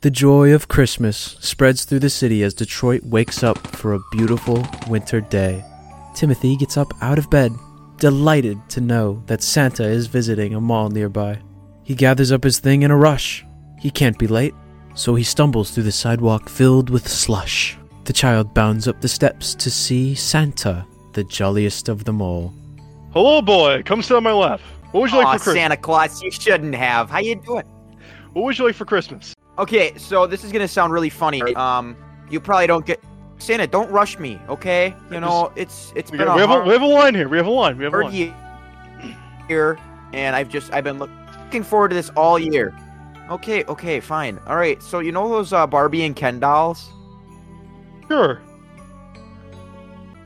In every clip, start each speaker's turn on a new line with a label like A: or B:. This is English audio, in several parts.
A: The joy of Christmas spreads through the city as Detroit wakes up for a beautiful winter day. Timothy gets up out of bed, delighted to know that Santa is visiting a mall nearby. He gathers up his thing in a rush. He can't be late, so he stumbles through the sidewalk filled with slush. The child bounds up the steps to see Santa, the jolliest of them all.
B: Hello, boy. Come sit on my lap. What would you
C: Aw,
B: like for Christmas?
C: Santa Claus, you shouldn't have. How you doing?
B: What would you like for Christmas?
C: Okay, so this is gonna sound really funny. Um, you probably don't get Santa. Don't rush me, okay? You know, it's it's
B: We,
C: been
B: got-
C: a
B: we have a,
C: hard
B: we have a line here. We have a line. We have a
C: hard
B: line.
C: year here, and I've just I've been look- looking forward to this all year. Okay, okay, fine. All right. So you know those uh, Barbie and Ken dolls?
B: Sure.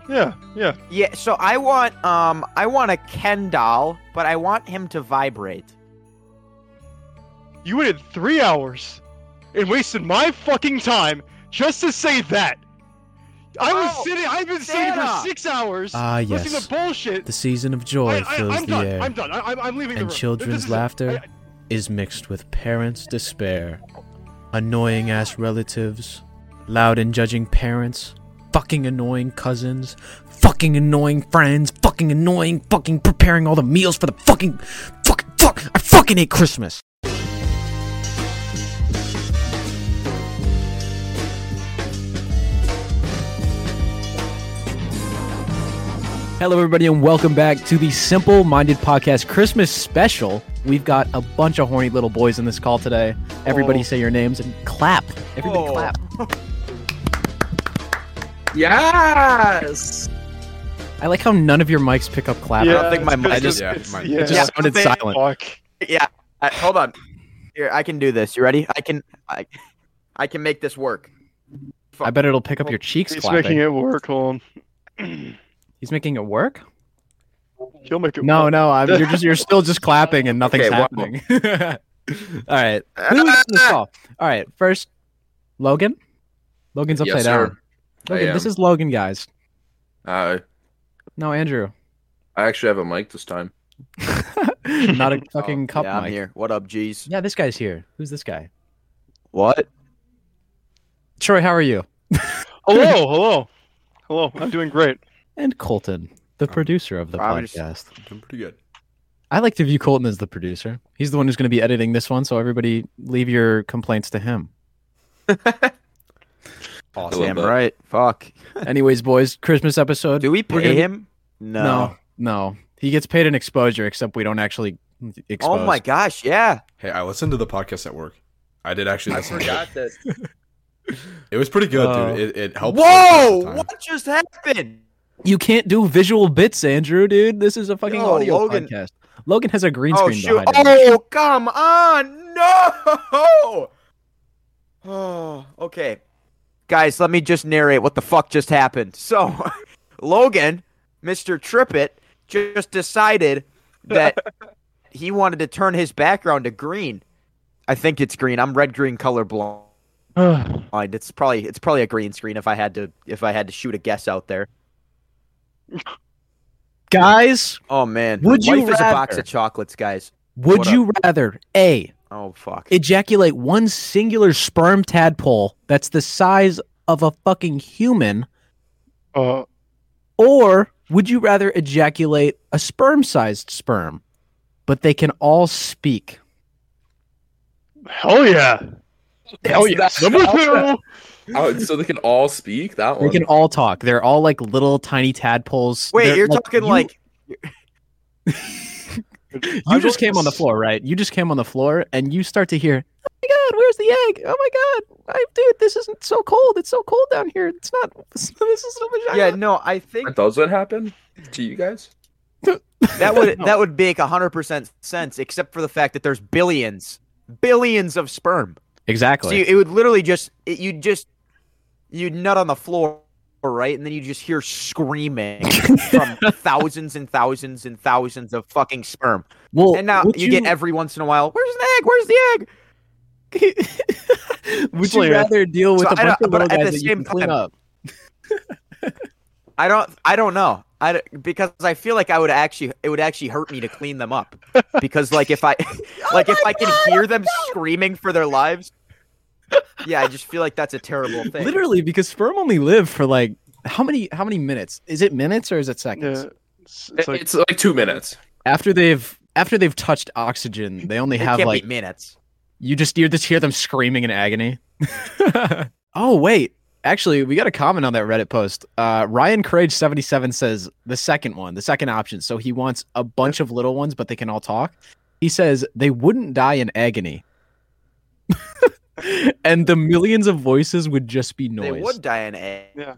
B: Yeah, yeah.
C: Yeah. So I want um I want a Ken doll, but I want him to vibrate.
B: You waited three hours and wasted my fucking time just to say that. I was
C: Oh,
B: sitting. I've been sitting
C: Santa!
B: for six hours
A: Ah,
B: listening
A: yes.
B: to bullshit.
A: The season of joy
B: I,
A: fills
B: am
A: the
B: done.
A: air.
B: I'm done. I, I'm, I'm leaving the
A: and
B: room.
A: children's
B: This is it.
A: laughter
B: I-
A: is mixed with parents' despair, annoying ass relatives, loud and judging parents, fucking annoying cousins, fucking annoying friends, fucking annoying fucking preparing all the meals for the fucking fuck fuck I fucking hate Christmas. Hello, everybody, and welcome back to the Simple Minded Podcast Christmas special. We've got a bunch of horny little boys in this call today. Everybody
B: Oh.
A: say your names and clap. Everybody
C: Oh.
A: clap.
D: Yes.
A: I like how none of your mics pick up clap.
B: yeah,
C: I don't think my
B: it's-
C: mic-
B: it's
C: I just-
B: it's-
E: yeah, my-
B: yeah.
A: It just
C: Yeah.
A: sounded
C: They-
A: silent.
B: Fuck.
C: Yeah. I, hold on. Here, I can do this. You ready? I can I, I can make this work.
A: I bet it'll pick up your cheeks
B: He's
A: clapping.
B: making it work. Hold on.
A: He's making it work?
B: He'll make it.
A: No,
B: work.
A: no, I'm, you're just you're still just clapping and nothing's
C: Okay, wow.
A: happening. All right, who is in this call? All right, first, Logan. Logan's upside
E: Yes, sir.
A: down. Logan,
E: I
A: this
E: am.
A: is Logan, guys.
E: Uh,
A: No, Andrew,
E: I actually have a mic this time.
A: not a fucking
E: Oh,
A: cup
C: yeah, I'm
A: mic.
C: here. What up, G's?
A: Yeah, this guy's here. Who's this guy?
C: What?
A: Troy, how are you?
B: Hello, hello, hello. I'm doing great.
A: And Colton, the
E: Oh.
A: producer of the
C: I'm just-
A: podcast.
E: I'm pretty good.
A: I like to view Colton as the producer. He's the one who's going to be editing this one, so everybody leave your complaints to him.
E: Awesome.
C: Damn right. Fuck.
A: Anyways, boys, Christmas episode.
C: Do we
A: We're
C: pay
A: gonna-
C: him? No.
A: no, no. He gets paid an exposure, except we don't actually expose.
C: Oh my gosh, yeah.
F: Hey, I listened to the podcast at work. I did actually
E: I
F: listen. to
E: forgot that.
F: it. It was pretty good,
A: Oh.
F: dude. It, it helped.
C: Whoa! What just happened?
A: You can't do visual bits, Andrew, dude. This is a fucking
C: Yo,
A: audio
C: Logan.
A: podcast. Logan has a green
C: Oh
A: screen
C: shoot!
A: behind him.
C: Oh come on! No! Oh, okay. Guys, let me just narrate what the fuck just happened. So, Logan, Mr. Trippett, just decided that he wanted to turn his background to green. I think it's green. I'm red green color blind.
A: Uh,
C: It's probably it's probably a green screen if I had to if I had to shoot a guess out there.
A: Guys,
C: Oh man.
A: Would
C: Life
A: you
C: is a box
A: rather?
C: of chocolates, guys.
A: would
C: What
A: you rather A
C: Oh fuck.
A: ejaculate one singular sperm tadpole that's the size of a fucking human,
B: Uh,
A: or would you rather ejaculate a sperm sized sperm? But they can all speak.
B: hell yeah. Hell yeah. Number two.
E: Oh, so they can all speak that
A: They
E: one.
A: can all talk. They're all like little tiny tadpoles.
C: Wait,
A: They're,
C: you're talking
A: you-
C: like
A: you
B: I'm
A: just
B: going-
A: came on the floor, right? You just came on the floor, and you start to hear, "Oh my god, where's the egg? Oh my god, I, dude, this isn't so cold. It's so cold down here. It's not. This is a
C: Yeah, no, I think
E: Aren't those what happened to you guys?
C: that would that would make hundred percent sense, except for the fact that there's billions, billions of sperm. So
A: Exactly.
C: you, it would literally just it, you'd just you'd nut on the floor, right, and then you just hear screaming from thousands and thousands and thousands of fucking sperm.
A: well,
C: And now
A: would
C: you, get every once in a while, where's the egg? Where's the egg?
A: would you
B: Slayer.
A: rather deal with
C: So
A: a
C: I
A: bunch
C: don't-
A: of little
C: but
A: guys
C: at the
A: that you
C: same
A: can clean
C: time-
A: up?
C: I don't I don't know. I d- because I feel like I would actually it would actually hurt me to clean them up because like if I like if I can hear them screaming for their lives yeah, I just feel like that's a terrible thing.
A: Literally, because sperm only live for like how many how many minutes? Is it minutes or is it seconds?
B: Yeah, it's, it's like
E: it's like two minutes.
A: After they've after they've touched oxygen, they only
C: It
A: have
C: can't
A: like
C: be minutes.
A: you just you just hear them screaming in agony. oh wait, actually, we got a comment on that Reddit post. Uh, Ryan Crage seventy seven says the second one, the second option. So he wants a bunch of little ones, but they can all talk. He says they wouldn't die in agony, and the millions of voices would just be noise.
C: They would die in a.
B: Yeah.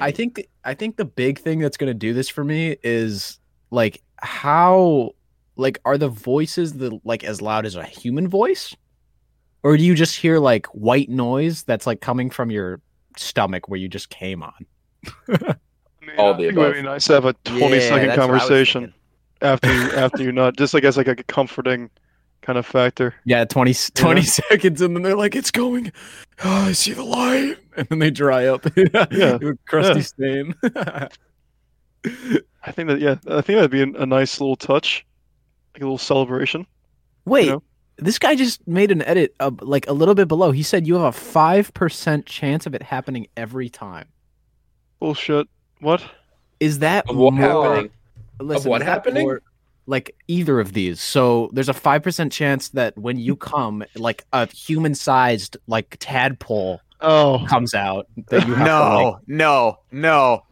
A: I think I think the big thing that's going to do this for me is like how like are the voices the like as loud as a human voice or do you just hear like white noise that's like coming from your stomach where you just came on?
B: I mean,
E: All
B: I
E: the
B: think it would
E: above.
B: be nice to have a twenty-second conversation after you, after you're not just I guess like a comforting kind of factor.
A: Yeah, 20, 20 seconds and then they're like it's going oh, I see the light and then they dry up. yeah. Crusty
B: yeah.
A: stain.
B: I think that yeah, I think that'd be an- a nice little touch, like a little celebration.
A: Wait,
B: know?
A: this guy just made an edit of, like a little bit below. He said you have a five percent chance of it happening every time.
B: Bullshit. What?
A: Is that
E: Of what
A: more,
E: happening?
A: listen,
E: Of what
A: is that
E: happening?
A: more- like either of these. So there's a five percent chance that when you come, like a human-sized like tadpole
B: Oh,
A: comes out that you have
C: No, no, no,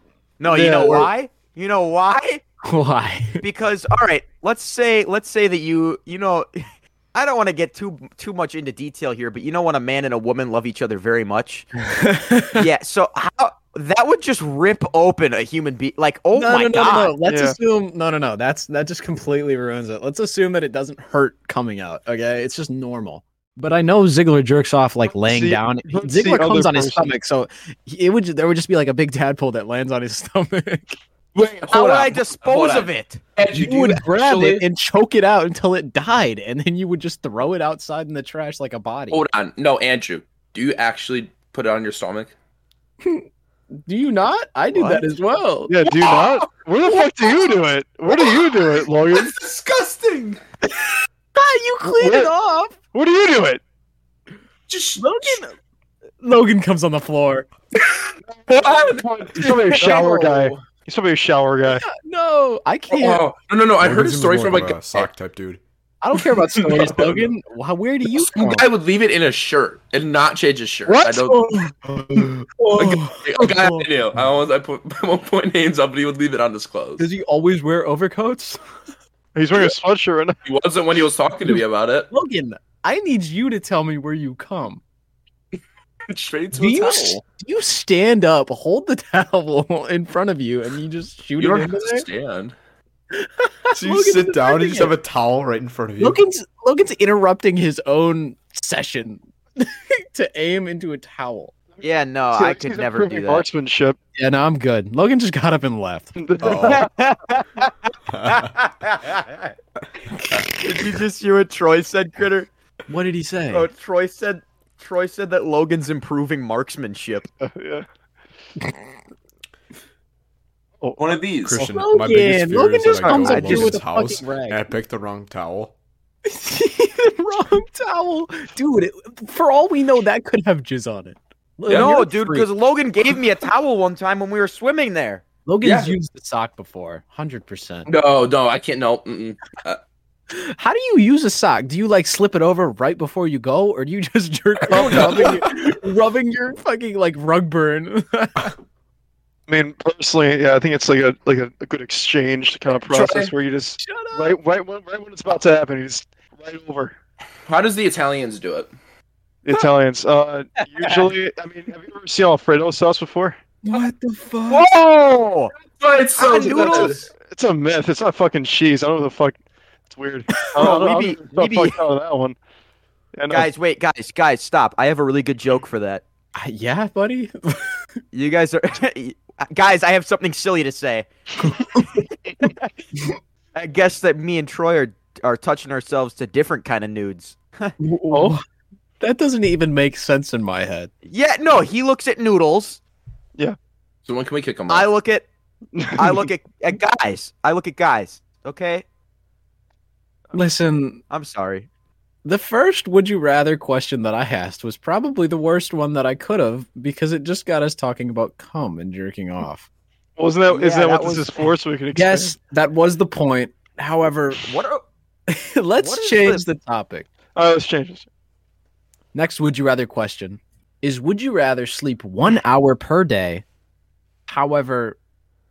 C: no. You
B: Yeah,
C: know
B: or-
C: why? You know why?
A: to like why.
C: Because all right, let's say let's say that you you know, I don't want to get too too much into detail here, but you know when a man and a woman love each other very much. yeah. So how that would just rip open a human being? Like oh
A: no,
C: my
A: no, no,
C: god.
A: no, no. Let's
B: Yeah.
A: assume no, no, no. That's that just completely ruins it. Let's assume that it doesn't hurt coming out. Okay, it's just normal. But I know Ziggler jerks off like laying
B: See-
A: down.
B: let's
A: Ziggler
B: see
A: comes
B: other
A: on his
B: person.
A: stomach, so he- it would ju- there would just be like a big tadpole that lands on his stomach.
E: Wait,
C: How
E: hold
C: would
E: on.
C: I dispose
E: Hold
C: of
E: on.
C: it?
E: Had you,
A: You,
E: do
A: would
E: that,
A: grab
E: actually-
A: it and choke it out until it died, and then you would just throw it outside in the trash like a body.
E: Hold on. No, Andrew, do you actually put it on your stomach?
A: do you not? I do
C: What?
A: that as well.
B: yeah. Do you not? Where the fuck do you do it? Where do you do it, Logan?
E: disgusting.
A: God, you cleaned it
B: What?
A: off.
B: Where do you do it?
E: Just
A: Logan. Logan comes on the floor.
B: He's probably a shower guy. He's probably a shower guy.
A: No, I
E: Oh,
A: can't.
E: wow. no, no, no. I
G: Logan
E: heard a
G: seems
E: story
G: more
E: from
G: of
E: a, guy.
G: sock type dude.
A: I don't care about stories,
E: No.
A: Logan. Wh- Where do you
E: Some
A: come?
E: guy would leave it in a shirt and not change his shirt. I
B: What?
E: don't.
A: Oh.
E: A guy I knew. I almost. I put. I won't point names up, but he would leave it on his clothes.
A: Does he always wear overcoats?
B: He's wearing a sweatshirt right now.
E: He wasn't when he was talking to me about it.
A: Logan, I need you to tell me where you come.
E: Straight to
A: Do
E: a
A: you,
E: towel.
A: s- do you stand up, hold the towel in front of you, and you just shoot
E: You
A: it
E: don't
A: into
E: have to
A: there?
E: stand.
G: So you
A: Logan's
G: sit down and you
A: defending
G: just have a towel right in front of you.
A: Logan's Logan's interrupting his own session to aim into a towel.
C: Yeah, no,
B: See,
C: Oh, I
B: like,
C: could
B: he's
C: never
B: improving
C: do that.
B: Marksmanship.
A: Yeah, no, I'm good. Logan just got up and left.
G: Oh.
C: Did you just hear what Troy said, Critter?
A: What did he say?
C: Oh, Troy said Troy said that Logan's improving marksmanship.
B: yeah.
E: One of these.
G: Christian, my
A: Logan,
G: biggest fear
A: Logan
G: is
A: just
G: that I go
A: comes
G: to
A: up to you with
G: Logan's
A: a
G: house
A: fucking rag.
G: and I pick the wrong towel.
A: the wrong towel, dude. it- For all we know, that could have jizz on it. Look, you're
C: no,
A: a
C: dude,
A: freak.
C: because Logan gave me a towel one time when we were swimming there.
A: Logan's
E: Yeah.
A: used the sock before, hundred percent.
E: No, no, I can't. No. Mm-mm.
A: How do you use a sock? Do you like slip it over right before you go, or do you just jerk off rubbing, rubbing your fucking like rug burn?
B: I mean, personally, yeah, I think it's like a like a, a good exchange kind of
E: Troy.
B: process where you just
A: Shut up.
B: right right when right when it's about to happen, you just right over
E: How does the Italians do it?
B: the Italians. Uh, usually, I mean, have you ever seen Alfredo sauce before?
A: What the fuck?
C: Whoa!
E: But it's
C: Hot
E: so
C: noodles?
B: It's a myth. It's not fucking cheese. I don't know the fuck. It's weird. I
C: Bro,
B: don't know.
C: we
B: I'm
C: be-
B: so
C: we be-
B: fucked out of that one. Yeah, no.
C: Guys, wait, guys, guys, stop. I have a really good joke for that.
A: Uh, Yeah, buddy.
C: You guys are guys, I have something silly to say. I guess that me and Troy are are touching ourselves to different kind of nudes.
A: Oh, that doesn't even make sense in my head.
C: Yeah, no, he looks at noodles.
E: So when can we kick them
C: I
E: off?
C: look at I look at, at guys. I look at guys. Okay?
A: Listen,
C: I'm sorry.
A: the first would you rather question that I asked was probably the worst one that I could have because it just got us talking about cum and jerking off.
B: Wasn't that? Is
C: Yeah,
B: that,
C: that
B: what
C: was-
B: this is for? So we can explain.
A: Yes, that was the point. However,
C: What? Are,
A: let's
C: What is
A: change the topic.
B: All right, let's change Oh, this.
A: Next would you rather question is would you rather sleep 1 hour per day however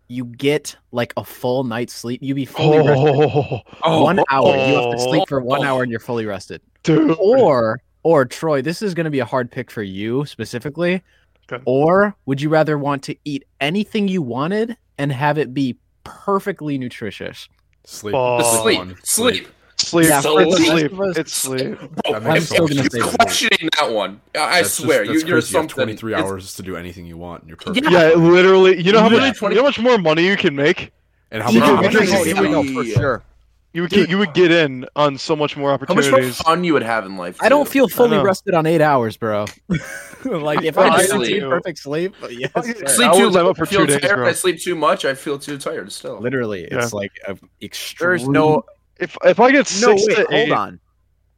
A: you get like a full night's sleep you be fully rested
B: Oh,
A: 1 hour you have to sleep for 1 hour and you're fully rested
B: dude.
A: or or Troy this is going to be a hard pick for you specifically
B: Okay.
A: or would you rather want to eat anything you wanted and have it be perfectly nutritious
G: Sleep.
B: Oh.
E: Just sleep,
G: One.
E: sleep.
B: Sleep.
A: Yeah,
E: for
B: it's
E: the rest
B: sleep.
A: of us-
B: It's sleep.
E: Bro,
G: That
E: I'm
G: makes
E: still
G: sense.
E: gonna
G: That's
E: say
G: just-
E: questioning that one. I, I
G: That's just-
E: swear,
G: that's
E: you, you're
G: crazy. You have
E: something.
G: 23
E: It's-
G: hours to do anything you want, and you're perfect.
E: Yeah.
B: Yeah, literally. You know how
E: Literally
B: much?
E: 20
B: You know how much more money you can make?
G: And how
B: You
G: much
B: can-
G: money
B: you can-
G: you
B: you
G: make?
B: can-
C: for sure.
B: You would get. You would get in on so much more
E: How much more
B: opportunities.
E: fun you would have in life?
A: I don't
E: too.
A: feel fully
B: know.
A: rested on 8 hours bro like if I
E: Honestly.
A: guaranteed perfect sleep yes sir.
E: Sleep
B: I
E: too
B: was up
E: little.
B: for
E: I feel
B: two days,
E: tired.
B: bro.
E: I sleep too much. I feel too tired still.
A: Literally, it's like a extreme.
C: There's no
B: If if I get
C: no
B: six
C: wait.
B: to eight,
C: Hold on.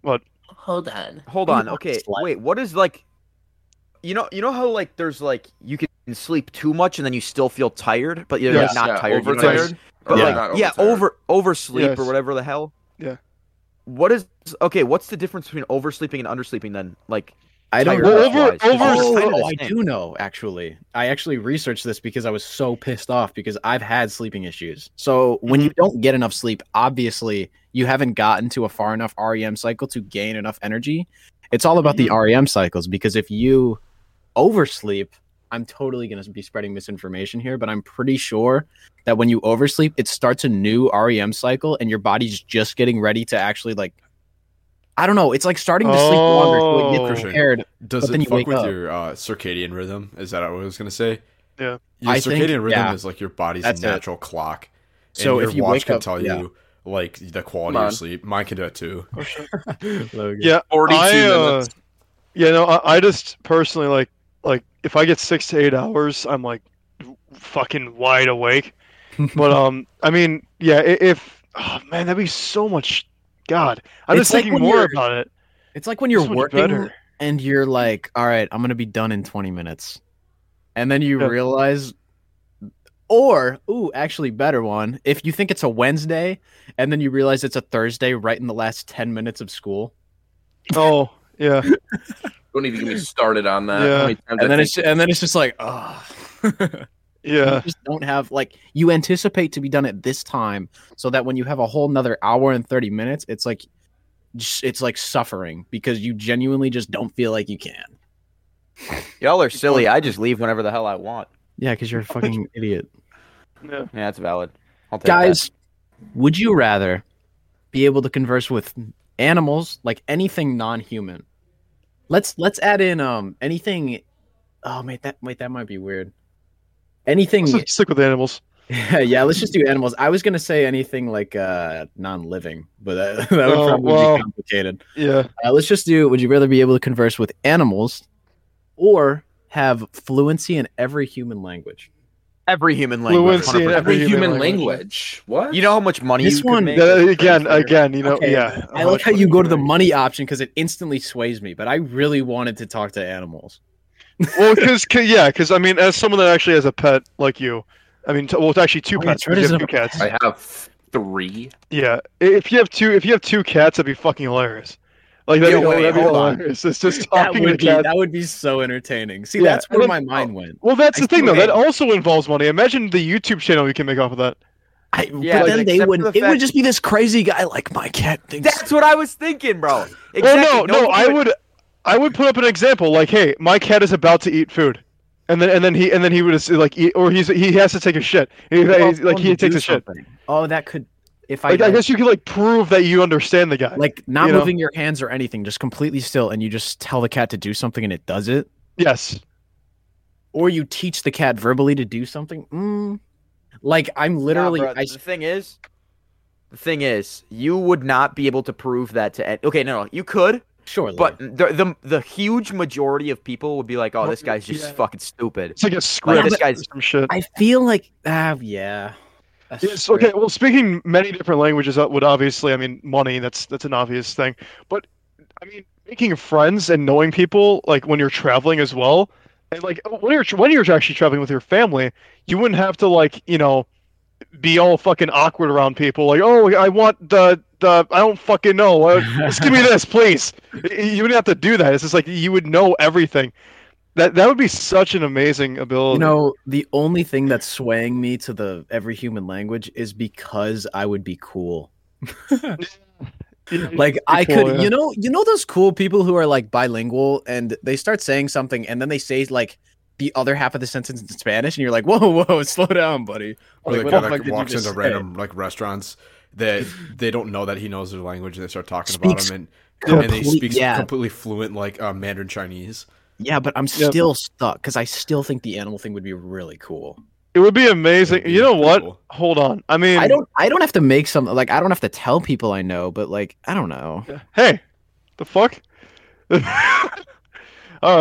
E: Hold on.
C: Hold
A: You
C: on.
A: don't
C: Okay.
A: sleep.
C: Wait. What is like? You know. You know how like there's like you can sleep too much and then you still feel tired, but you're
B: Yes.
C: like, not tired. you know what I mean?
E: Overtired.
C: But
E: Or
C: like,
E: not
C: yeah,
E: overtired?
C: over oversleep
B: Yes.
C: or whatever the hell.
B: Yeah.
C: What is okay? What's the difference between oversleeping and undersleeping then? Like,
A: I don't
C: tired
A: know.
B: Well,
C: health-wise,
B: over-
C: 'cause they're
B: over-
C: kinda
A: Oh,
C: the
A: I
C: same.
A: do know. Actually, I actually researched this because I was so pissed off because I've had sleeping issues. So
C: Mm-hmm.
A: when you don't get enough sleep, obviously you haven't gotten to a far enough REM cycle to gain enough energy. It's all about
C: Mm-hmm.
A: the REM cycles because if you oversleep, I'm totally going to be spreading misinformation here, but I'm pretty sure that when you oversleep, it starts a new REM cycle and your body's just getting ready to actually like I don't know, it's like starting to sleep longer so it
B: Oh.
A: gets prepared
G: Does
A: But
G: it
A: then you
G: fuck
A: wake
G: with
A: up.
G: your uh, circadian rhythm? Is that what I was gonna say?
B: Yeah.
G: Your
A: I
G: circadian
A: think-
G: rhythm
A: yeah.
G: is like your body's
A: That's it.
G: natural clock. And
A: So
G: your
A: if you
G: watch
A: wake
G: can
A: up-
G: tell
A: yeah.
G: you like the quality
E: Come
G: of
E: on.
G: sleep. Mine can do it too.
B: yeah,
E: Forty-two
B: I, uh,
E: minutes.
B: Yeah, no, I, I just personally like like if I get six to eight hours, I'm like fucking wide awake. but um, I mean, yeah, i- if oh man, that'd be so much. God, I'm
A: It's
B: just
A: like
B: thinking
A: when
B: more
A: you're-
B: about it.
A: It's like when you're
B: So much
A: working
B: better.
A: and you're like, all right, I'm going to be done in 20 minutes. And then you
B: Yeah.
A: realize, or, ooh, actually, better one, if you think it's a Wednesday and then you realize it's a Thursday right in the last 10 minutes of school.
B: Oh yeah,
E: Don't even get me started on that.
B: Yeah.
E: How many times I
A: And then
E: think-
A: it's and then it's just like, oh, you
B: yeah,
A: just don't have like you anticipate to be done at this time, so that when you have a whole another hour and thirty minutes, it's like just- it's like suffering because you genuinely just don't feel like you can.
C: Y'all are silly. I just leave whenever the hell I want.
A: Yeah, because you're a fucking idiot.
B: yeah.
C: Yeah, that's valid. I'll take
A: Guys, would you rather be able to converse with animals, like anything non-human? Let's let's add in um anything. Oh mate, that wait, that might be weird. Anything?
B: Let's just stick with animals.
A: yeah, let's just do animals. I was gonna say anything like uh non-living, but that, that would
B: Oh,
A: probably
B: well.
A: be complicated.
B: Yeah,
A: Uh, let's just do. Would you rather be able to converse with animals, or have fluency in every human language?
C: that. every human language.
B: fluency in
C: 100%.
E: every
B: every
E: human language. What?
C: You know how much money
A: This
C: you could
A: one-
C: make?
B: That- again, again, you know,
A: Okay,
B: yeah.
A: I like how you go to the money option because it instantly sways me, but I really wanted to talk to animals.
B: Well, because yeah, because I mean, as someone that actually has a pet like you, I mean, t- well, it's actually two
A: Oh, yeah,
B: pets.
A: Troy
B: because you
A: doesn't
B: have two cats.
E: I have three.
B: Yeah, i- if you have two, if you have two cats, that'd be fucking hilarious. Like that'd,
C: Yeah,
B: be,
C: wait,
B: that'd be
C: hold on.
B: hilarious. It's just
A: That
B: talking to
A: would be
B: Oh, cats. oh,
A: that would be so entertaining. See,
B: Yeah,
A: that's where
B: well,
A: my mind went.
B: Well, that's
A: I
B: the thing
A: still
B: though. That
A: am.
B: also involves money. Imagine the YouTube channel you can make off of that.
A: I,
C: Yeah,
A: but
C: like,
A: then they
C: except for
A: would.
C: the
A: It would
C: fact-
A: just be this crazy guy like my cat thinks.
C: That's what I was thinking, bro. Exactly.
B: Well, no, no,
C: nobody
B: I would, I would put up an example like, hey, my cat is about to eat food, and then and then he and then he would just, like eat or he's he has to take a shit. And he-
A: Well,
B: he's- like
A: wanted
B: he
A: to
B: takes
A: do
B: a shit.
A: something. Oh, that could. If I,
B: Like, I
A: had-
B: guess you could like prove that you understand the guy.
A: like not
B: you know.
A: moving your hands or anything, just completely still, and you just tell the cat to do something and it does it,
B: yes.
A: or you teach the cat verbally to do something. Mm. Like I'm literally,
C: Nah, bro,
A: I
C: the thing is, the thing is, you would not be able to prove that to. Any, okay, no, no, you could,
A: sure,
C: but the, the the huge majority of people would be like, "Oh, this guy's just
B: Yeah.
C: fucking stupid."
B: It's like a script.
C: this
B: or
C: guy's-
B: some shit.
A: I feel like ah yeah. A
B: Yes,
A: script.
B: okay. Well, speaking many different languages uh, would obviously, I mean, money. That's that's an obvious thing. But I mean, making friends and knowing people like when you're traveling as well, and like when you're when you're actually traveling with your family, you wouldn't have to like you know be all fucking awkward around people. Like, oh, I want the the I don't fucking know. Uh, just give me this, please. You wouldn't have to do that. It's just like you would know everything. That that would be such an amazing ability.
A: You know, the only thing that's swaying me to the every human language is because I would be cool. Like I
B: cool,
A: could,
B: yeah.
A: you know, you know those cool people who are like bilingual and they start saying something and then they say like the other half of the sentence in Spanish and you're like, whoa, whoa, slow down, buddy.
G: Or
A: Like,
G: the
A: what
G: guy
A: the fuck
G: that
A: did you
G: walks
A: just
G: into
A: say?
G: random like restaurants that they don't know that he knows their language and they start talking
A: Speaks
G: about him and,
A: complete-
G: and they speak
A: yeah.
G: completely fluent like uh, Mandarin Chinese.
A: Yeah, but I'm
B: Yeah.
A: still stuck because I still think the animal thing would be really cool.
B: it would be amazing.
G: It'd be
B: you know
G: pretty
B: what?
G: cool.
B: Hold on. I mean,
A: I don't, I don't have to make some like I don't have to tell people I know, but like I don't know.
B: Hey, the fuck? All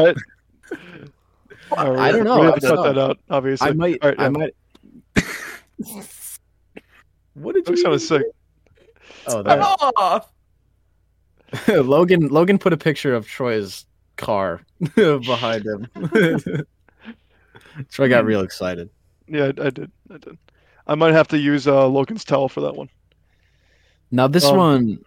B: right. All right,
A: don't know,
B: We
A: I
B: have to
A: don't
B: cut that out, obviously.
A: I might,
B: All right, yeah.
A: I might. what did
B: That
A: you?
B: sounds sick.
A: Oh, that.
C: Oh,
A: Oh, Logan Logan put a picture of Troy's car behind him. Troy got real excited.
B: Yeah, I, I did. I did. I might have to use uh, Logan's towel for that one.
A: Now this
B: Um,
A: one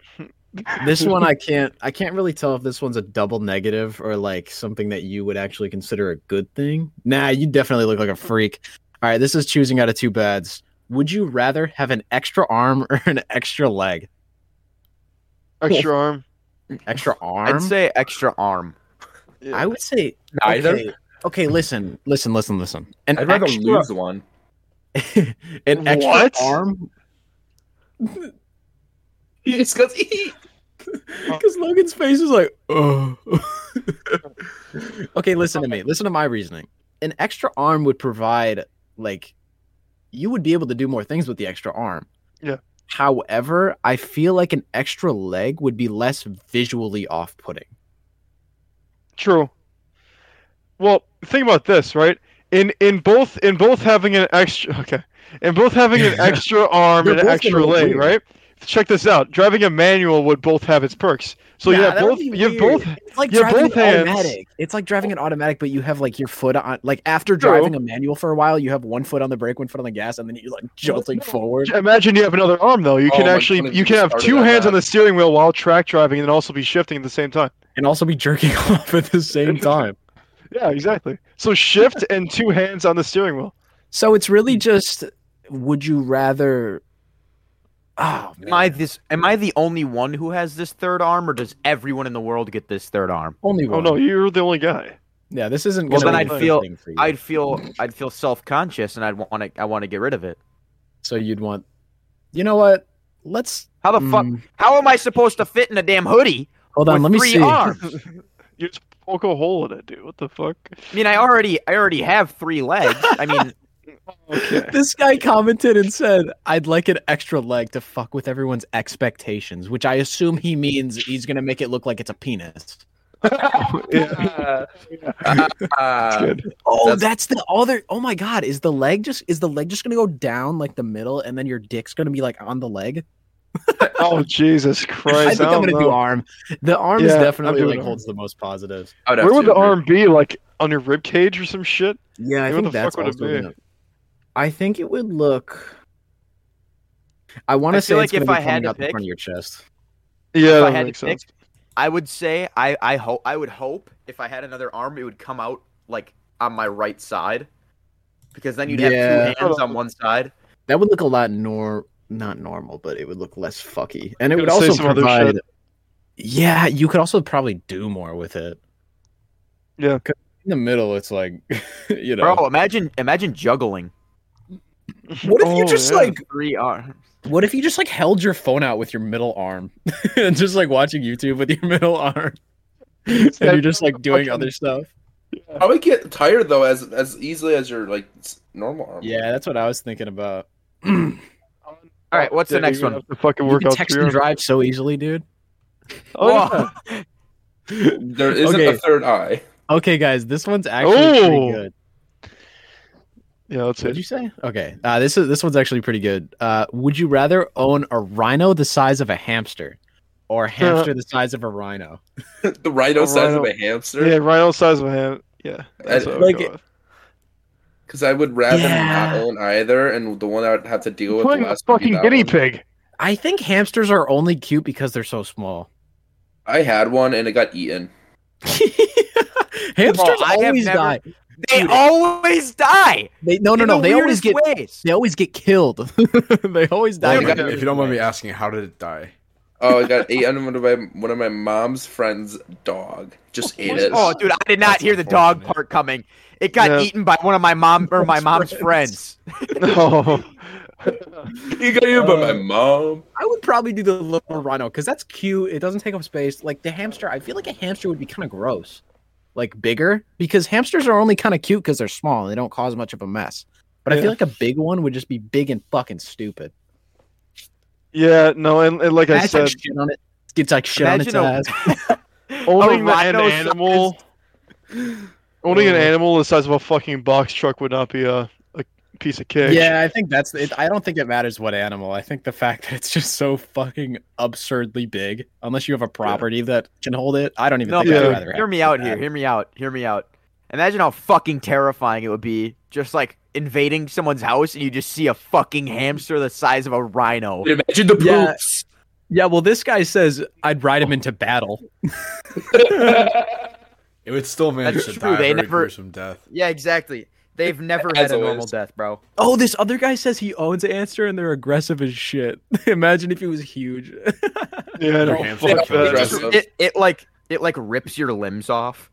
A: this one I can't I can't really tell if this one's a double negative or like something that you would actually consider a good thing. Nah, you definitely look like a freak. All right, this is choosing out of two bads. Would you rather have an extra arm or an extra leg?
B: Extra arm.
A: Extra arm?
C: I'd say extra arm.
B: Yeah.
A: I would say
E: Neither.
A: Okay, okay, listen, listen, listen, listen. An
E: I'd rather
A: extra-
E: lose one.
A: an extra
B: What?
A: arm
E: It's because he. Uh.
A: Because Logan's face is like, oh. okay, listen to me. Listen to my reasoning. An extra arm would provide, like, you would be able to do more things with the extra arm.
B: Yeah.
A: However, I feel like an extra leg would be less visually off putting.
B: True. Well, think about this, right? In in both in both having an extra okay, in both having an extra arm
A: They're
B: and
A: both
B: an
A: gonna
B: extra
A: look
B: leg,
A: weird.
B: right? Check this out. Driving a manual would both have its perks. So you
A: Nah,
B: have
A: that would
B: both.
A: be
B: You have
A: weird.
B: both.
A: It's like
B: you have
A: driving
B: both
A: an
B: hands.
A: automatic. It's like driving an automatic, but you have like your foot on like after
B: True.
A: driving a manual for a while, you have one foot on the brake, one foot on the gas, and then you're like jolting forward.
B: Imagine you have another arm though. You
E: Oh
B: can
E: my
B: actually
E: goodness,
B: you can
E: we
B: have
E: started
B: two
E: on
B: hands
E: that.
B: on the steering wheel while track driving, and then also be shifting at the same time.
A: And also be jerking off at the same time.
B: Yeah, exactly. So shift and two hands on the steering wheel.
A: So it's
C: Mm.
A: really just would you rather Oh man.
C: Am I this? Am I the only one who has this third arm, or does everyone in the world get this third arm?
A: only
B: Oh
A: one.
B: no, you're the only guy.
A: Yeah, this isn't
C: Well,
A: gonna
C: then
A: be
C: I'd feel-
A: interesting for you.
C: I'd feel I'd feel self conscious, and I'd want to I want to get rid of it.
A: so you'd want You know what? Let's
C: How the fuck?
A: Mm,
C: How am I supposed to fit in a damn hoodie?
A: Hold on, let
C: with
A: me
C: three
A: see.
C: arms.
B: You just poke a hole in it, dude. What the fuck?
C: I mean, I already I already have three legs. I mean,
B: Okay.
A: This guy commented and said, "I'd like an extra leg to fuck with everyone's expectations," which I assume he means he's going to make it look like it's a penis.
B: Yeah, that's
E: Uh,
B: good.
A: Oh, that's,
E: That's-
A: the other. Oh my god, is the leg just is the leg just going to go down like the middle and then your dick's going to be like on the leg?
B: Oh Jesus Christ!
A: I think I'm
B: don't
A: gonna do
B: know.
A: arm. The arm is
B: Yeah, I'm
A: definitely
B: doing
A: like
B: arm.
A: holds the most positives.
E: I have
B: Where would
E: to
B: the
E: agree.
B: arm be? Like on your rib cage or some shit?
A: Yeah,
B: I
A: I
B: Where think
A: think
B: the that's
A: that's
B: fuck would it
A: also.
B: also be? gonna-
A: I think it would look. I want
C: I
A: to
C: feel
A: say
C: like
A: it's gonna
C: if
A: be
C: I had
A: coming
C: to
A: out the
C: pick-
A: front of your chest.
B: Yeah,
C: if I
B: that
C: had to
B: makes
C: pick,
B: sense.
C: I would say I I hope I would hope if I had another arm, it would come out like on my right side, because then you'd
A: Yeah.
C: have two hands on one side.
A: That would look a lot nor not normal, but it would look less fucky, and it would
B: Gonna say
A: also
B: some other
A: provide. Yeah, you could also probably do more with it.
B: Yeah.
A: 'Cause In the middle, it's like, you know,
C: Bro, imagine imagine juggling
A: what if you
B: Oh,
A: just
B: yeah.
A: like,
C: three arms.
A: what if you just like held your phone out with your middle arm, and just like watching YouTube with your middle arm, and
B: that-
A: you're just like doing other stuff?
E: I would get tired though as as easily as your like s- normal arm.
A: Yeah, that's what I was thinking about.
C: All right, what's the
B: Yeah,
C: next
B: you're gonna
C: one?
B: Have to fucking
A: You
B: work
A: can
B: out
A: text
B: three
A: and
B: arms.
A: drive so easily, dude.
B: Oh, yeah.
C: Whoa.
E: There isn't
A: Okay.
E: a third eye.
A: Okay, guys, this one's actually
B: Oh.
A: pretty good.
B: yeah, that's
A: What'd
B: it.
A: you say? Okay, uh, this is this one's actually pretty good. Uh, would you rather own a rhino the size of a hamster, or hamster the size of a rhino.
E: the rhino
B: A
E: size of
B: rhino.
E: a hamster.
B: Yeah, rhino size of a ham. Yeah, that's what I would
E: Like
B: go
E: it-
B: with.
E: Because I would rather
A: Yeah.
E: not own either, and the one I would have to deal with.
B: playing a
E: the last would be
B: fucking
E: that
B: guinea
E: one.
B: pig.
A: I think hamsters are only cute because they're so small.
E: I had one, and it got eaten.
A: hamsters
C: I have
A: always
C: never-
A: die.
C: They
A: Dude.
C: always die.
A: They no no
C: in
A: no.
C: the
A: They always
C: weirdest
A: get
C: ways.
A: they always get killed. they always die.
G: Well,
E: Yeah,
G: if,
E: but-
G: if you don't mind me asking, how did it die?
E: Oh, I got ate under one of my one of my mom's friend's dog. Just ate it.
C: Oh, dude, I did not
G: That's
C: hear the dog
G: unfortunate.
C: part coming. It got
B: Yeah.
C: eaten by one of my mom or my mom's friends.
B: No.
E: you Oh, got eaten by my
A: Uh,
E: mom.
A: I would probably do the little rhino because that's cute. It doesn't take up space. Like the hamster, I feel like a hamster would be kind of gross, like bigger, because hamsters are only kind of cute because they're small and they don't cause much of a mess. But I
B: Yeah.
A: feel like a big one would just be big and fucking stupid.
B: yeah, no, and, and like I
A: It's
B: said,
A: like shit on it. It's like shit
C: Imagine
A: on its
C: a-
A: ass.
B: owning an
C: a rhino
B: animal, owning an animal the size of a fucking box truck would not be a, a piece of cake.
A: Yeah, I think that's. It, I don't think it matters what animal. I think the fact that it's just so fucking absurdly big, unless you have a property that can hold it, I don't even
C: No,
A: think I'd
B: yeah.
A: rather.
C: Hear
A: have
C: me
A: that.
C: out here. Hear me out. Hear me out. Imagine how fucking terrifying it would be just like invading someone's house and you just see a fucking hamster the size of a rhino.
E: Imagine the
A: Yeah.
E: poops.
A: Yeah, well, this guy says I'd ride him into battle.
G: It would still manage
C: That's
G: to
C: true,
G: die. a
C: they
G: very
C: never-
G: gruesome death.
C: Yeah, exactly. They've never had
E: As
C: a normal
E: always.
C: death, bro.
A: Oh, this other guy says he owns Anster and they're aggressive as shit. Imagine if he was huge.
B: yeah, no,
G: Your hamster
B: fuck
G: killed
B: that.
G: That's-
E: Aggressive.
C: It it like it like rips your limbs off.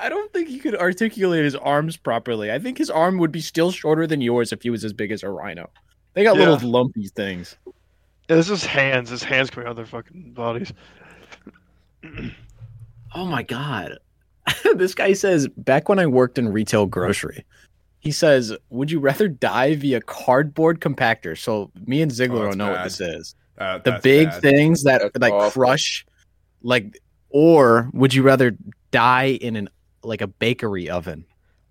A: I don't think he could articulate his arms properly. I think his arm would be still shorter than yours if he was as big as a rhino. They got
B: Yeah.
A: little lumpy things.
B: Yeah, this is hands. His hands coming out of their fucking bodies.
A: Oh my god. this guy says back when I worked in retail grocery. He says, "Would you rather die via cardboard compactor?" So me and
G: Oh,
A: Ziggler
G: that's
A: don't know what
G: bad.
A: this is.
G: Uh,
A: the
G: that's
A: big
G: bad.
A: things that
E: That's
A: like
E: awful.
A: crush like or would you rather die in an like a bakery oven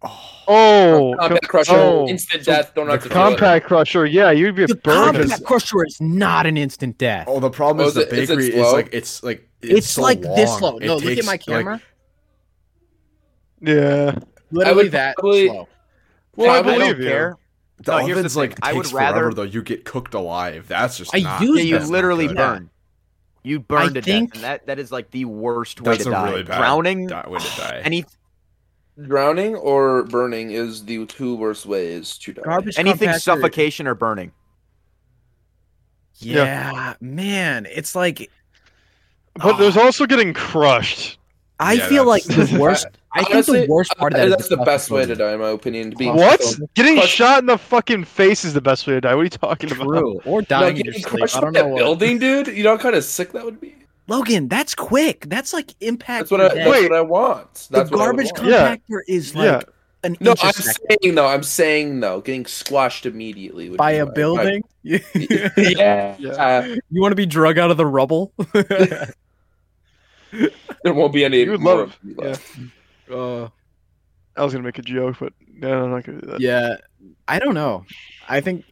B: Oh, com-
E: Compact crusher.
B: oh.
E: Instant death. Don't
G: the
E: have to deal with it.
B: compact crusher. Yeah, you'd be a
A: the
B: burger.
A: compact crusher is not an instant death
G: Oh, the problem
E: Oh,
G: is
E: is it-
G: the
E: is it
G: bakery is,
E: slow?
G: like it's like
A: it's,
G: so
A: like this
G: long.
A: slow
G: It
A: no look at
G: takes,
A: my
G: like-
A: camera
B: Yeah.
A: literally
E: would
A: that
E: probably-
A: slow
B: Well, I
E: Tom, I don't
B: believe you.
C: care.
G: the
C: No, here's the
G: oven's like
C: thing. I would
G: takes forever
C: rather-
G: though. You get cooked alive. That's just
A: I
G: not,
A: use
C: Yeah, you
G: that's not
C: literally
G: good.
C: burn. You burn
A: I
C: to
A: think-
C: death, and that, that is like the worst way
G: That's
C: to
G: a
C: die.
G: really bad
C: Drowning,
G: di- way to die.
C: any
E: Drowning or burning is the two worst ways to die.
A: garbage
C: anything
A: compactor-
C: suffocation or burning.
A: yeah, man it's like
B: But there's also getting crushed.
A: i
G: Yeah,
A: feel like
G: that's-
A: the worst i think
E: Honestly,
A: the worst part of that
E: And
A: is
E: Uh, that's the best way to
A: suffocation.
E: die, in my opinion. To be
B: What?
E: killed.
B: Getting
E: Crushed.
B: shot in the fucking face is the best way to die. What are you talking about?
A: True, or
E: No,
A: dying in your
E: getting
A: sleep.
E: crushed
A: I
E: with
A: don't
E: that
A: know. What.
E: building, dude. You know how kind of sick that would be.
A: Logan, that's quick. That's like impact.
E: That's what I.
A: death.
E: That's
B: Wait.
E: what I want. That's
A: the
E: what I would
A: garbage
E: want.
B: company- Yeah.
A: compactor is like
B: Yeah.
A: an
E: No,
A: inch a
E: I'm
A: second
E: saying though. I'm saying though. Getting squashed immediately would
A: by
E: be
A: a
E: my- my-
A: building. you
E: yeah.
B: Yeah.
A: want to be drug out of the rubble?
E: There won't be any.
B: You would
E: more
B: love
E: of me
B: yeah.
E: left.
A: uh,
B: I was gonna make a joke, but no, I'm not gonna do that.
A: yeah, I don't know. I think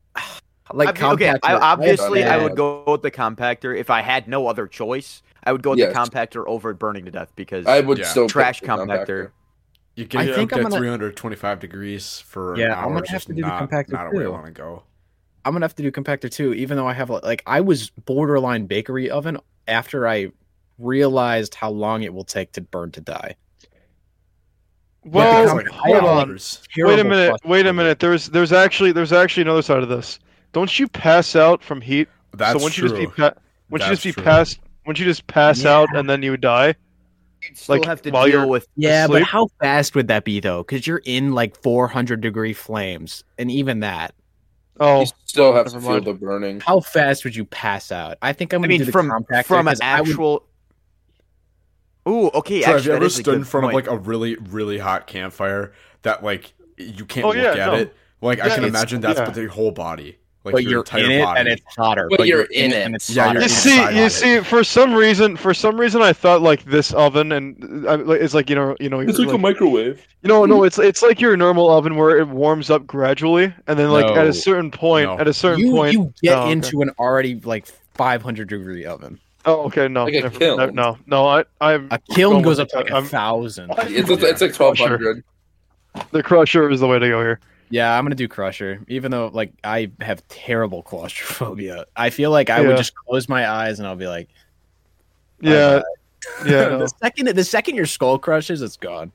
A: like
C: Obvi- okay,
A: compact
C: I,
A: is-
C: obviously I
A: Yeah.
C: would go with the compactor if I had no other choice. I would go with
E: Yes.
C: the compactor over burning to death because
E: I would
G: Yeah.
E: still pick
C: Trash
E: the
C: compactor.
G: You
A: I
G: get
A: think
G: cooked
A: I'm
G: at
A: gonna-
G: 325 degrees for
A: Yeah,
G: an
A: I'm
G: hour.
A: gonna
G: It's
A: have
G: just
A: to do the
G: not,
A: compactor
G: not a way I
A: too.
G: want to go.
A: I'm gonna have to do compactor too, even though I have like, like I was borderline bakery oven after I realized how long it will take to burn to die.
B: Well,
A: Yeah, because, like, I
B: hold
A: have, like,
B: on. Wait a
A: Terrible
B: minute.
A: fucking-
B: Wait a minute. There's there's actually there's actually another side of this. Don't you pass out from heat?
G: That's
B: so wouldn't
G: true.
B: you just be pa- wouldn't you
G: That's
B: just be
G: true.
B: passed? Wouldn't you just pass
A: Yeah.
B: out and then you would die?
C: You'd still
B: Like,
C: have to
B: while
C: deal
B: you're-
C: with
A: Yeah,
B: Asleep?
A: but how fast would that be though? Because you're in like 400 degree flames, and even that,
B: Oh,
E: You still have to
B: never
E: feel
B: mind.
E: the burning.
A: how fast would you pass out? I think I'm
C: I
A: gonna do
C: mean
A: the
C: from
A: compactor
C: from an
A: 'cause I would-
C: actual Ooh, okay,
G: So
C: actually,
G: have you
C: that
G: ever
C: is a
G: stood
C: good
G: in front
C: point.
G: of like a really, really hot campfire that like you can't
B: Oh,
G: look
B: yeah,
G: at
B: no.
G: it? Like I
B: Yeah,
G: can
B: it's-
G: imagine that's
B: yeah.
G: with your whole body. Like
A: but
G: your
A: you're
G: entire
A: in it
G: body.
A: and it's hotter.
D: But you're in it.
A: and it's
G: Yeah,
A: hotter.
G: you're
B: You
G: in
B: see,
G: inside
B: you
G: of
B: see, for some reason, for some reason, I thought like this oven, and uh, I- like, it's like you know, you know,
E: It's
B: you're,
E: like a microwave.
B: you know, no, it's it's like your normal oven where it warms up gradually, and then like at
A: No.
B: a certain point,
G: No.
B: at a certain
A: you,
B: point,
A: you get
B: Oh, okay.
A: into an already like 500 degree oven.
B: oh, okay, no,
E: Like a
B: never-
E: kiln.
B: no, no, no, I, I'm
A: A kiln
B: going
A: goes
B: with
A: up to like
B: the-
A: a
B: I'm-
A: thousand.
E: It's, it's, it's like
B: Oh,
E: twelve
B: sure.
E: hundred.
B: the crusher is the way to go here.
A: Yeah, I'm gonna do Crusher, even though like I have terrible claustrophobia. I feel like I
B: Yeah.
A: would just close my eyes and I'll be like,
B: Yeah, yeah, no.
A: the second the second your skull crushes, it's gone.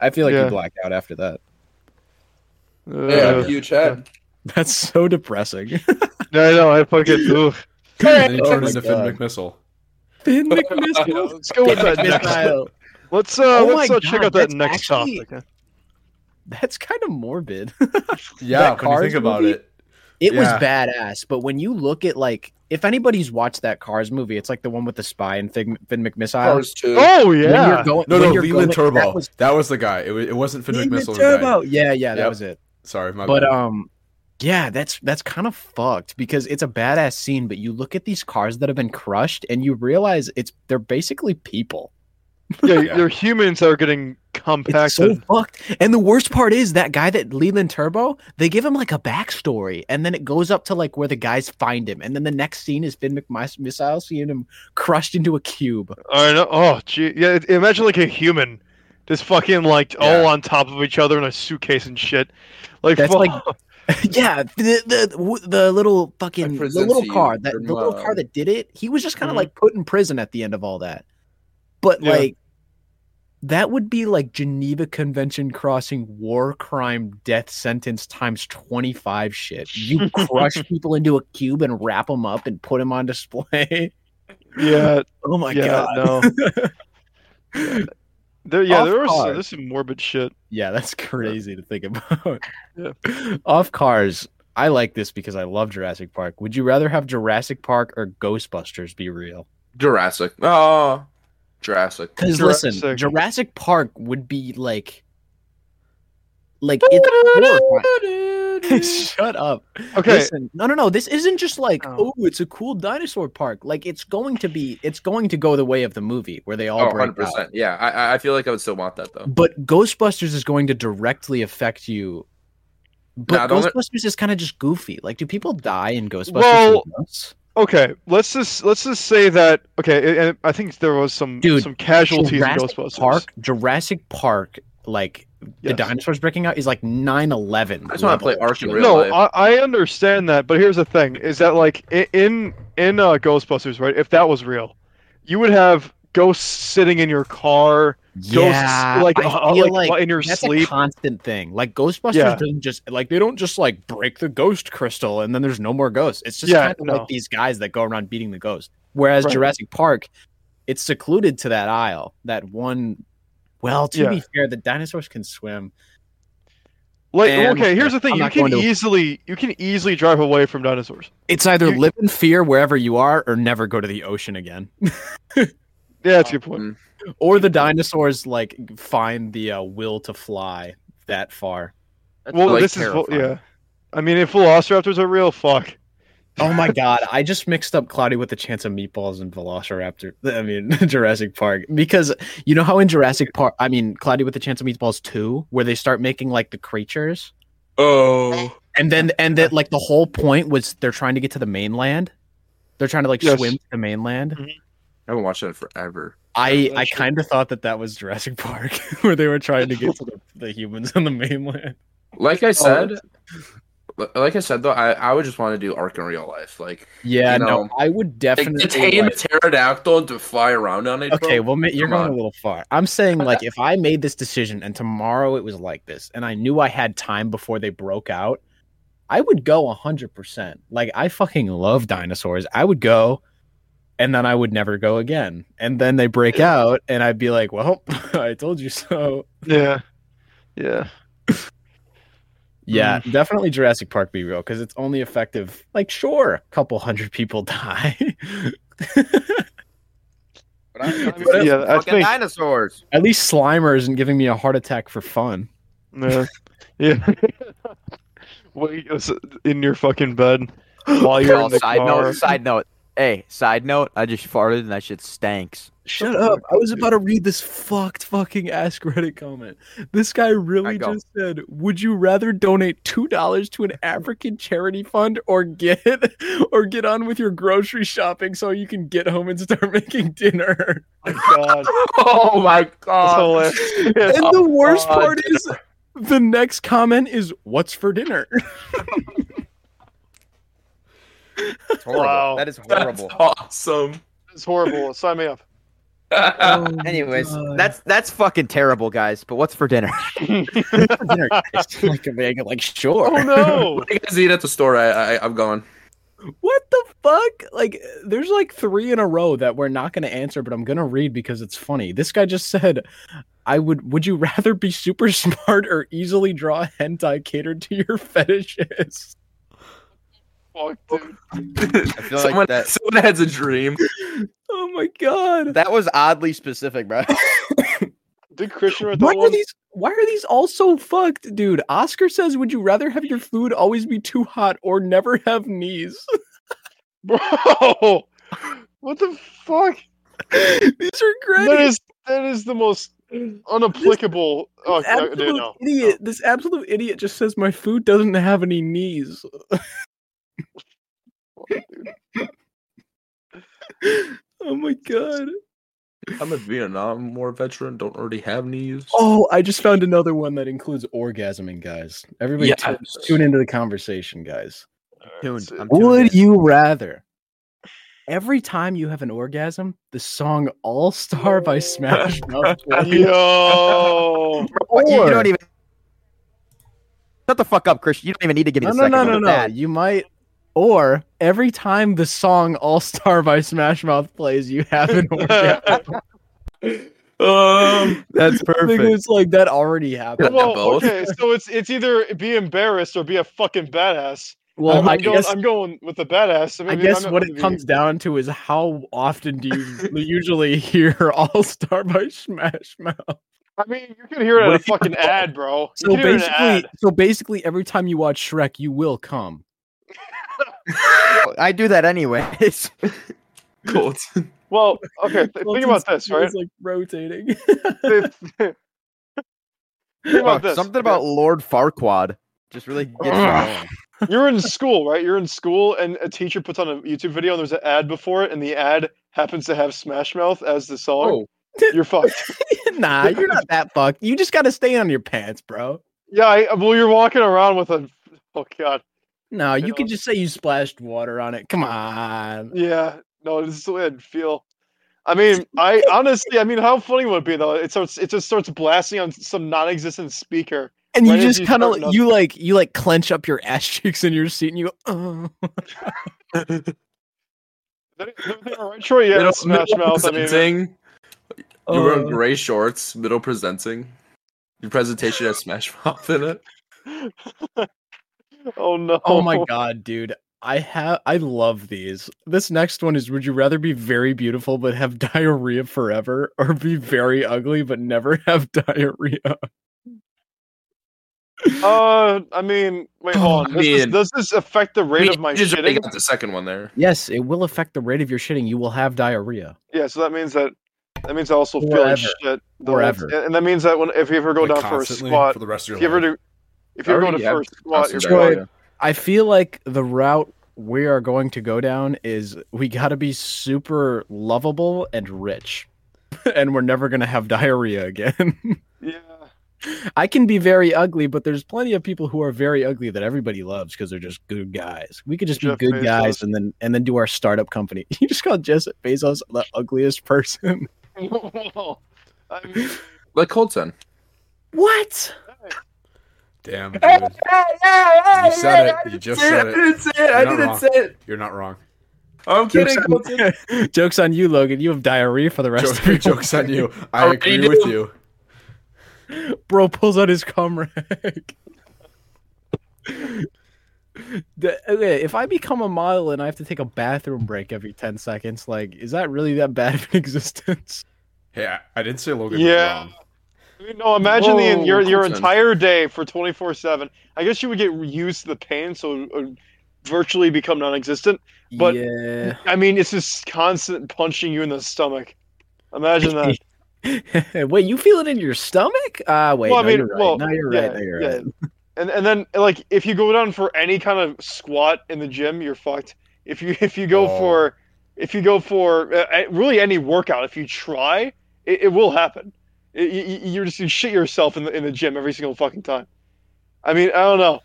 A: I feel like
B: Yeah.
A: you black out after that.
E: Yeah, I have
B: Uh,
E: a huge head.
A: That's so depressing.
B: yeah, I know, I fucking. ugh.
G: and then you
A: Oh
G: turn
A: my
G: into Finn
A: God.
G: McMissile.
A: Finn
E: McMissile.
B: Let's go with that next. Let's uh,
A: Oh
B: let's
A: my
B: uh, check
A: God,
B: out that
A: that's
B: next
A: actually-
B: topic.
A: That's kind of morbid.
G: Yeah,
A: That
G: when you
A: Cars
G: think about
A: movie?
G: it.
A: It was
G: Yeah.
A: badass, but when you look at like if anybody's watched that Cars movie, it's like the one with the spy and Finn, Finn McMissile.
E: Cars too.
B: Oh
A: When you're
B: yeah,
A: going-
G: No,
A: when
G: no,
A: you're
G: Leland
A: going-
G: Turbo.
A: That was
G: the guy. It, wa- it wasn't Finn
A: Leland
G: McMissile. the guy.
A: Turbo. Yeah, yeah, that
G: Yep.
A: was it.
G: Sorry, my
A: but
G: bad.
A: um yeah that's that's kind of fucked because it's a badass scene but you look at these cars that have been crushed and you realize it's they're basically people
B: yeah,
G: Yeah.
B: your humans are getting
A: it's so
B: compacted.
A: fucked and the worst part is that guy that leland turbo they give him like a backstory and then it goes up to like where the guys find him and then the next scene is finn mcmissile seeing him crushed into a cube
B: I know. Oh, gee, yeah. it- Imagine like a human, just fucking like all on top of each other in a suitcase and shit. Like,
A: That's
B: fuck-
A: like- yeah the, the w- the little fucking the
E: present
A: little
E: to you
A: car that
E: your
A: the little
E: mom.
A: car that did it he was just kind of
B: Mhm.
A: like put in prison at the end of all that but
B: Yeah.
A: like that would be like geneva convention crossing war crime death sentence times 25 shit you crush people into a cube and wrap them up and put them on display
B: yeah,
A: oh my
B: yeah,
A: god
B: no. Yeah. There, yeah,
A: Off
B: there was
A: card.
B: there's some morbid shit.
A: Yeah, that's crazy to think about.
B: Yeah.
A: Off cars. I like this because I love Jurassic Park. Would you rather have Jurassic Park or Ghostbusters be real?
E: Jurassic. Oh, Jurassic.
A: Because listen,
B: Jurassic.
A: Jurassic Park would be like, like
E: Oh,
A: it's horrifying. Shut up.
B: Okay,
A: Listen, no, no, no. This isn't just like,
B: Oh.
A: oh. it's a cool dinosaur park. Like it's going to be, it's going to go the way of the movie where they all
E: Oh,
A: break
E: 100
A: out.
E: percent. Yeah, I- I I feel like I would still want that though.
A: But Ghostbusters is going to directly affect you.
E: Nah,
A: But
E: the only-
A: Ghostbusters is kind of just goofy. Like, do people die in Ghostbusters?
B: Well-
A: and Ghosts?
B: okay. Let's just let's just say that. Okay, and I think there was some
A: Dude,
B: some casualties in
A: Jurassic
B: Ghostbusters.
A: Park, Jurassic Park, like the
B: Yes.
A: dinosaurs breaking out is like 9-11.
E: I just want to play
A: level.
E: Ark in real
B: no,
E: life.
B: I, I understand that, but here's the thing: is that like i- in in uh, Ghostbusters, right? If that was real, you would have ghosts sitting in your car,
A: Yeah,
B: ghosts like,
A: I
B: uh,
A: feel
B: like,
A: like
B: in your
A: that's a
B: sleep.
A: constant thing. Like Ghostbusters
B: Yeah.
A: doesn't just like they don't just like break the ghost crystal and then there's no more ghosts. It's just
B: Yeah,
A: kind of
B: no.
A: like these guys that go around beating the ghost. Whereas
B: Right.
A: Jurassic Park, it's secluded to that aisle, that one. Well, to
B: Yeah.
A: be fair, the dinosaurs can swim.
B: Like
A: And-
B: okay, here's the thing:
A: I'm
B: you
A: not
B: can
A: going to-
B: easily you can easily drive away from dinosaurs.
A: It's either
B: You-
A: live in fear wherever you are, or never go to the ocean again.
B: Yeah, that's a good point.
E: Mm.
A: or the dinosaurs like find the uh, will to fly that far.
B: well,
E: like
B: this is
E: terrifying.
B: yeah. I mean, if Velociraptors are real, fuck.
A: Oh my god, I just mixed up Cloudy with a Chance of Meatballs and Velociraptor. I mean Jurassic Park because you know how in Jurassic Park, I mean Cloudy with a Chance of Meatballs 2 where they start making like the creatures
E: Oh,
A: and then and that like the whole point was they're trying to get to the mainland. They're trying to like
B: Yes.
A: swim to the mainland.
E: I haven't watched that in forever.
A: I
B: Yeah,
A: I
B: sure.
A: kind of thought that that was Jurassic Park where they were trying to get to the, the humans on the mainland.
E: Like I said, li- like I said though, I, I would just want to do Ark in real life. Like,
A: Yeah,
E: You
A: no,
E: know,
A: I would
E: like
A: definitely
E: to tame
A: like-
E: a pterodactyl and to fly around on it.
A: Okay,
E: bro.
A: well, ma- you're
E: Come
A: going
E: on.
A: a little far. I'm saying, like, if I made this decision and tomorrow it was like this, and I knew I had time before they broke out, I would go 100%. Like, I fucking love dinosaurs. I would go, and then I would never go again. And then they break out, and I'd be like, well, I told you so.
B: Yeah, yeah.
E: Mm.
A: Yeah, definitely Jurassic Park be real because it's only effective. Like, sure, a couple hundred people die.
E: But I'm-
B: I mean, yeah, I
C: Fucking
B: think.
C: dinosaurs.
A: At least Slimer isn't giving me a heart attack for fun.
B: uh, Yeah. yeah. Wait, it's in your fucking bed. while you're in
C: Oh,
B: the
C: side
B: car.
C: note, side note. Hey, side note. I just farted and that shit stanks.
A: Shut up. I was about to read this fucked fucking Ask Reddit comment. This guy really
C: go.
A: just said, Would you rather donate two dollars to an African charity fund or get or get on with your grocery shopping so you can get home and start making dinner?
B: My God,
E: Oh my
B: that's
E: god.
B: hilarious. Yeah.
A: and the worst
E: God.
A: part is the next comment is what's for dinner?
C: It's horrible.
B: Wow.
C: That is
E: That's
C: horrible.
E: awesome.
B: It's horrible. Sign me up.
H: Uh,
C: Anyways, that's that's fucking terrible, guys. But what's for dinner?
H: dinner. It's like, I'm like, sure.
B: Oh no!
E: I guys eat at the store. I, I I'm going.
A: What the fuck? Like, there's like three in a row that we're not going to answer, but I'm going to read because it's funny. This guy just said, I would, would you rather be super smart or easily draw hentai catered to your fetishes?
B: Fuck, dude.
E: I
C: feel like
E: someone,
C: that-
E: someone has a dream.
A: Oh my God.
C: That was oddly specific, bro.
B: Did Christian write
A: Why
B: that
A: are
B: one?
A: these? Why are these all so fucked, dude? Oscar says, "Would you rather have your food always be too hot or never have knees?"
B: Bro, what the fuck?
A: these are great.
B: That is that is the most unapplicable. Oh,
A: This
B: no,
A: absolute
B: dude, no.
A: idiot. This absolute idiot just says my food doesn't have any knees. oh my god.
E: I'm a Vietnam War veteran. Don't already have knees.
A: Oh, I just found another one that includes orgasming, guys. Everybody
E: Yeah.
A: tune, tune into the conversation, guys.
C: Tuned. I'm tuned
A: Would
C: in.
A: you rather? Every time you have an orgasm, the song All Star by Smash Mouth plays,
B: Yo,
C: But you, you
A: or-
C: don't even. Shut the fuck up, Christian. You don't even need to give me
A: No,
C: the
A: no,
C: second
A: no,
C: one
A: no,
C: with
A: no.
C: that.
A: You might, or every time the song "All Star" by Smash Mouth plays, you have an orgasm.
E: Um,
C: That's
A: I think it's like that already happened.
E: Yeah.
B: well,
E: both.
B: okay, so it's it's either be embarrassed or be a fucking badass.
A: Well,
B: I'm,
A: i
B: I'm going,
A: guess
B: I'm going with the badass. I,
A: I
B: mean,
A: guess
B: I'm-
A: what
B: I'm
A: it
B: the-
A: comes down to is how often do you usually hear "All Star" by Smash Mouth?
B: I mean, you can hear it at a
E: What if you-
B: fucking ad, bro. You
A: So
B: can hear it in an
A: basically,
B: ad.
A: so basically, every time you watch Shrek, you will come.
C: I do that anyways.
E: Colton.
B: Well, okay, th- think about this, right?
A: It's like rotating.
B: Think about
C: Fuck,
B: this.
C: Something about Lord Farquaad just really gets me
E: Ugh.
C: going.
B: You're in school, right? You're in school, and a teacher puts on a YouTube video, and there's an ad before it, and the ad happens to have Smash Mouth as the song.
A: Oh.
B: You're fucked.
A: nah, you're not that fucked. You just gotta stay on your pants, bro.
B: Yeah, I, well, you're walking around with a. Oh God.
A: No,
B: you
A: you can
B: know?
A: just say you splashed water on it. Come on.
B: Yeah. No, this is the way I'd feel. I mean, I honestly, I mean, how funny would it be though? It starts, it just starts blasting on some non-existent speaker.
A: And
B: Why
A: you
B: did
A: just
B: you
A: kind
B: start
A: of
B: nothing?
A: you like you like clench up your ass cheeks in your seat and you go, oh.
B: Is that- is everything all right, Troy? Yeah,
E: Middle-
B: Smash
E: middle
B: Mouth. I mean,
E: presenting. You were in
A: Uh.
E: gray shorts, middle presenting. Your presentation has Smash Mouth in it.
B: oh no.
A: oh my god, dude. I have I love these. This next one is would you rather be very beautiful but have diarrhea forever or be very ugly but never have diarrhea?
B: Uh, I mean, wait,
A: Oh,
B: hold on.
E: I
B: Does, this,
E: mean-
B: does this affect the rate
E: I mean,
B: of my
E: you just already
B: shitting?
E: got the second one there.
A: Yes, it will affect the rate of your shitting. You will have diarrhea.
B: Yeah, so that means that that means I also feel like
A: Forever.
B: shit. the whole-
A: Forever.
B: and- and that means that when if you ever go
G: Like,
B: down for a
G: constantly
B: squat,
G: for the rest of
B: if you
G: your
B: ever
G: life.
B: do, if you ever go to
E: Already have
B: first squat, you're
E: Constant
A: Troy,
E: diarrhea.
A: I feel like the route we are going to go down is we got to be super lovable and rich. and we're never going to have diarrhea again.
B: yeah.
A: I can be very ugly, but there's plenty of people who are very ugly that everybody loves because they're just good guys. We could just
B: Jeff
A: be good guys
B: Bezos.
A: and then and then do our startup company. You just call Jeff Bezos the ugliest person.
B: Well, I mean,
E: Like Colton.
A: What?
G: Damn, dude. You said it. You just said it.
E: didn't say it.
G: I You're not didn't wrong. say
E: it.
G: You're not wrong.
E: I'm kidding. Colton.
A: Jokes on you, Logan. You have diarrhea for the rest
G: Joke,
A: of your
G: jokes on you. I
E: Already
G: agree
E: do.
G: with you.
A: Bro pulls out his cum rack. The- okay, if I become a model and I have to take a bathroom break every 10 seconds, like, is that really that bad of an existence?
G: Hey, I, I didn't say Logan
B: Yeah.
G: was wrong.
B: I mean, no, imagine the
E: Whoa,
B: your your
E: Colton.
B: entire day for twenty four seven. I guess you would get used to the pain, so it would virtually become non-existent. But-
A: yeah.
B: I mean, it's just constant punching you in the stomach. Imagine that.
A: wait, you feel it in your stomach? Ah, wait.
B: Well, I
A: no,
B: mean,
A: you're right.
B: well,
A: now you're
B: yeah,
A: right. Now you're
B: yeah.
A: right.
B: And and then like if you go down for any kind of squat in the gym, you're fucked. If you if you go
G: Oh.
B: for if you go for uh, uh, really any workout, if you try, it, it will happen. It, you, you- you're just you shit yourself in the in the gym every single fucking time. I mean, I don't know.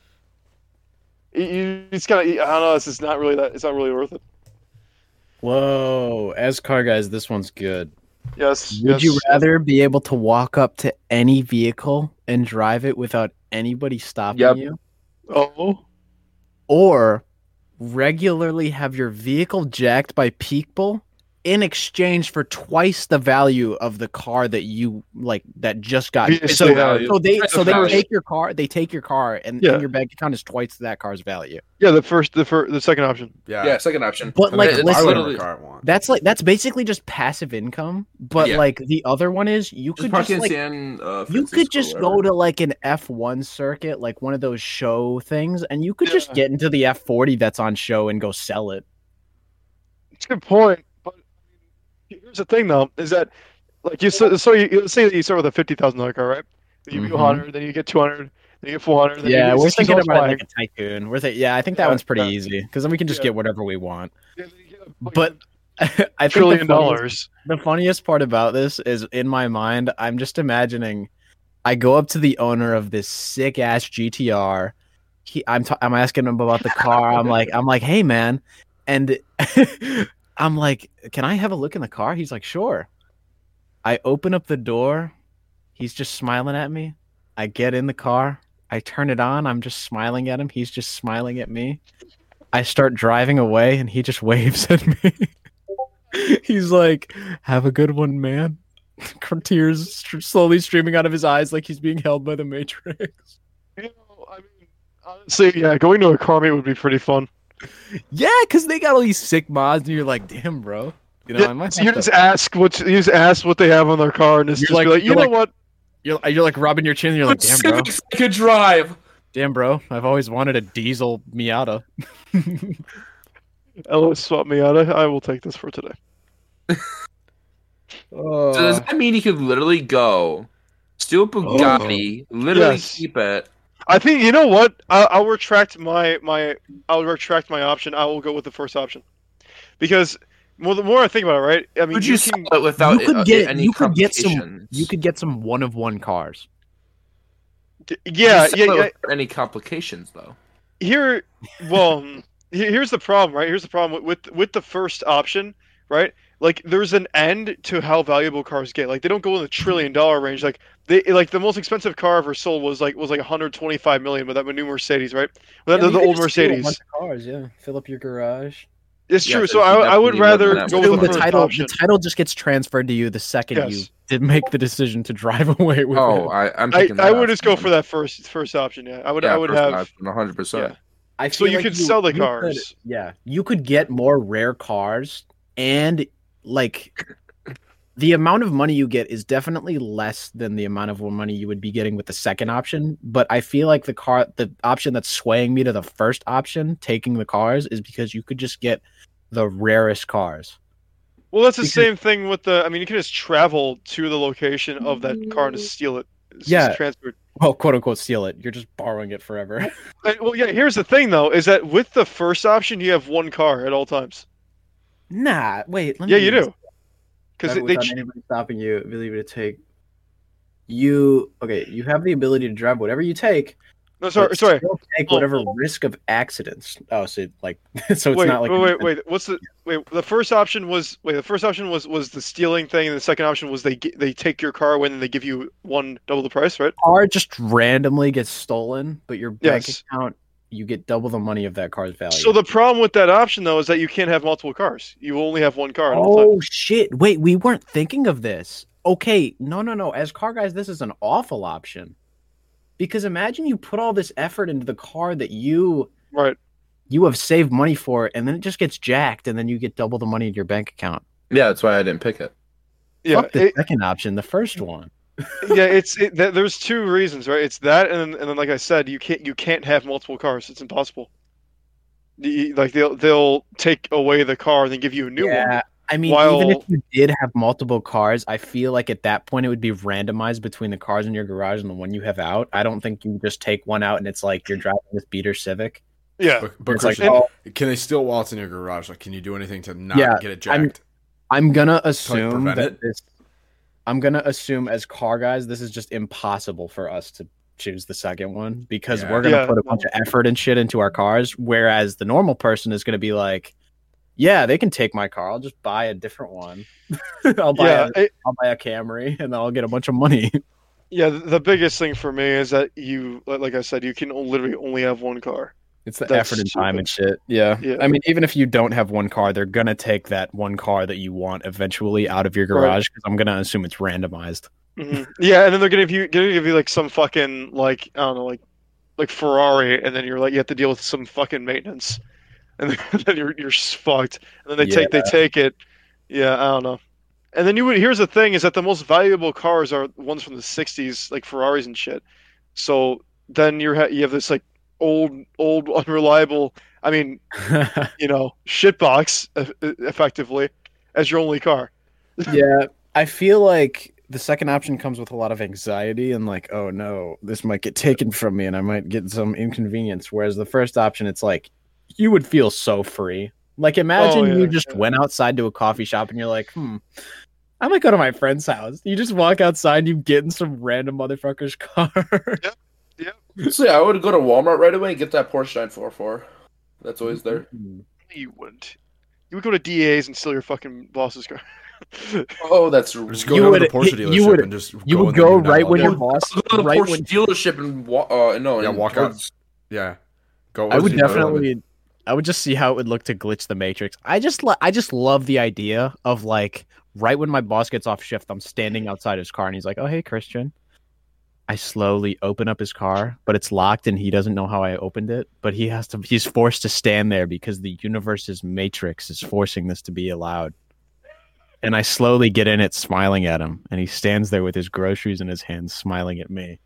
B: You- You it's kind of I don't know. It's just not really that. It's not really worth it.
A: Whoa, as car guys, this one's good.
B: Yes.
A: Would you
B: yes.
A: rather be able to walk up to any vehicle and drive it without anybody stopping
E: Yep.
A: you,
B: Oh.
A: or regularly have your vehicle jacked by people in exchange for twice the value of the car that you like that just got?
B: Obviously,
A: So,
B: uh,
A: so they so they
E: value.
A: take your car, they take your car, and, and
B: Yeah.
A: your bank account is twice that car's value.
B: Yeah. The first. The first. The second option.
G: Yeah.
E: Yeah, second option.
A: But
G: I
A: like,
G: mean,
E: it's
G: I
A: listen,
G: would
E: literally-
G: have a car I want.
A: that's like that's basically just passive income. But
E: Yeah.
A: like the other one is you
E: Just
A: could
E: park
A: just
E: in
A: like
E: San. Uh,
A: you could
E: Francisco or
A: just
E: whatever.
A: go to like an F1 circuit, like one of those show things, and you could just
B: Yeah.
A: get into the F40 that's on show and go sell it.
B: It's a good point, but here's the thing though: is that like you so, so you you say that you start with a fifty thousand dollar car, right? Then you do
A: Mhm.
B: hundred, then you get two hundred, then you get four hundred.
A: Yeah,
B: you
A: we're
B: get
A: thinking about it
B: $6,000.
A: like a tycoon. We're th- yeah, I think that
B: Yeah,
A: one's pretty
B: yeah.
A: easy because then we can just
B: Yeah.
A: get whatever we want.
B: Yeah, then you get a fucking
A: But I think the
B: trillion
A: funniest-
B: dollars.
A: The funniest part about this is in my mind, I'm just imagining I go up to the owner of this sick ass GTR. He, I'm, ta- I'm asking him about the car. I'm like, I'm like, hey man, and I'm like, can I have a look in the car? He's like, sure. I open up the door. He's just smiling at me. I get in the car. I turn it on. I'm just smiling at him. He's just smiling at me. I start driving away, and he just waves at me. He's like, "Have a good one, man." Tears str- slowly streaming out of his eyes, like he's being held by the Matrix.
B: You know, I mean, honestly, yeah, going to a car meet would be pretty fun.
A: Yeah, because they got all these sick mods, and you're like, "Damn, bro." You know, I might
B: so you
A: have
B: just
A: to-
B: ask what you just ask what they have on their car, and it's
A: You're
B: just
A: like-
B: be like, you
A: you're
B: know
A: like-
B: what?
A: you're, you're like rubbing your chin. And you're like, "Damn, bro, Uh,
E: Civics I could drive.
A: damn, bro." I've always wanted a diesel Miata.
B: Ella swap me out. I will take this for today. Uh,
E: So does that mean you could literally go
A: Oh.
E: steal a Bugatti, literally
B: Yes.
E: keep it?
B: I think you know what? I, I'll retract my my I'll retract my option. I will go with the first option because well, the more I think about it, right? I mean,
E: Could you,
B: can-
E: sell it without
A: you could
E: uh,
A: get-
E: any
A: you could get some-
E: complications?
A: You could get some one of one cars.
B: d- yeah,
E: Could you
B: yeah,
E: sell it
B: yeah.
E: without Any complications though?
B: Here, well, um, here- here's the problem, right? Here's the problem with, with with the first option, right? Like, there's an end to how valuable cars get. Like, they don't go in the trillion dollar range. Like, they like the most expensive car ever sold was like was like 125 million, but that new Mercedes, right? Well, that, the old Mercedes.
A: cars, yeah. Fill up your garage.
B: It's
E: Yeah,
B: true.
E: there's
B: So I, I would
E: definitely more than
B: rather
E: that
B: go
E: one.
B: with
E: Still
B: the
A: the
B: first
A: title,
B: option.
A: the title just gets transferred to you the second you
B: Yes.
A: did make the decision to drive away with it.
E: Oh, I, I'm.
B: I,
E: Picking
B: I
E: that
B: would just go for
E: option.
B: that first first option. Yeah, I would
E: Yeah,
B: I would
E: first
B: have.
E: option, 100. percent
A: I
B: So
A: feel
B: you
A: like
B: could sell the
A: you could-
B: cars.
A: yeah, you could get more rare cars, and like the amount of money you get is definitely less than the amount of money you would be getting with the second option. But I feel like the car, the option that's swaying me to the first option, taking the cars, is because you could just get the rarest cars.
B: Well, that's the
A: Because-
B: same thing with the. I mean, you can just travel to the location of that car and just steal it. It's just
A: Mm. Yeah.
B: transferred.
A: Well, quote unquote, steal it. You're just borrowing it forever.
B: And- well, yeah. Here's the thing though: is that with the first option, you have one car at all times.
A: Nah, wait. Let
B: Yeah, you do.
A: Because
B: Because they.
A: without anybody stopping you, ability to take. You okay? You have the ability to drive whatever you take.
B: No, sorry,
A: but
B: sorry.
A: still take
B: Oh.
A: whatever risk of accidents. Oh, so like, so it's
B: wait,
A: not like
B: wait, wait, wait. What's the wait? The first option was wait. The first option was was the stealing thing, and the second option was they ge- they take your car away and they give you one double the price, right?
A: car just randomly gets stolen, but your bank
B: Yes.
A: account you get double the money of that car's value.
B: So the problem with that option though is that you can't have multiple cars. You only have one car at all times.
A: oh shit! Wait, we weren't thinking of this. Okay, no, no, no. As car guys, this is an awful option because imagine you put all this effort into the car that you
B: Right.
A: you have saved money for it, and then it just gets jacked, and then you get double the money in your bank account.
E: Yeah, that's why I didn't pick it.
B: Yeah.
A: Fuck the
B: it- Mm,
A: second option, the first one.
B: yeah, it's it, th- there's two reasons, right? It's that, and then, and then like I said, you can't you can't have multiple cars. It's impossible. the- e, like they'll they'll take away the car and then give you a new one.
A: yeah. I mean, even if
B: While-
A: you did have multiple cars, I feel like at that point it would be randomized between the cars in your garage and the one you have out. I don't think you just take one out and it's like you're driving this beater Civic.
B: Yeah,
G: But, but
A: It's like,
G: Christian,
A: oh,
G: can they still while it's in your garage? Like, can you do anything to not
A: Yeah,
G: get it
A: I'm-
G: jacked?
A: I'm gonna assume
G: prevent
A: that
G: it?
A: this. I'm gonna assume as car guys, this is just impossible for us to choose the second one because
G: Yeah.
A: we're gonna
B: Yeah.
A: put a bunch of effort and shit into our cars. Whereas the normal person is gonna be like, "Yeah, they can take my car. I'll just buy a different one. I'll buy
B: yeah.
A: a,
B: it-
A: I'll buy a Camry and I'll get a bunch of money."
B: yeah. th- The biggest thing for me is that you, like like I said, you can o- literally only have one car.
A: It's the
B: That's
A: effort and time and shit. Yeah.
B: Yeah.
A: I mean, even if you don't have one car, they're gonna take that one car that you want eventually out of your
B: Right.
A: garage because I'm gonna assume it's randomized.
B: Mhm. yeah, and then they're gonna give you gonna give you like some fucking like I don't know like like Ferrari, and then you're like you have to deal with some fucking maintenance, and then, then you're you're s- fucked. And then they take they take it. Yeah, I don't know. And then you would here's the thing is that the most valuable cars are ones from the '60s, like Ferraris and shit. So then you're ha- you have this like old old unreliable. I mean, you know, shitbox e- e- effectively as your only car.
A: yeah. I feel like the second option comes with a lot of anxiety and like, oh no, this might get taken from me and I might get some inconvenience. Whereas the first option, it's like you would feel so free. Like imagine
B: yeah,
A: you just
B: yeah.
A: went outside to a coffee shop and you're like, hmm. I might go to my friend's house. You just walk outside, you get in some random motherfucker's car.
E: So yeah, I would go to Walmart right away and get that Porsche 944. That's always there.
B: You wouldn't. You would go to DA's and steal your fucking boss's car.
E: Oh, that's
G: Or
E: you
G: just go
A: you
G: down
A: would-
G: to the Porsche
A: you
G: dealership
A: would-
G: and just
A: you
G: go
A: would
G: in there
A: go
G: and do
A: right
G: that
A: when
G: all
A: your
G: day.
A: boss
E: Go to the
A: right
E: Porsche
A: when
E: dealership and walk. Uh, no,
G: Yeah,
E: and
G: walk out.
E: towards-
G: yeah. Go.
A: I would
G: you go to them.
A: definitely I would just see how it would look to glitch the matrix. I just lo- I just love the idea of like right when my boss gets off shift, I'm standing outside his car and he's like, "Oh, hey, Christian." I slowly open up his car, but it's locked and he doesn't know how I opened it, but he has to he's forced to stand there because the universe's matrix is forcing this to be allowed. And I slowly get in it smiling at him and he stands there with his groceries in his hand smiling at me.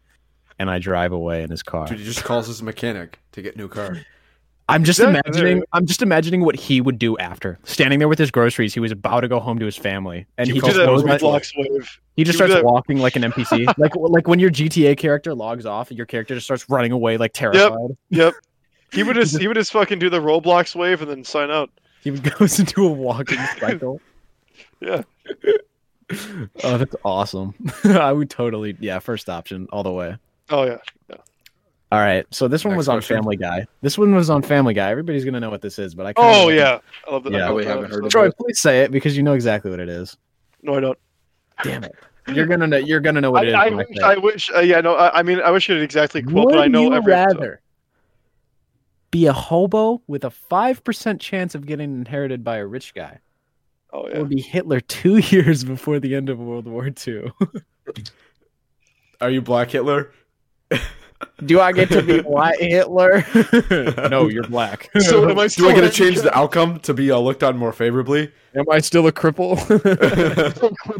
A: And I drive away in his car.
G: Dude, he just calls his mechanic to get new car.
A: I'm just
B: Yeah,
A: imagining.
B: there-
A: I'm just imagining what he would do after standing there with his groceries. He was about to go home to his family, and
G: You
A: he
B: You do
G: calls
A: just
B: that
A: goes
G: those
A: back-
B: Roblox wave.
A: he just
B: you do
A: starts
B: that-
A: walking like an NPC, like like when your GTA character logs off, your character just starts running away like terrified.
B: Yep. He would just he would just fucking do the Roblox wave and then sign out.
A: He goes into a walking cycle.
B: Yeah.
A: Oh, that's awesome! I would totally, yeah, first option all the way.
B: Oh yeah.
A: All right, so this one
G: Next
A: was on
G: question.
A: Family Guy. This one was on Family Guy. Everybody's gonna know what this is, but I. kinda
B: Oh
A: like-
B: yeah. I love that.
A: Yeah,
B: I love
E: we
B: that
E: haven't heard
B: episode.
E: of
A: Troy, please say it because you know exactly what it is.
B: No, I don't.
A: Damn it! You're gonna know. You're gonna know what it
B: I,
A: is.
B: I
A: when I
B: wish.
A: say it.
B: I wish. Uh, yeah. No. I, I mean, I wish I could exactly quote, but I know
A: you
B: every. episode.
A: rather be a hobo with a five percent chance of getting inherited by a rich guy,
B: Oh
A: or
B: yeah.
A: be Hitler two years before the end of World War II?
G: Are you Black Hitler?
A: Do I get to be white Hitler? no, you're black.
B: So am I
G: Do
B: still
G: I get to
B: in-
G: change the outcome to be uh, looked on more favorably?
A: Am I still a cripple?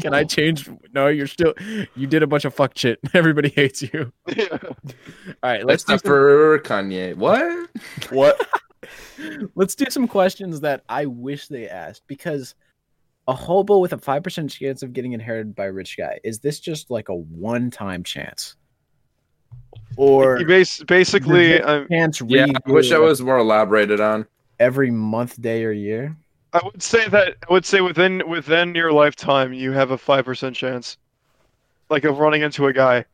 A: Can I change? No, you're still. You did a bunch of fuck shit. Everybody hates you.
B: Yeah.
A: All right, let's do
E: Except
A: some,
E: for Kanye. What?
G: what?
A: let's do some questions that I wish they asked because a hobo with a 5% chance of getting inherited by a rich guy is this just like a one-time chance or
B: He bas- basically, I,
A: chance
E: Yeah, I wish I
A: redo
E: was more elaborated on.
A: every month day or year
B: I would say that I would say within within your lifetime you have a five percent chance, like of running into a guy.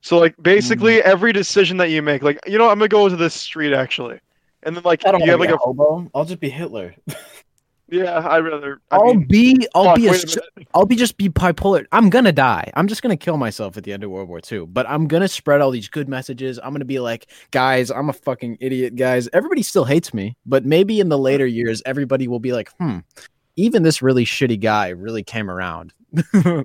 B: So like basically
A: Mm.
B: every decision that you make, like you know I'm gonna go into this street actually, and then like
A: I don't
B: you
A: want to
B: have
A: be
B: like
A: a
B: a
A: hobo I'll just be Hitler
B: yeah I'd rather I
A: I'll
B: mean,
A: be I'll
B: fuck,
A: be a,
B: wait a
A: s-
B: minute.
A: I'll be just be bipolar. I'm gonna die. I'm just gonna kill myself at the end of World War II. But I'm gonna spread all these good messages. I'm gonna be like, guys, I'm a fucking idiot, guys. Everybody still hates me, but maybe in the later years, everybody will be like, hmm, even this really shitty guy really came around.
E: I mean,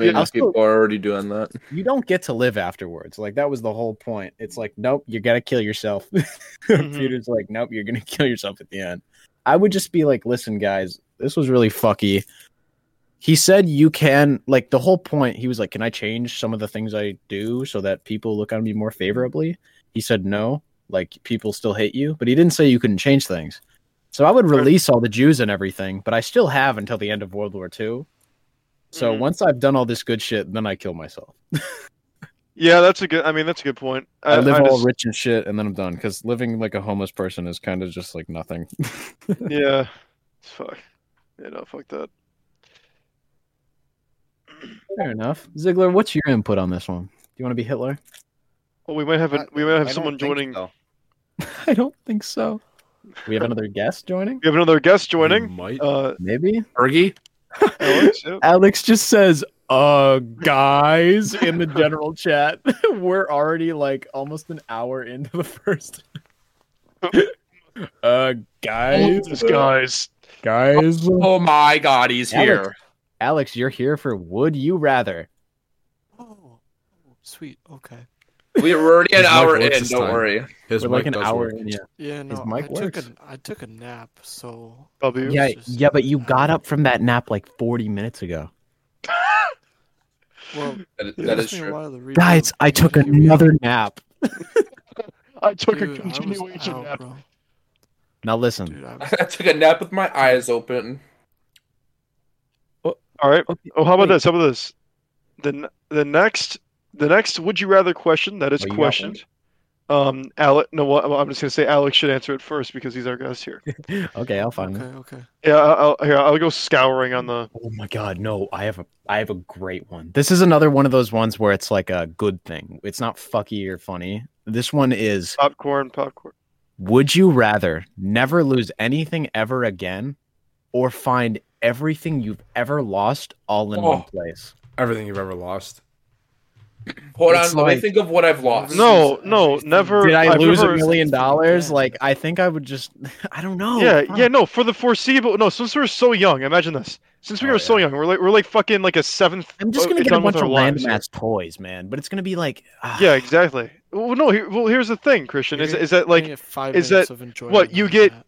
B: Yeah,
A: I'll
E: people
A: still-
E: are already doing that.
A: You don't get to live afterwards. Like that was the whole point. It's like, nope, you gotta kill yourself. Peter's like, nope, you're gonna kill yourself at the end. I would just be like, listen, guys, this was really fucky. He said you can like the whole point. He was like, can I change some of the things I do so that people look on me more favorably? He said no. Like people still hate you, but he didn't say you couldn't change things. So I would release all the Jews and everything, but I still have until the end of World War II. So
B: Mhm.
A: once I've done all this good shit, then I kill myself.
B: Yeah, that's a good. I mean, that's a good point.
A: I, live all
B: just-
A: rich and shit, and then I'm done. Because living like a homeless person is kind of just like nothing.
B: Yeah. Fuck. Yeah, no, fuck that.
A: Fair enough. Ziggler, what's your input on this one? Do you want to be Hitler?
B: Well, Oh, we might have a, we might have
I: I don't
B: someone
I: think
B: joining.
I: so.
A: I don't think so. We have another guest joining.
B: We have another guest
G: We
A: Mm.
B: joining.
G: might.
B: Uh,
A: Maybe
E: Fergie?
B: Alex, yeah.
A: Alex just says, "Uh, guys," in the general chat. We're already like almost an hour into the first. uh, guys,
B: This guy's.
A: guys.
E: Oh my god, he's
A: Alex.
E: here.
A: Alex, you're here for Would You Rather?
I: Oh, sweet. Okay.
E: We are already an
G: His mic
E: hour
G: works
E: in,
G: this
E: don't
G: time.
E: worry.
G: His
A: We're like
G: mic
A: an
G: does
A: hour
G: work.
A: in. Yeah.
I: Yeah, no.
A: mic
I: I took
A: works.
I: a I took a nap, so
B: W.
A: Yeah,
I: It's just-
A: yeah, but you got up from that nap like 40 minutes ago.
I: well,
E: That,
I: it
E: that
I: took
E: is
I: me a
E: true.
I: while to read
A: Guys,
I: them,
A: I
I: but
A: took
I: here we are.
A: another nap.
B: I took
I: Dude,
B: a
I: I was
B: continuation.
I: out,
B: nap.
I: bro.
A: Now listen.
I: Dude, I was
E: I took a nap with my eyes open.
B: All right.
A: Okay,
B: Oh, how about
A: wait.
B: this? How about this? The n- the next the next would you rather question that is
A: Oh, you got one?
B: questioned. Um, Alex. No, well, I'm just gonna say Alex should answer it first because he's our guest here.
A: Okay, I'll find
I: okay,
A: it.
I: okay.
B: Yeah, I'll, I'll, here, I'll go scouring on the.
A: Oh my god, no! I have a I have a great one. This is another one of those ones where it's like a good thing. It's not fucky or funny. This one is:
B: Popcorn, popcorn.
A: Would you rather never lose anything ever again, or find everything you've ever lost all in one
E: Oh.
A: place?
G: Everything you've ever lost.
E: Hold
A: It's
E: on, let me
A: like-
E: think of what I've lost.
B: No, no,
I: Did
B: never.
A: Did I
B: I've
A: lose a
B: never-
A: million dollars?
I: again.
A: Like I think I would just. I don't know.
B: Yeah,
A: Oh, Fuck.
B: yeah, no. For the foreseeable, no. Since we were so young, imagine this. Since we
A: Oh,
B: were so young, we're like we're like fucking like a seventh.
A: I'm just
B: oh,
A: gonna get a
B: done with
A: bunch of
B: our lives
A: random
B: here.
A: ass toys, man. But it's gonna be like, ah,
B: Yeah, exactly. Well, no. Here, well, here's the thing, Christian.
I: You're
B: Is
I: gonna-
B: is that
I: you're gonna
B: like
I: get five
B: is
I: minutes
B: that-
I: of enjoyment
B: what, you
I: out of
B: get-
I: that.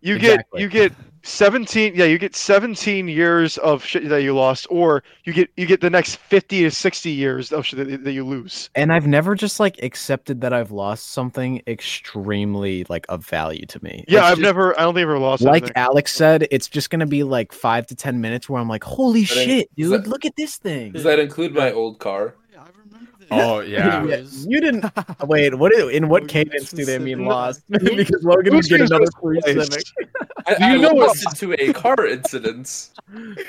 B: you
A: Exactly.
B: get you get 17 yeah you get 17 years of shit that you lost or you get you get the next 50 to 60 years of shit that, that you lose
A: and I've never just like accepted that I've lost something extremely like of value to me.
B: yeah
A: It's
B: i've
A: just-
B: never i don't think i've ever lost
A: like
B: anything.
A: Alex said, it's just gonna be like five to ten minutes where I'm like, holy
E: But it-
A: shit,
E: is
A: dude,
E: that-
A: look at this thing.
E: Does that include my old car?
I: Wait, I remember this.
G: Oh yeah.
A: Yeah,
I: is-
A: you didn't wait. What is, in what
I: Logan
A: cadence do they mean lost?
I: specific.
A: because Logan would
B: Who's
A: get
B: gonna
A: another
B: say
A: free
B: place?
A: Civic.
E: I,
B: Do you
E: I
B: know what-
E: lost it to a car incident.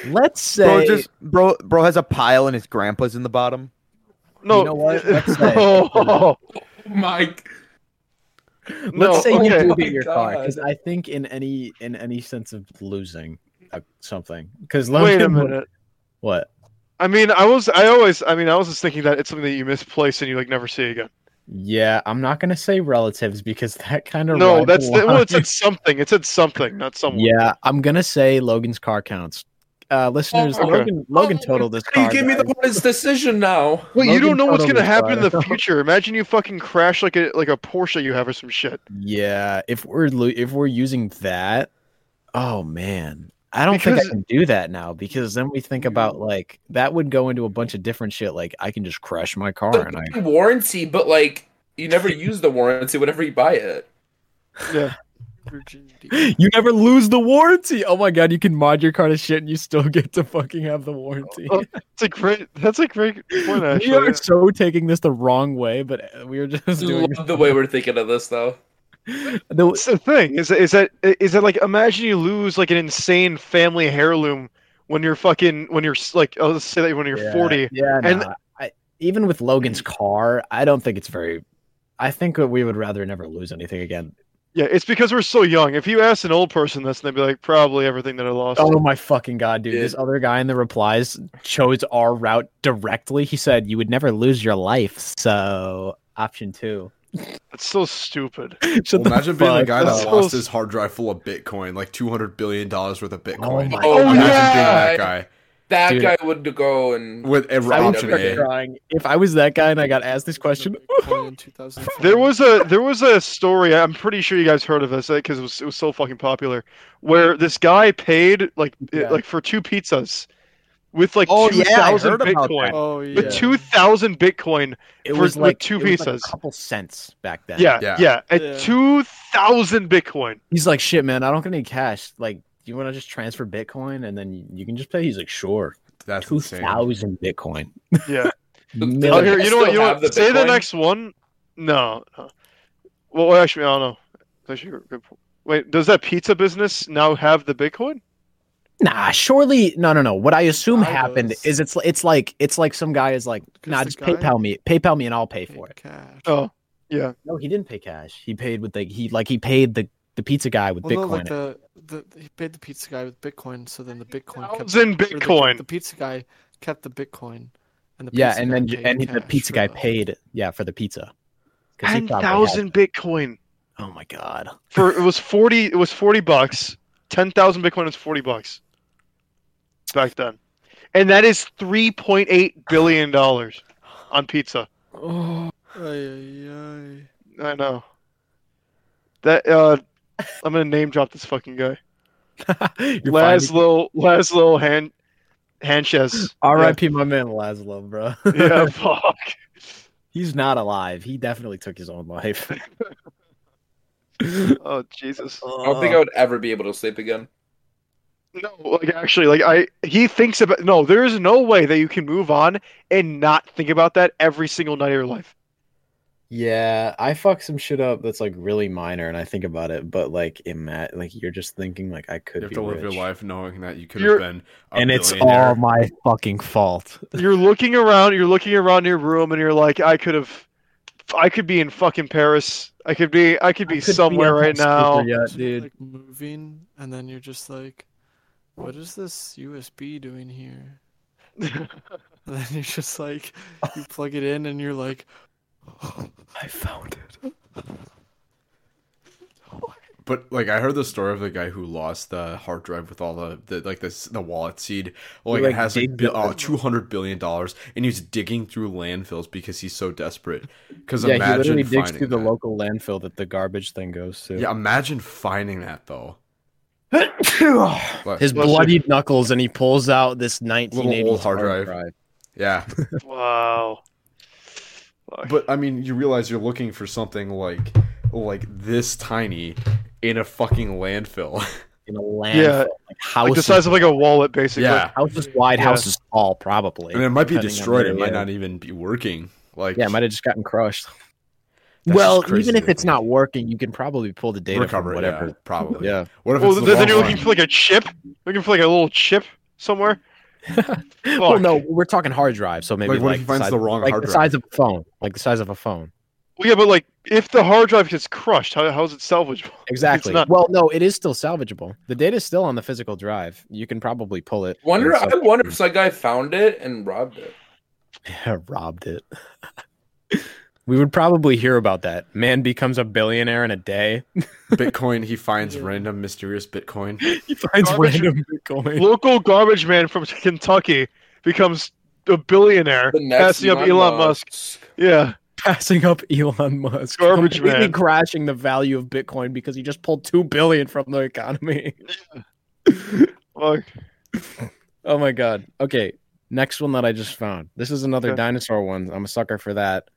A: Let's say
C: Bro, just bro, bro has a pile and his grandpa's in the bottom.
B: no
A: you know what? Let's say-
B: no,
E: Mike.
A: let's
B: no,
A: say
B: okay.
A: you
E: Oh
A: do
E: my
A: get your car
E: God.
A: because I think in any in any sense of losing uh, something because Logan
B: wait a
A: would-
B: minute
A: what
B: i mean i was i always i mean i was just thinking that it's something that you misplace and you like never see again
A: yeah I'm not gonna say relatives because that kind of
B: no that's the, well it said something it said something not someone
A: Yeah, I'm gonna say Logan's car counts. Uh, listeners,
E: Okay.
A: Logan Logan totaled this
E: Oh, You
A: car.
E: give me the
A: guys.
E: hardest decision now.
B: Wait, you
A: Logan
B: don't know what's
A: totally
B: gonna happen in the
A: tried.
B: future. Imagine you fucking crash like a like a Porsche you have or some shit.
A: Yeah, if we're lo- if we're using that, oh man, I don't think I
B: Because-
A: can do that now because then we think about like that would go into a bunch of different shit. Like I can just crash my car and I
E: warranty, but like you never use the warranty whenever you buy it.
B: Yeah.
I: Virginity.
A: you never lose the warranty. Oh my god, you can mod your car to shit and you still get to fucking have the warranty.
B: Oh, That's a great that's a great point
A: we
B: actually.
A: are so taking this the wrong way, but uh, we are just doing
E: Love the way we're thinking of this though.
A: the,
B: That's the thing is is that is that like imagine you lose like an insane family heirloom when you're fucking when you're s- like oh let's say that when you're
A: Yeah,
B: forty
A: Yeah,
B: And-
A: nah, I, even with Logan's car, I don't think it's very. I think that we would rather never lose anything again.
B: yeah it's because we're so young if you ask an old person this they'd be like probably everything that I lost
A: Oh my fucking god, dude!
E: Yeah.
A: This other guy in the replies chose our route directly. He said, "You would never lose your life." So option two.
B: it's so stupid
A: Shut the
G: imagine being the
A: fuck
G: guy that
B: That's so
G: lost
B: s-
G: his hard drive full of Bitcoin, like two hundred billion dollars worth of Bitcoin.
A: my
E: Oh, God.
G: imagine
E: yeah.
G: being that guy
E: That
A: Dude.
E: guy would go and
G: with every
A: I would
G: option
A: start
E: Option
G: A.
A: crying if I was that guy and I got asked this question.
I: Bitcoin in 2004.
B: there was a there was a story I'm pretty sure you guys heard of this because it was it was so fucking popular where this guy paid like it-
A: Yeah.
B: like for two pizzas with like
A: Oh,
B: two
A: yeah, I
B: thousand
A: heard about
B: Bitcoin.
I: Oh yeah.
B: With two thousand Bitcoin.
A: It
B: For-
A: was
B: with
A: like
B: two
A: it was like
B: pieces.
A: a couple cents back then.
B: Yeah, yeah.
G: Yeah.
B: At
I: Yeah.
B: two thousand Bitcoin.
A: He's like, shit, man, I don't got any cash. Like, do you want to just transfer Bitcoin and then you can just pay? He's like, sure.
G: That's
A: Two
G: insane.
A: thousand Bitcoin.
B: Yeah.
A: Million.
B: Oh, here, you know what?
E: still
B: You know
E: have the
B: what? Say the
E: Bitcoin?
B: next one. No. no. Well, well, actually, I don't know. That's actually a good point. Wait, does that pizza business now have the Bitcoin?
A: Nah, surely no, no, no. What I assume
I: I
A: happened
I: does.
A: is it's it's like it's like some guy is like, nah,
I: the
A: just
I: guy-
A: PayPal me, PayPal me, and I'll pay for it.
I: Cash.
B: Oh, yeah.
A: No, he didn't pay cash. He paid with the he like he paid the the pizza guy with
I: Well, no,
A: Bitcoin.
I: like the, the he paid the pizza guy with Bitcoin, so then the Bitcoin kept
B: Thousand
I: or the-
B: Bitcoin.
I: The pizza guy kept the Bitcoin, and the
A: yeah,
I: pizza
A: and
I: guy
A: then
I: paid
A: and he, the
I: cash
A: pizza
I: for
A: guy
I: the-
A: paid yeah for the pizza. 'Cause he
B: Ten
A: probably had-
B: thousand Bitcoin
A: Oh my god.
B: for it was forty. It was forty bucks. Ten thousand Bitcoin is forty bucks. Back then, and that is three point eight billion dollars on pizza.
I: Ay, ay, ay.
B: I know. That uh, I'm gonna name drop this fucking guy.
A: You're finally-
B: Laszlo Laszlo Han Hanchez.
A: R.I.P. My man Laszlo, bro.
B: Yeah, yeah, fuck.
A: He's not alive. He definitely took his own life.
B: Oh Jesus.
E: I don't think I would ever be able to sleep again.
B: No, like actually, like I he thinks about no, there is no way that you can move on and not think about that every single night of your life.
A: Yeah, I fuck some shit up that's like really minor, and I think about it, but like, imagine, like you're just thinking like I could
G: You have
A: be
G: to live your
A: rich.
G: life knowing that you could
B: You're-
G: have been a
A: and it's
G: billionaire.
A: all my fucking fault.
B: You're looking around, you're looking around your room and you're like, I could have I could be in fucking Paris. I could be I could be somewhere right now.
I: So, Like moving, and then you're just like, what is this USB doing here? And then you're just like, you plug it in, and you're like,
A: I found it.
G: But like I heard the story of the guy who lost the hard drive with all the, the like this the wallet seed. Like,
A: like,
G: it has like
A: digged
G: bi-
A: up
G: oh, two hundred billion dollars, and he's digging through landfills because he's so desperate. Because
A: Yeah, he
G: imagine
A: literally digs
G: finding
A: through the
G: that.
A: local landfill that the garbage thing goes to.
G: Yeah, imagine finding that though. What?
A: His
B: Bless
A: bloodied knuckles, and he pulls out this
G: Little
A: 1980s
G: old hard drive. yeah,
B: Wow. Fuck.
G: but I mean, you realize you're looking for something like like this tiny in a fucking landfill.
A: in a landfill,
B: Yeah.
A: like
B: like the
A: houses,
B: size of like a wallet basically.
G: yeah,
A: houses wide,
B: Yeah.
A: houses tall, probably.
G: I mean, it might be
A: Depending on where
G: destroyed. It
A: you
G: might
A: live.
G: not even be working. Like
A: Yeah, it might have just gotten crushed.
G: That's
A: well,
G: just crazy
A: even
G: to
A: if it's
G: think.
A: not working, you can probably pull the data
G: recover
A: from
G: it,
A: whatever.
G: yeah, probably.
A: Yeah.
G: What if
B: Well,
G: it's the
B: then, then
G: wrong
B: you're
G: one?
B: looking for like a chip. Looking for like a little chip somewhere.
A: Well,
B: Fuck.
A: no, we're talking hard drive, so maybe
G: Like,
A: like,
G: what if he finds
A: size-
G: the wrong
A: like
G: hard
A: the
G: drive?
A: size of a phone, like the size of a phone.
B: Well, yeah, but like if the hard drive gets crushed, how, how is it salvageable?
A: Exactly.
B: not-
A: Well, no, it is still salvageable. The data's still on the physical drive. You can probably pull it.
E: Wonder,
A: and
E: I wonder if that guy found it and robbed it.
A: so- robbed it. we would probably hear about that. Man becomes a billionaire in a day.
G: Bitcoin. He finds random mysterious Bitcoin.
A: he finds
B: Garbage-
A: random Bitcoin.
B: local garbage man from Kentucky becomes a billionaire,
E: The next
B: passing up Elon Musk. Yeah,
A: Passing up Elon Musk,
B: Garbage
A: completely
B: man.
A: crashing the value of Bitcoin because he just pulled two billion from the economy.
B: like,
A: Oh my god. Okay. Next one that I just found. This is another
B: Okay.
A: dinosaur one. I'm a sucker for that.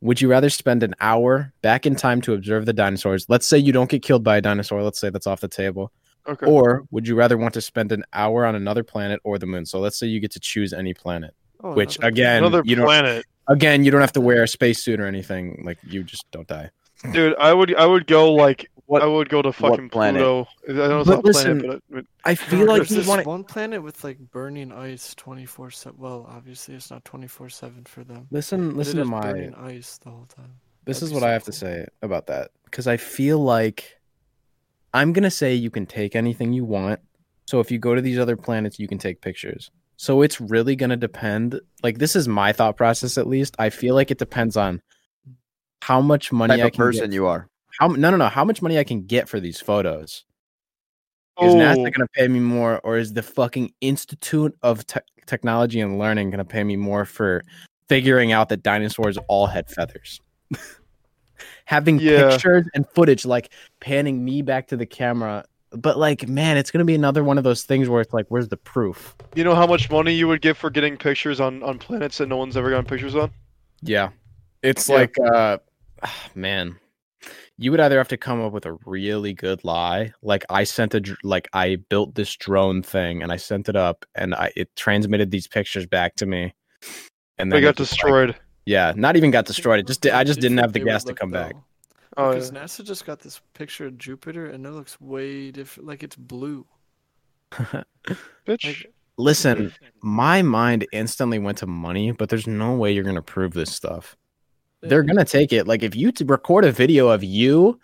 A: Would you rather spend an hour back in time to observe the dinosaurs? Let's say you don't get killed by a dinosaur. Let's say that's off the table.
B: okay.
A: Or would you rather want to spend an hour on another planet or the moon? So let's say you get to choose any planet.
I: oh,
A: Which,
I: another
A: again-
I: planet.
B: Another
A: you don't-
B: planet,
A: Again, you don't have to wear a spacesuit or anything. Like you just don't die.
B: dude. I would, I would go like,
C: What-
B: I would go to fucking
C: planet?
B: Pluto. I don't know if
A: But
B: it's a planet,
A: listen-
B: but it- but
A: I
I: No, there's this one planet with like burning ice 24 7. Well, obviously it's not 24 7 for them.
A: listen.
I: but
A: Listen
I: it
A: to
I: is
A: my.
I: burning ice the whole time.
A: This
I: That'd
A: is
I: be
A: what
I: so
A: I have to
I: cool.
A: say about that because I feel like I'm gonna say you can take anything you want. So if you go to these other planets, you can take pictures. So it's really gonna depend. Like this is my thought process, at least. I feel like it depends on how much money
C: type
A: I
C: of
A: can
C: person
A: Get.
C: you are.
A: How no no no how much money I can get for these photos? Is
B: Oh,
A: NASA gonna pay me more, or is the fucking Institute of Te- Technology and Learning gonna pay me more for figuring out that dinosaurs all had feathers? Having
B: Yeah.
A: pictures and footage, like panning me back to the camera But like, man, it's gonna be another one of those things where it's like, where's the proof?
B: You know how much money you would give for getting pictures on, on planets that no one's ever gotten pictures on?
A: Yeah. It's
B: Yeah.
A: like uh man. You would either have to come up with a really good lie, like I sent a dr- like I built this drone thing and I sent it up and I it transmitted these pictures back to me. And then
B: They
A: it
B: got
A: just, like-
B: destroyed.
A: yeah, not even got destroyed. It just di- I just didn't have the
I: They would
A: gas to
I: look,
A: come back.
I: though,
B: Oh,
I: because
B: yeah.
I: NASA just got this picture of Jupiter and it looks way different. Like it's blue.
B: bitch.
A: Listen, my mind instantly went to money, but there's no way you're going to prove this stuff. They're going to take it. Like, if you t- record a video of you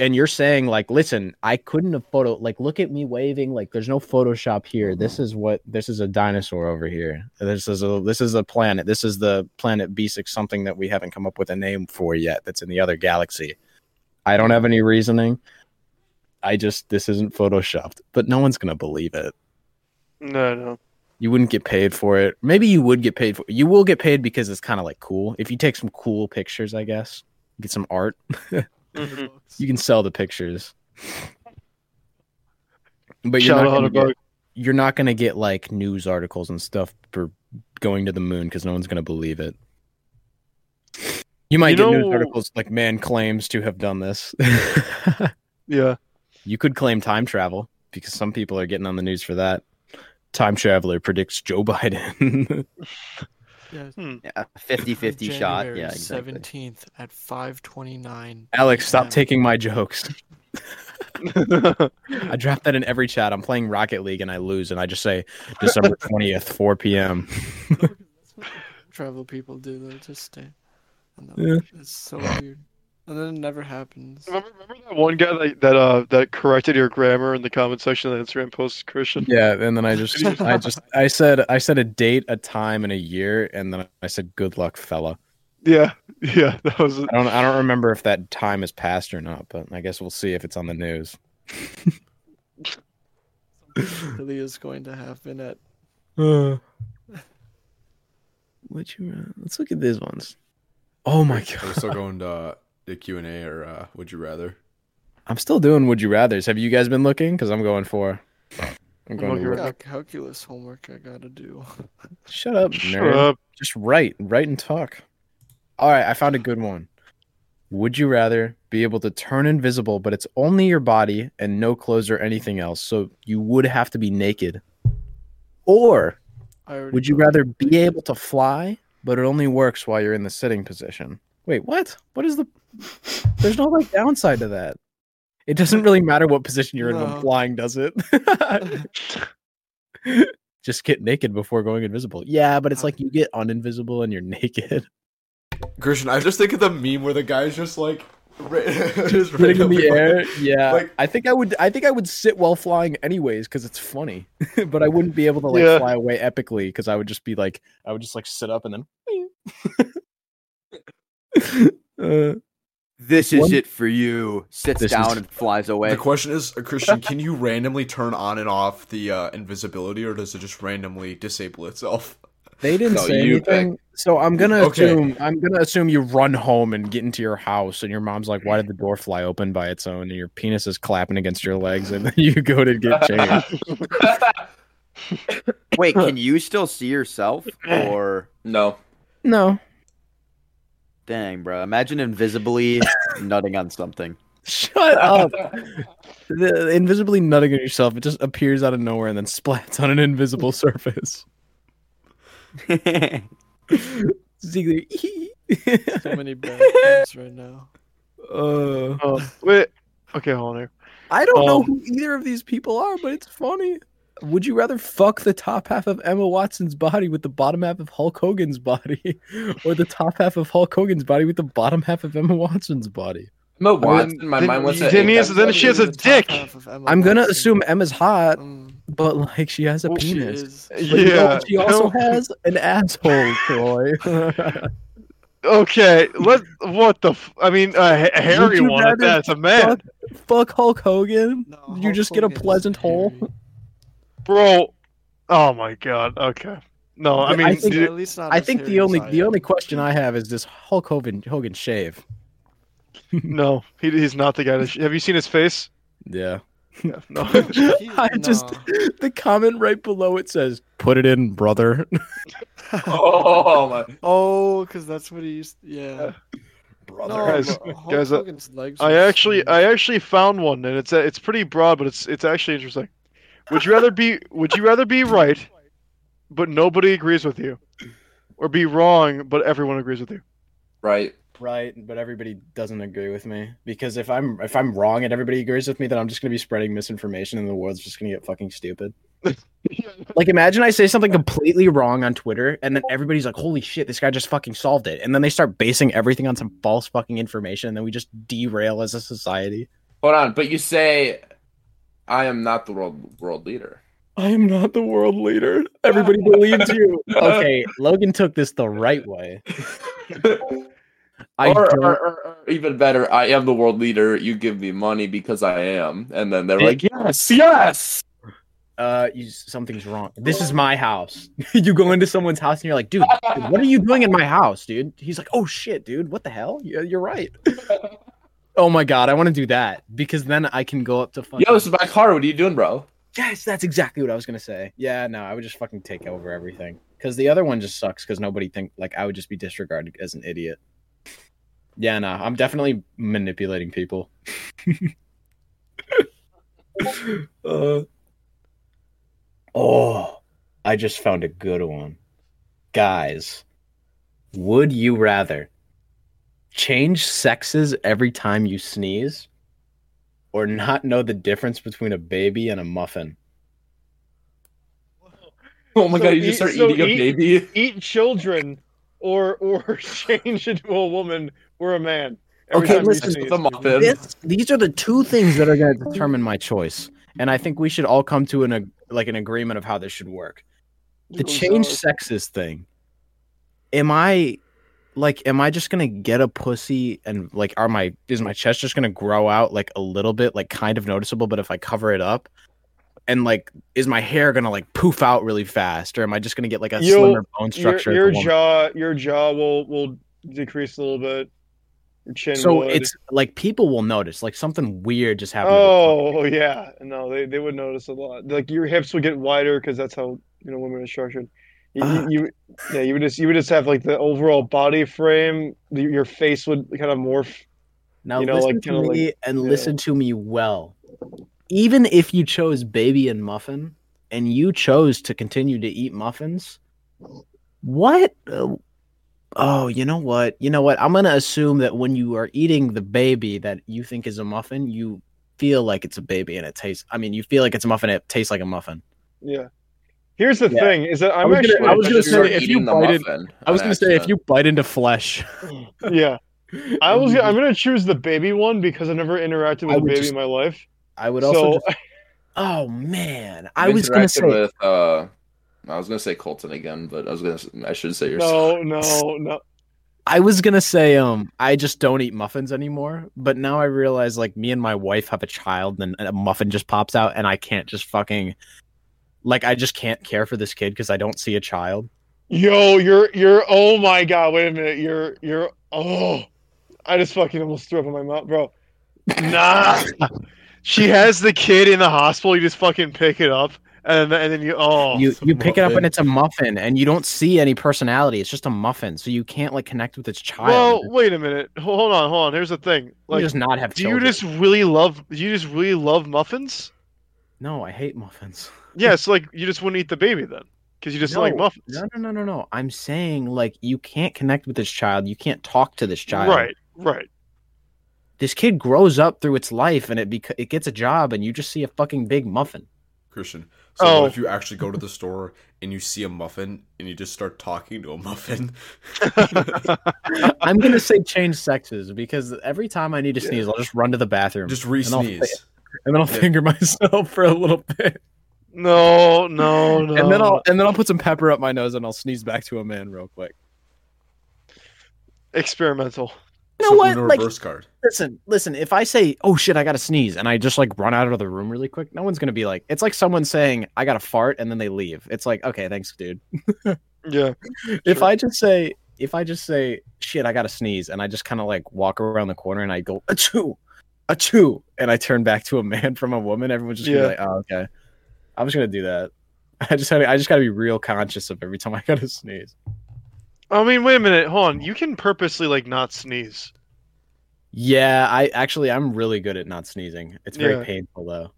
A: and you're saying, like, listen, I couldn't have photo, like, look at me waving. Like, there's no Photoshop here. This is what, this is a dinosaur over here. This is a, this is a planet. This is the planet B6 something that we haven't come up with a name for yet that's in the other galaxy. I don't have any reasoning. I just, this isn't Photoshopped, but no one's going to believe it
B: No, no.
A: you wouldn't get paid for it. Maybe you would get paid for You will get paid because it's kind of like cool. If you take some cool pictures, I guess, get some art,
B: Mhm.
A: Mm-hmm. you can sell the pictures. But you're
B: Shout
A: not,
B: out
A: gonna
B: to
A: get,
B: Berg.
A: you're not gonna get like news articles and stuff for going to the moon because no one's gonna believe it. You might
B: You
A: get news
B: know-
A: articles like man claims to have done this.
B: Yeah.
A: you could claim time travel because some people are getting on the news for that. Time traveler predicts Joe Biden.
I: Yeah.
C: Yeah, 50-50 shot.
I: January
C: Yeah, exactly.
I: 17th at 5:29.
A: Alex, stop
I: Yeah.
A: taking my jokes. I drop that in every chat. I'm playing Rocket League and I lose, and I just say December 20th, 4 p.m.
I: Travel people do though. Just stay. And that-
A: Yeah.
I: It's so weird. And then it never happens.
B: Remember, remember that one guy that that, uh, that corrected your grammar in the comment section of the Instagram post, Christian?
A: Yeah, and then I just, I just, I said, I said a date, a time, and a year, and then I said, "Good luck, fella."
B: Yeah, yeah, that was it.
A: I don't, I don't remember if that time has passed or not, but I guess we'll see if it's on the news.
I: really is going to happen at
A: What you? uh, let's look at these ones. Oh my
G: Are we
A: god,
G: still going to uh, the Q and A or uh, would you rather?
A: I'm still doing Would You Rather's. Have you guys been looking? Because I'm going for. I'm going
B: looking
A: to
B: right
A: work.
I: got calculus homework I gotta do.
A: Shut up,
B: Shut
A: nerd.
B: up.
A: Just write, write and talk. All right, I found a good one. Would you rather be able to turn invisible, but it's only your body and no clothes or anything else, so you would have to be naked? Or
I: I already
A: would you
I: voted.
A: rather be able to fly, but it only works while you're in the sitting position? Wait, what? What is the. There's no like downside to that. It doesn't really matter what position you're in
I: No.
A: when flying, does it? Just get naked before going invisible. Yeah, but it's like you get uninvisible and you're naked.
G: Christian, I just think of the meme where the guy's just like, ra- just
A: Sitting in the
G: randomly-
A: air. Yeah.
G: Like-
A: I think I would I think I would sit while flying anyways because it's funny. but I wouldn't be able to like
B: Yeah.
A: fly away epically because I would just be like I would just like sit up and then Uh,
C: This is
A: One-
C: it for you. Sits
A: This is-
C: down and flies away.
G: The question is, uh, Christian, can you randomly turn on and off the uh, invisibility, or does it just randomly disable itself?
A: they didn't
E: No,
A: say
E: you
A: anything. So I'm gonna
G: Okay.
A: assume I'm gonna assume you run home and get into your house and your mom's like, Why did the door fly open by its own? And your penis is clapping against your legs and then you go to get changed.
C: Wait, can you still see yourself? Or
E: no.
A: no.
C: dang, bro, imagine invisibly nutting on something.
A: Shut up. the, invisibly nutting at yourself, it just appears out of nowhere and then splats on an invisible surface.
C: oh
A: Ziggler.
I: so many bad things right now?
A: uh,
B: Uh, wait. Okay, hold on here.
A: I don't know
B: Um,
A: who either of these people are, but it's funny. Would you rather fuck the top half of Emma Watson's body with the bottom half of Hulk Hogan's body, or the top half of Hulk Hogan's body with the bottom half of Emma Watson's body?
E: Emma
B: mean,
E: Watson, my
B: then-
E: mind went to.
B: then he is-
E: 8,
B: then she has a
I: The top
B: dick.
I: half of Emma
A: I'm gonna
I: Watson.
A: assume Emma's hot,
I: Mm,
A: but like she has a
B: Well,
I: she
A: penis.
I: is.
A: But you know,
B: Oh, Yeah.
A: she also
B: no-
A: has an asshole, Troy.
B: Okay. Let. What the? F- I mean, a ha- a hairy
A: you
B: one at
A: rather
B: that. It's a man,
A: fuck- fuck Hulk Hogan.
I: No,
A: you
I: Hulk
A: just get a
I: Hogan is
A: pleasant hole.
I: hairy.
B: bro. Oh my god. Okay. No, I
A: Yeah,
B: mean,
A: I think-
B: dude,
I: at least not
A: I
I: as
A: think
I: hairy
A: the
I: as
A: only
I: I
A: the
I: am.
A: only question I have is this Hulk Hogan Hogan shave.
B: no. He, he's not the guy. That sh- have you seen his face?
A: Yeah.
B: Yeah, no.
I: He-
J: I just-
I: nah.
J: the comment right below it says, "Put it in, brother."
E: Oh my!
I: Oh, because that's what he used. Yeah.
G: Brother.
I: No,
B: Guys,
I: but Hulk
B: guys, uh,
I: Hogan's legs
B: I
I: were
B: actually,
I: huge.
B: I actually found one, and it's it's pretty broad, but it's it's actually interesting. Would you rather be Would you rather be right, but nobody agrees with you, or be wrong but everyone agrees with you?
E: Right.
A: Right, but everybody doesn't agree with me because if I'm if I'm wrong and everybody agrees with me, then I'm just gonna be spreading misinformation and the world's just gonna get fucking stupid. Like, imagine I say something completely wrong on Twitter, and then everybody's like, "Holy shit, this guy just fucking solved it!" And then they start basing everything on some false fucking information, and then we just derail as a society.
E: Hold on, but you say I am not the world world leader.
A: I am not the world leader. Everybody believes you. Okay, Logan took this the right way. I
E: or,
A: don't-
E: or, or, or even better, I am the world leader. You give me money because I am, and then they're like, yes, yes.
A: uh you, something's wrong this is my house you go into someone's house and you're like dude, dude, what are you doing in my house dude he's like oh shit dude what the hell yeah, you're right oh my god i want to do that because then i can go up to fucking
E: Yo, this is my car. What are you doing, bro?
A: yes that's exactly what i was gonna say yeah no i would just fucking take over everything because the other one just sucks because nobody think like i would just be disregarded as an idiot yeah no i'm definitely manipulating people Uh, oh i just found a good one guys would you rather change sexes every time you sneeze or not know the difference between a baby and a muffin
E: Oh my
B: So
E: god, you
B: eat-
E: just start
B: so
E: eating
B: eat-
E: a baby.
B: Eat children, or or change into a woman or a man.
E: Okay,
B: time you
A: listen,
B: sneeze.
E: the muffin.
A: This- these are the two things that are going to determine my choice, and I think we should all come to an ag- like an agreement of how this should work. The
I: Oh,
A: change
I: God.
A: sexes thing. Am I like am I just going to get a pussy and like are my is my chest just going to grow out like a little bit like kind of noticeable but if I cover it up and like is my hair going to like poof out really fast or am I just going to get like a
B: Yo,
A: slimmer bone
B: Your,
A: structure? at
B: your
A: the moment?
B: jaw, your jaw will will decrease a little bit. Your chin.
A: so
B: would.
A: it's like people will notice like something weird just happened. to the
B: Oh yeah, no, they, they would notice a lot. Like your hips would get wider because that's how you know women are structured. You, you-
A: Ah.
B: you- yeah, you would just you would just have like the overall body frame. the- Your face would kind of morph.
A: Now
B: You know,
A: listen
B: like,
A: to
B: kinda like-
A: me and
B: yeah.
A: listen to me well. Even if you chose baby and muffin, and you chose to continue to eat muffins, what? uh, oh, you know what? You know what? I'm gonna assume that when you are eating the baby that you think is a muffin, you feel like it's a baby and it tastes. I mean, you feel like it's a muffin. It tastes like a muffin.
B: Yeah. Here's the
A: Yeah.
B: thing: is that I'm
J: was gonna-
B: actually
J: I was gonna
E: You
J: say,
E: start
J: if
E: eating
J: you
E: the
J: bite it-
E: muffin
J: I was
E: on
J: gonna say if
E: accident.
J: you bite into flesh,
B: yeah. I was gonna- I'm gonna choose the baby one because I've never interacted
A: I
B: with a
A: would
B: baby
A: just-
B: in my life.
A: I would also.
B: So
A: just- oh man, I
E: I've
A: was gonna
E: interacted
A: say.
E: with. Uh, I was gonna say Colton again, but I was gonna. s- I should say yourself.
B: no, no, no.
A: I was gonna say, um, I just don't eat muffins anymore, but now I realize like me and my wife have a child and a muffin just pops out and I can't just fucking like I just can't care for this kid because I don't see a child.
B: Yo, you're you're. Oh my god! Wait a minute. You're you're. Oh, I just fucking almost threw up in my mouth, bro. Nah. she has the kid in the hospital. You just fucking pick it up, and then, and then you. Oh,
A: you
G: it's a
A: you pick it up
G: muffin.
A: and it's a muffin and you don't see any personality. It's just a muffin, so you can't like connect with its child.
B: well,
A: you
B: wait a minute. Ho- Hold on, hold on. Here's the thing. Like,
A: just not have
B: do
A: children.
B: you just really love? Do you just really love muffins?
A: No, I hate muffins.
B: Yes. like, you just wouldn't eat the baby then, because you just like
A: No,
B: muffins.
A: No, no, no, no, no. I'm saying like you can't connect with this child. You can't talk to this child.
B: Right. Right.
A: this kid grows up through its life and it bec- it gets a job and you just see a fucking big muffin.
G: Christian. So
B: Oh.
G: what if you actually go to the store and you see a muffin and you just start talking to a muffin?
A: I'm gonna say change sexes because every time I need to sneeze, I'll just run to the bathroom
G: Just re sneeze.
A: and then I'll
G: Yeah.
A: finger myself for a little bit,
B: No. No. No.
A: and then I'll and then I'll put some pepper up my nose and I'll sneeze back to a man real quick.
B: experimental.
A: You know what?
G: Uno
A: Like,
G: reverse card.
A: listen, listen. If I say, "Oh shit, I gotta sneeze," and I just like run out of the room really quick, no one's gonna be like, it's like someone saying, "I gotta fart," and then they leave. It's like, okay, thanks, dude.
B: Yeah.
A: if
B: Sure.
A: I just say if I just say shit, I gotta sneeze, and I just kind of like walk around the corner and I go achoo, a chew, and I turn back to a man from a woman, everyone's just gonna
B: Yeah.
A: be like, oh, okay. I'm just gonna do that. I just had I just gotta be real conscious of every time I gotta sneeze.
B: I mean, wait a minute, hold on. You can purposely like not sneeze.
A: Yeah, I actually I'm really good at not sneezing. It's very
B: Yeah.
A: painful though.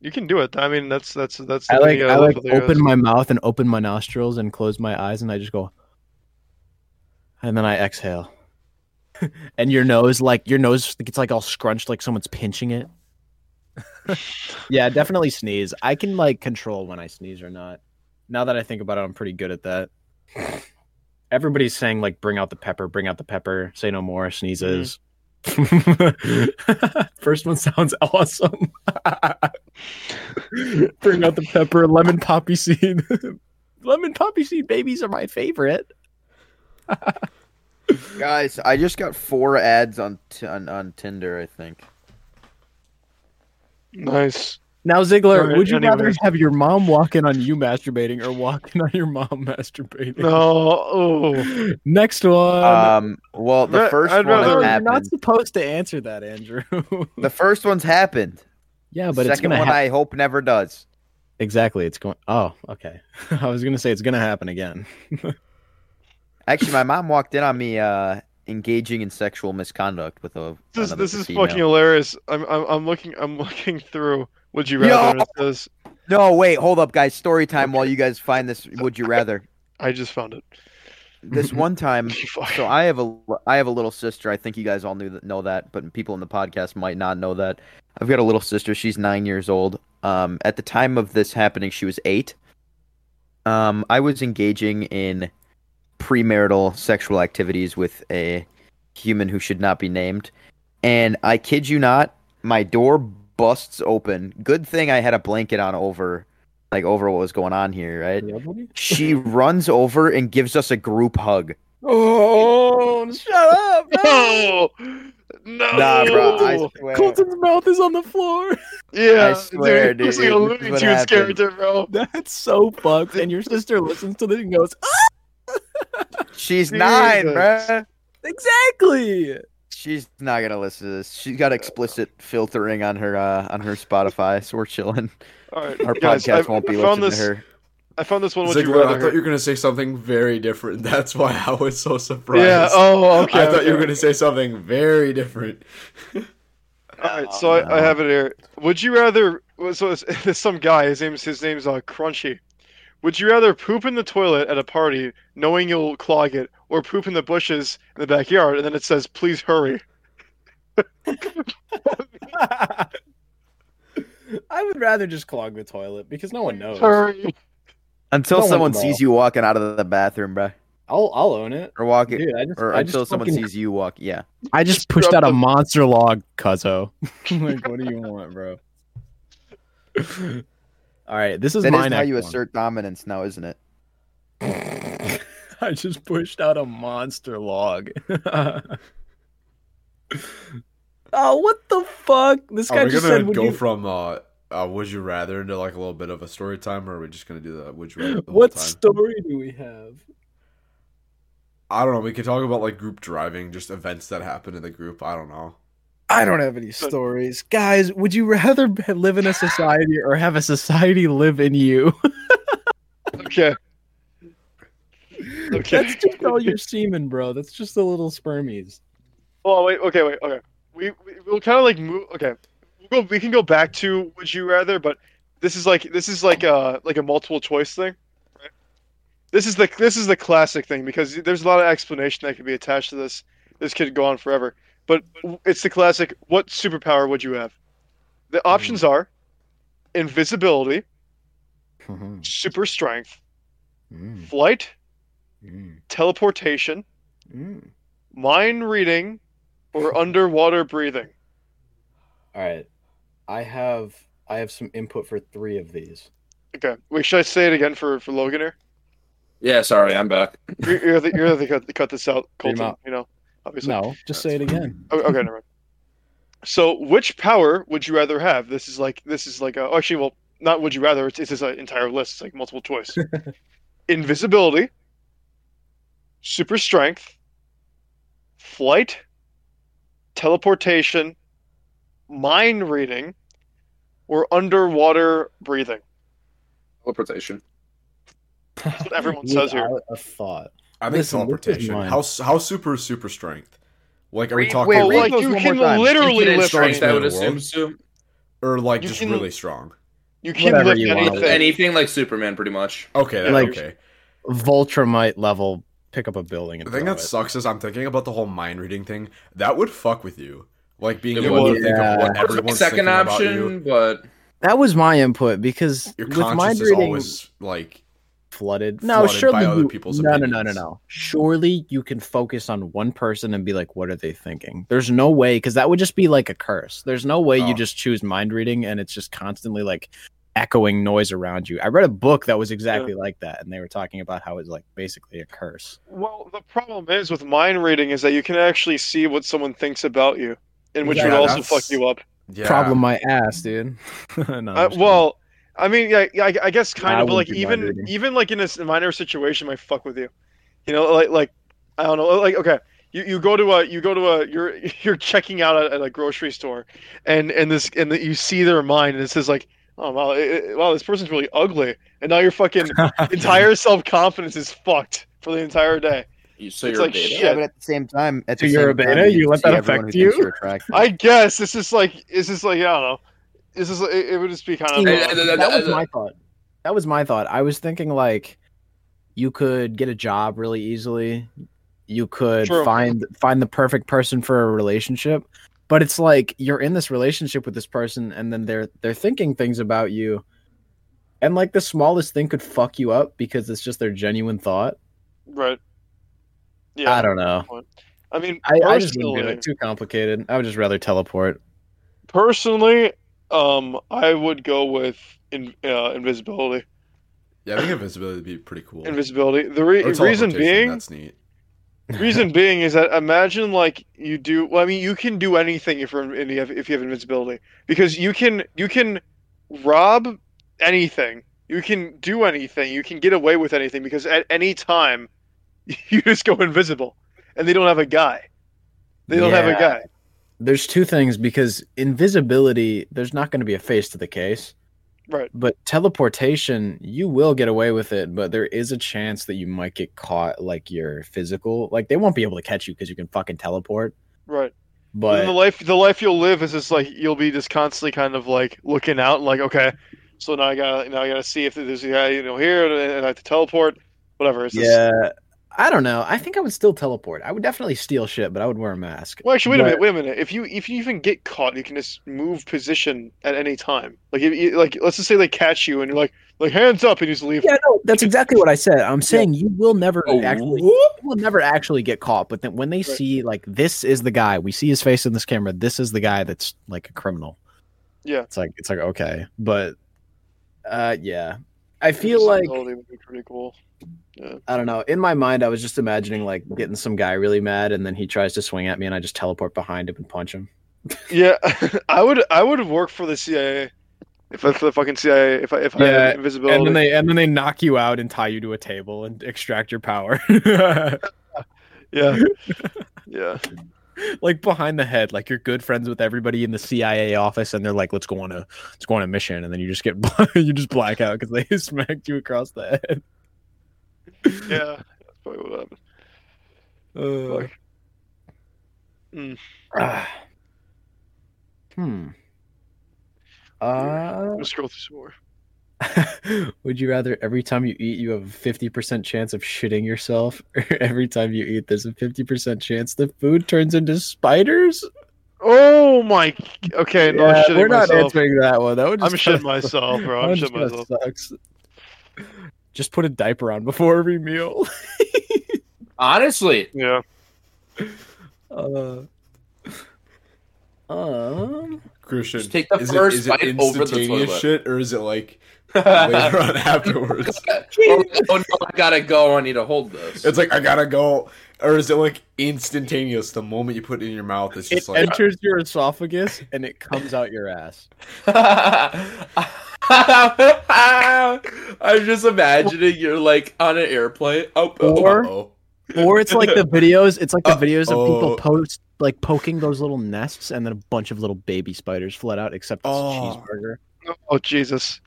B: You can do it. I mean, that's that's that's.
A: I
B: the
A: like
B: thing
A: I
B: love
A: like
B: with the
A: open
B: US.
A: my mouth and open my nostrils and close my eyes and I just go and then I exhale. and your nose like your nose gets like all scrunched like someone's pinching it. yeah, definitely sneeze. I can like control when I sneeze or not. Now that I think about it, I'm pretty good at that. Everybody's saying like bring out the pepper, bring out the pepper, say no more, sneezes.
B: Mm-hmm.
A: First one sounds awesome. Bring out the pepper, lemon poppy seed. lemon poppy seed babies are my favorite.
C: Guys, I just got four ads on t- on, on Tinder, I think.
B: Nice.
A: Now, Ziggler,
C: e-
B: Alright,
A: would you rather
B: anyways.
A: have your mom walk in on you masturbating or walk in on your mom masturbating?
B: No. Oh.
A: Next one.
C: Um, well, the
B: Ra-
C: 1st
B: I'd rather-
C: one
A: no,
B: that
A: you're
C: happened.
A: not supposed to answer that, Andrew.
C: The first one's happened.
A: yeah,
C: The
A: but it's
C: second
A: gonna
C: one
A: happen.
C: I hope never does.
A: Exactly, it's going. Oh, okay. I was gonna say it's gonna happen again.
C: Actually, my mom walked in on me uh, engaging in sexual misconduct with a.
B: This is
C: another
B: this is
C: female.
B: fucking hilarious. I'm I'm I'm looking I'm looking through. Would you rather? and it says-
C: No, wait, hold up, guys. Story time while you guys find this. Would you rather?
B: I just found it.
C: This one time,
B: Fuck.
C: so I have a I have a little sister. I think you guys all knew that, know that, but people in the podcast might not know that. I've got a little sister. She's nine years old. Um, at the time of this happening, she was eight. Um, I was engaging in premarital sexual activities with a human who should not be named, and I kid you not, my door busts open. Good thing I had a blanket on over, like over what was going on here, right? She runs over and gives us a group hug.
A: Oh, shut up!
B: No. No.
C: Nah, bro. I swear.
A: Colton's mouth is on the floor.
B: yeah.
C: I swear, dude,
B: It's like a
C: this is
B: Looney
C: what
B: Tunes
C: happened.
B: character, bro.
A: That's so fucked. And your sister listens to this and goes, "Ah,
C: She's nine,
B: Jesus.
C: bruh.
A: exactly.
C: She's not gonna listen to this. She's got explicit filtering on her uh, on her Spotify, so we're chilling.
B: All right,
C: Our
B: guys,
C: podcast
B: I've-
C: won't be
B: I found
C: listening
B: this,
C: to her.
B: I found this one. Would you
G: Ziggler, I
B: rather?
G: thought you were gonna say something very different. That's why I was so surprised.
B: Yeah. Oh, okay.
G: I thought you were
B: okay.
G: gonna say something very different.
B: All right, so I, I have it here. Would you rather? So it's, it's some guy. His name's his name's uh, Crunchy. Would you rather poop in the toilet at a party, knowing you'll clog it, or poop in the bushes in the backyard, and then it says, "Please hurry."
A: I would rather just clog the toilet because no one knows. I'll
B: Hurry.
C: Until
A: No one
C: someone
A: will.
C: sees you walking out of the bathroom, bruh,
A: I'll own it.
C: or walking,
A: Dude, I just,
C: or
A: I just
C: until someone
A: fucking-
C: sees you walk. Yeah,
A: I just pushed out a monster log, cuzzo. like, what do you want, bro? All right, this is
C: that
A: my
C: is how
A: next
C: you
A: one.
C: assert dominance, now, isn't it?
A: I just pushed out a monster log. oh, what the fuck? This guy
G: Are we gonna
A: just said, would
G: go
A: you,
G: from uh, uh, "Would you rather" into like a little bit of a story time, or are we just gonna do the "Would you rather"? The
A: "What
G: whole time?
A: story do we have?"
G: I don't know. We could talk about like group driving, just events that happen in the group. I don't know.
A: I don't have any stories, guys. Would you rather b- live in a society or have a society live in you?
B: Okay. Okay.
A: That's just all your semen, bro. That's just the little spermies.
B: Oh wait. Okay. Wait. Okay. We, we we'll kind of like move. Okay. We'll go. We can go back to "Would you rather," but this is like this is like a like a multiple choice thing. Right? This is the this is the classic thing because there's a lot of explanation that could be attached to this. This could go on forever, but it's the classic. What superpower would you have? The options are invisibility,
A: Mm-hmm.
B: super strength,
J: Mm.
B: flight, teleportation,
A: Mm-hmm.
B: mind reading, or underwater breathing.
A: All right, I have I have some input for three of these.
B: Okay. Wait, should I say it again for, for Logan here?
E: Yeah, sorry, I'm back.
B: You're, you're the, you're the cut, cut this out,
A: Leave him
B: Colton.
A: out.
B: You know, obviously.
A: No, just say it again.
B: O- Okay, never mind. So, which power would you rather have? This is like this is like a, oh, actually, well, not would you rather. It's, it's just an entire list. It's like multiple choice. Invisibility, super strength, flight, teleportation, mind reading or underwater breathing.
E: Teleportation.
B: That's what everyone says here.
A: Without a thought.
G: I
A: Listen,
G: think
A: this is
G: teleportation.
A: mine.
G: How s- how super is super strength? Like are we
C: Read-
G: talking
C: wait,
B: Well,
C: read
G: like,
B: like
C: those
B: you
C: one
B: can
C: more time.
B: literally
G: Infinite
B: lift
G: strength,
B: anything.
E: I would
G: in the
E: assume
G: world.
E: too.
G: or like
B: you
G: just
B: can-
G: really strong?
B: You can
A: Whatever
B: lift
A: you want.
B: anything.
E: Anything like Superman, pretty much.
G: Okay, that,
A: Like-
G: okay.
A: Voltramite level. Pick up a building. And
G: The thing
A: throw
G: that
A: it.
G: sucks is I'm thinking about the whole mind reading thing. That would fuck with you. Like being
E: It
G: able
E: would.
G: to think of
A: Uh,
G: what
E: That's my
G: everyone's
E: second
G: thinking about
E: option,
G: you.
E: but
A: That was my input because
G: Your
A: with mind
G: conscience is
A: reading
G: always like
A: flooded. No,
G: flooded
A: surely
G: by other
A: you-
G: people's
A: no, no, no, no,
G: opinions.
A: no. Surely you can focus on one person and be like, "What are they thinking?" There's no way because that would just be like a curse. There's no way
G: Oh.
A: you just choose mind reading and it's just constantly like echoing noise around you. I read a book that was exactly like that, and they were talking about how it's like basically a curse.
B: Well, the problem is with mind reading is that you can actually see what someone thinks about you, and which
G: Yeah,
B: would also
G: that's-
B: fuck you up.
G: yeah.
A: Problem my ass, dude. No, I'm
B: Uh,
A: just kidding.
B: well, I mean, yeah, yeah, I, I guess kind
A: I
B: of but, like
A: wouldn't do mind
B: even
A: reading.
B: even like in a s- minor situation might fuck with you. You know, like like I don't know, like okay, you, you go to a you go to a you're you're checking out at, at a grocery store, and and this and the, you see their mind and it says like. Oh wow! It, it- wow, this person's really ugly, and now your fucking entire self confidence is fucked for the entire day.
E: you, so
B: It's
E: you're
B: like
E: a beta.
B: shit.
C: but at the same time, at
A: So
C: the
A: you're a
C: same time,
A: beta? You let
C: see
A: that
C: everyone who
A: affect
C: thinks
A: you?
C: you're attractive.
B: I guess it's just like it's just like I don't know. It's just it, it would just be kind of.
E: Yeah.
B: uh,
E: that-
A: that was
E: that-
A: my thought. That was my thought. I was thinking like you could get a job really easily. You could
B: True.
A: find find the perfect person for a relationship. But it's like you're in this relationship with this person and then they're they're thinking things about you. And like the smallest thing could fuck you up because it's just their genuine thought.
B: right. Yeah.
A: I don't know.
B: I mean,
A: I, I just wouldn't
B: personally,
A: do it. Too complicated. I would just rather teleport.
B: personally, um, I would go with in, uh, invisibility.
G: Yeah, I think invisibility would be pretty cool.
B: Invisibility. The re-
G: Or
B: reason
G: teleportation,
B: being,
G: that's neat.
B: reason being is that imagine like you do. Well, I mean, you can do anything if you're in- if you have if you have invisibility because you can you can rob anything. You can do anything. You can get away with anything because at any time you just go invisible, and they don't have a guy. They don't have a
A: Yeah.
B: guy.
A: there's two things because invisibility there's not going to be a face to the case
B: Right.
A: but teleportation you will get away with it but there is a chance that you might get caught like your physical like they won't be able to catch you because you can fucking teleport
B: Right. And then the
A: but
B: life the life you'll live is just like you'll be just constantly kind of like looking out and like okay so now i gotta now i gotta see if there's a guy you know here and, and i have to teleport whatever it's just-
A: yeah i don't know i think i would still teleport i would definitely steal shit but i would wear a mask
B: well actually wait a
A: But-
B: minute wait a minute if you if you even get caught you can just move position at any time like if you, like let's just say they catch you and you're like like hands up and you just leave
A: yeah no that's exactly what i said i'm saying you will never
E: Oh,
A: actually
E: whoop.
A: will never actually get caught, but then when they see like this is the guy, we see his face in this camera, this is the guy that's like a criminal.
B: Yeah.
A: It's like it's like okay. But uh yeah. I feel like
B: Invisibility would be pretty cool
A: I don't know. In my mind I was just imagining like getting some guy really mad and then he tries to swing at me and I just teleport behind him and punch him.
B: yeah i would i would work for the cia if i for the fucking cia if i if i
A: Yeah,
B: had invisibility
A: And then they and then they knock you out and tie you to a table and extract your power.
B: yeah yeah
A: like behind the head, like you're good friends with everybody in the CIA office, and they're like, "Let's go on a let's go on a mission," and then you just get you just black out because they smacked you across the head.
B: yeah that's probably what happened Fuck. Mm.
A: Ah. hmm. Uh,
B: I'm gonna scroll through some more.
A: would you rather every time you eat you have a fifty percent chance of shitting yourself, or every time you eat there's a fifty percent chance the food turns into spiders?
B: Oh my. Okay, no, I'm shitting
A: we're not
B: myself.
A: answering that one. That would
B: I'm
A: just
B: shitting myself, bro. I'm shitting myself.
A: Sucks. Just put a diaper on before every meal.
E: Honestly,
B: Yeah.
A: Uh, um,
G: Christian,
E: Just take the
G: is
E: first
G: it, is
E: bite
G: it
E: over the
G: instantaneous
E: toilet.
G: shit or is it like later
E: oh,
G: on afterwards?
E: no, I gotta go. I need to hold this.
G: It's like I gotta go, or is it like instantaneous? The moment you put it in your mouth, it's
A: it
G: just like
A: enters your esophagus and it comes out your ass.
E: I'm just imagining you're like on an airplane. Oh, oh,
A: Or-
G: oh,
A: Or it's like the videos. It's
B: Uh,
A: like the videos of
G: oh.
A: people post like poking those little nests, and then a bunch of little baby spiders fled out. Except it's a
G: Oh.
A: cheeseburger.
B: Oh Jesus.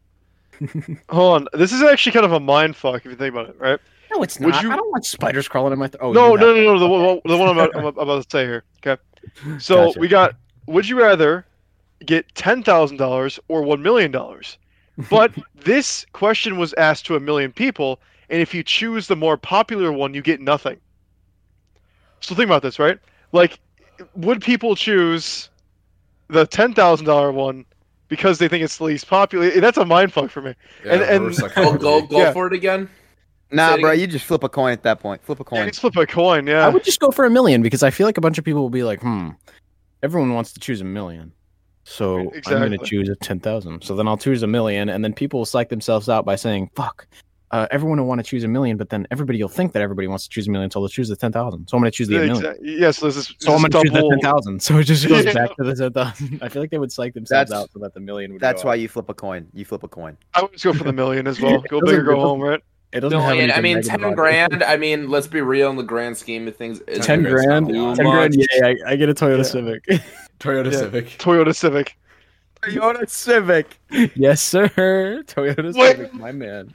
B: Hold on. This is actually kind of a mind fuck if you think about it, right?
A: No, it's
B: Would
A: not.
B: you-
A: I don't want spiders crawling in my throat. Oh,
B: no,
A: you
B: no,
A: have-
B: no, no, The, one- the one I'm about, I'm about to say here. Okay. So
A: Gotcha.
B: we got. Would you rather get ten thousand dollars or one million dollars? But this question was asked to a million people, and if you choose the more popular one, you get nothing. So think about this, right? Like, would people choose the ten thousand dollar one because they think it's the least popular? That's a mind fuck for me.
G: Yeah,
B: And- and-
G: reverse
E: Go
G: psychology.
E: oh, go go
B: Yeah.
E: for it again. Say
C: Nah,
E: it
C: bro,
E: again.
C: you just flip a coin at that point. Flip a
B: You
C: coin.
B: can flip a coin, yeah.
A: I would just go for a million because I feel like a bunch of people will be like, hmm, everyone wants to choose a million. So I'm going to
B: Exactly.
A: choose a 10,000. So then I'll choose a million. And then people will psych themselves out by saying, fuck, uh, everyone will want to choose a million. But then everybody will think that everybody wants to choose a million. So they'll choose the 10,000. So I'm going to choose the
B: Yeah,
A: million.
B: exact- Yes, this is,
A: So I'm
B: this is
A: going to choose the
B: double.
A: 10,000. So it just goes
B: Yeah.
A: back to the 10,000. I feel like they would psych themselves
C: That's-
A: out so that the million would
C: That's
A: go
C: why
A: up.
C: you flip a coin. You flip a coin.
B: I would just go for the million as well.
A: It
B: Go
A: doesn't-
B: big or
A: it
B: go
A: doesn't-
B: home, right?
A: It doesn't have
E: Million.
A: anything
E: I mean,
A: negative
E: ten
A: about it.
E: grand. I mean, let's be real. In the grand scheme of things, it's
A: 10
E: not
A: grand.
E: too
A: 10 grand.
E: much.
A: Yeah, I, I get a Toyota
B: Yeah.
A: Civic.
G: Toyota
B: Yeah.
G: Civic.
B: Toyota Civic.
C: Toyota Civic.
A: yes, sir. Toyota
B: Wait.
A: Civic, my man.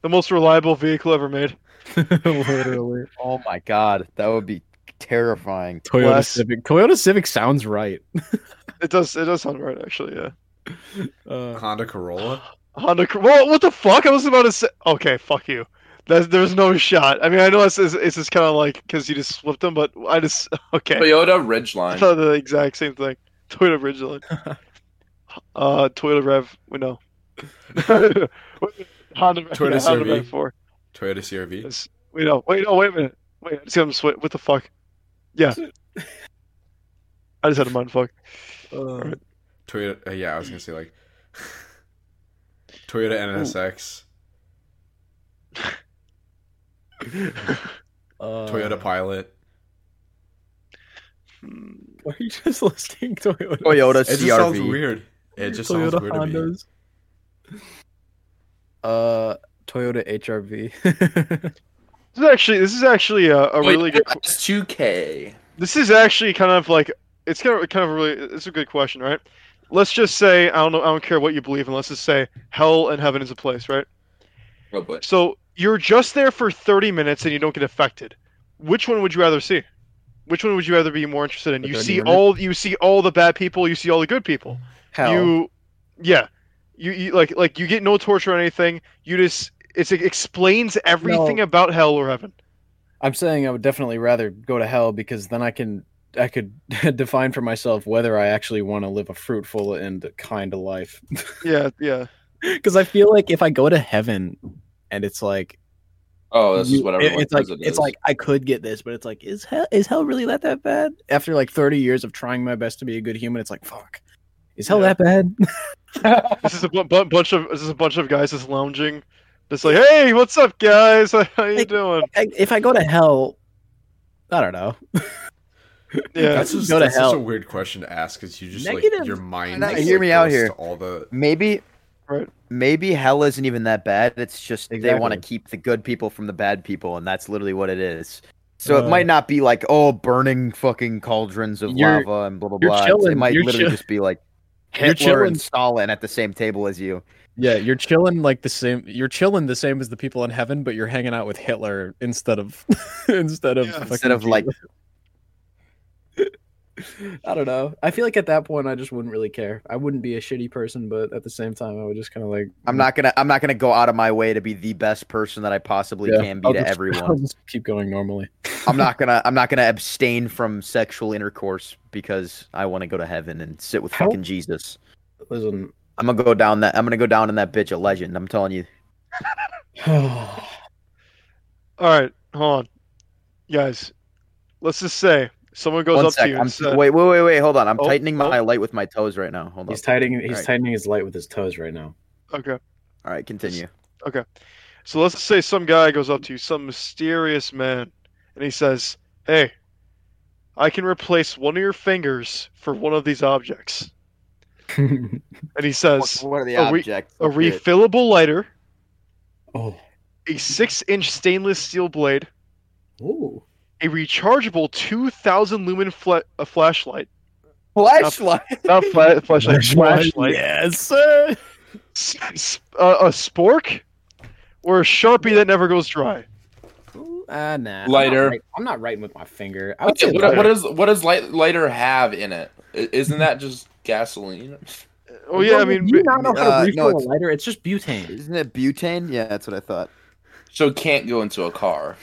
B: The most reliable vehicle ever made.
A: Literally.
C: Oh my god, that would be terrifying.
A: Toyota
B: Plus-
A: Civic. Toyota Civic sounds right.
B: It does. It does sound right, actually. Yeah.
A: Uh,
G: Honda Corolla.
B: Honda. Cor- Well, what the fuck? I was about to say. Okay, fuck you. That's, there's no shot. I mean, I know it's it's, it's just kind of like because you just flipped them, but I just okay.
E: Toyota
B: I
E: Ridgeline.
B: thought the exact same thing. Toyota Ridgeline. uh, Toyota Rev. Wait, no. Honda.
G: Toyota
B: yeah, Honda
G: CR-V.
B: Rev Four.
G: Toyota CRV.
B: It's- Wait, no. Wait, no. Wait a minute. Wait. I just got them swi- What the fuck? Yeah. I just had a mind fuck.
G: Toyota. Uh, yeah, I was gonna say like Toyota NSX.
A: uh,
G: Toyota Pilot.
B: Hmm.
A: Why are you just listing Toyota?
C: Toyota
G: It just sounds
C: CRV.
G: weird. It just sounds weird to me.
A: Uh, Toyota HRV.
B: This is actually this is actually a, a really good.
E: It's two K.
B: This is actually kind of like it's kind of kind of really it's a good question, right? Let's just say I don't know I don't care what you believe, and let's just say hell and heaven is a place, right?
E: Oh, but
B: So you're just there for 30 minutes and you don't get affected. Which one would you rather see? Which one would you rather be more interested in?
A: The
B: You
A: 30
B: see
A: minutes?
B: all you see all the bad people, you see all the good people.
A: Hell.
B: You, yeah, you, you like like you get no torture or anything. You just it's, it explains everything about hell or heaven.
A: I'm saying I would definitely rather go to hell because then I can I could define for myself whether I actually want to live a fruitful and kind of life.
B: Yeah, yeah.
A: Because I feel like if I go to heaven and it's like
E: oh, this is
A: you-
E: what
A: it-
E: everyone
A: it's like
E: says it
A: it's
E: is.
A: like I could get this, but it's like is hell is hell really that that bad? After like 30 years of trying my best to be a good human, it's like fuck, is hell
B: Yeah.
A: that bad?
B: This is a bu- bu- bunch of this is a bunch of guys just lounging, just like, hey, what's up, guys? How you
A: Like-
B: doing?
A: I, if I go to hell, I don't know.
B: Yeah,
G: That's, just,
A: Go to
G: that's such a
A: hell.
G: weird question to ask because you just
A: Negative.
G: like your mind.
C: Nah,
G: just,
C: hear
G: like,
C: me out
G: goes
C: here.
G: to All the
C: Maybe
B: Right.
C: maybe hell isn't even that bad. It's just they want to
A: Exactly.
C: keep the good people from the bad people, and that's literally what it is. So
A: Uh,
C: it might not be like, oh, burning fucking cauldrons of
A: You're-
C: lava and blah blah
A: you're
C: blah.
A: chilling,
C: It might
A: you're
C: literally
A: chill-
C: just be like
A: You're
C: Hitler
A: chilling.
C: and Stalin at the same table as you.
A: Yeah, you're chilling like the same. You're chilling the same as the people in heaven, but you're hanging out with Hitler instead of instead of
B: Yeah.
A: fucking
C: Instead of, like-
A: Jesus. I don't know. I feel like at that point I just wouldn't really care. I wouldn't be a shitty person, but at the same time I would just kind of like
C: I'm not gonna I'm not gonna go out of my way to be the best person that I possibly
A: Yeah,
C: can be
A: I'll
C: to
A: just- I'll
C: everyone.
A: just keep going normally.
C: I'm not gonna I'm not gonna abstain from sexual intercourse because I want to go to heaven and sit with
A: How-
C: fucking Jesus.
A: Listen,
C: I'm gonna go down that I'm gonna go down in that bitch a legend. I'm telling you.
B: All right, hold on, guys. Let's just say someone goes
C: One
B: up
C: sec.
B: to you
C: I'm,
B: and said,
C: wait, wait, wait, wait. Hold on. I'm
B: Oh,
C: tightening my
B: oh.
C: light with my toes right now. Hold on.
A: he's tightening he's
C: Alright.
A: tightening his light with his toes right now.
B: "Okay."
C: All right, continue.
B: So let's just say some guy goes up to you, some mysterious man, and he says, "Hey, I can replace one of your fingers for one of these objects." And he says,
C: are the
B: a re-
C: objects?
B: "A refillable lighter,
A: oh,
B: a six-inch stainless steel blade,
A: Ooh.
B: a rechargeable 2,000 lumen fla- a flashlight.
E: Flashlight.
B: Not fla- flashlight. flashlight.
A: Yes, sir.
B: S- s- uh, a spork or a sharpie that never goes dry.
A: Ooh, Ah, nah. I'm not
E: Lighter.
A: writ- I'm not writing with my finger. I would
E: Okay,
A: say
E: what, what is what does light, lighter have in it? I- Isn't that just gasoline?
B: Oh yeah, I mean,
A: do you not know how to
C: uh,
A: refill
C: no,
A: a
C: it's-
A: lighter? It's just butane.
C: Isn't it butane? Yeah, that's what I thought.
E: So it can't go into a car.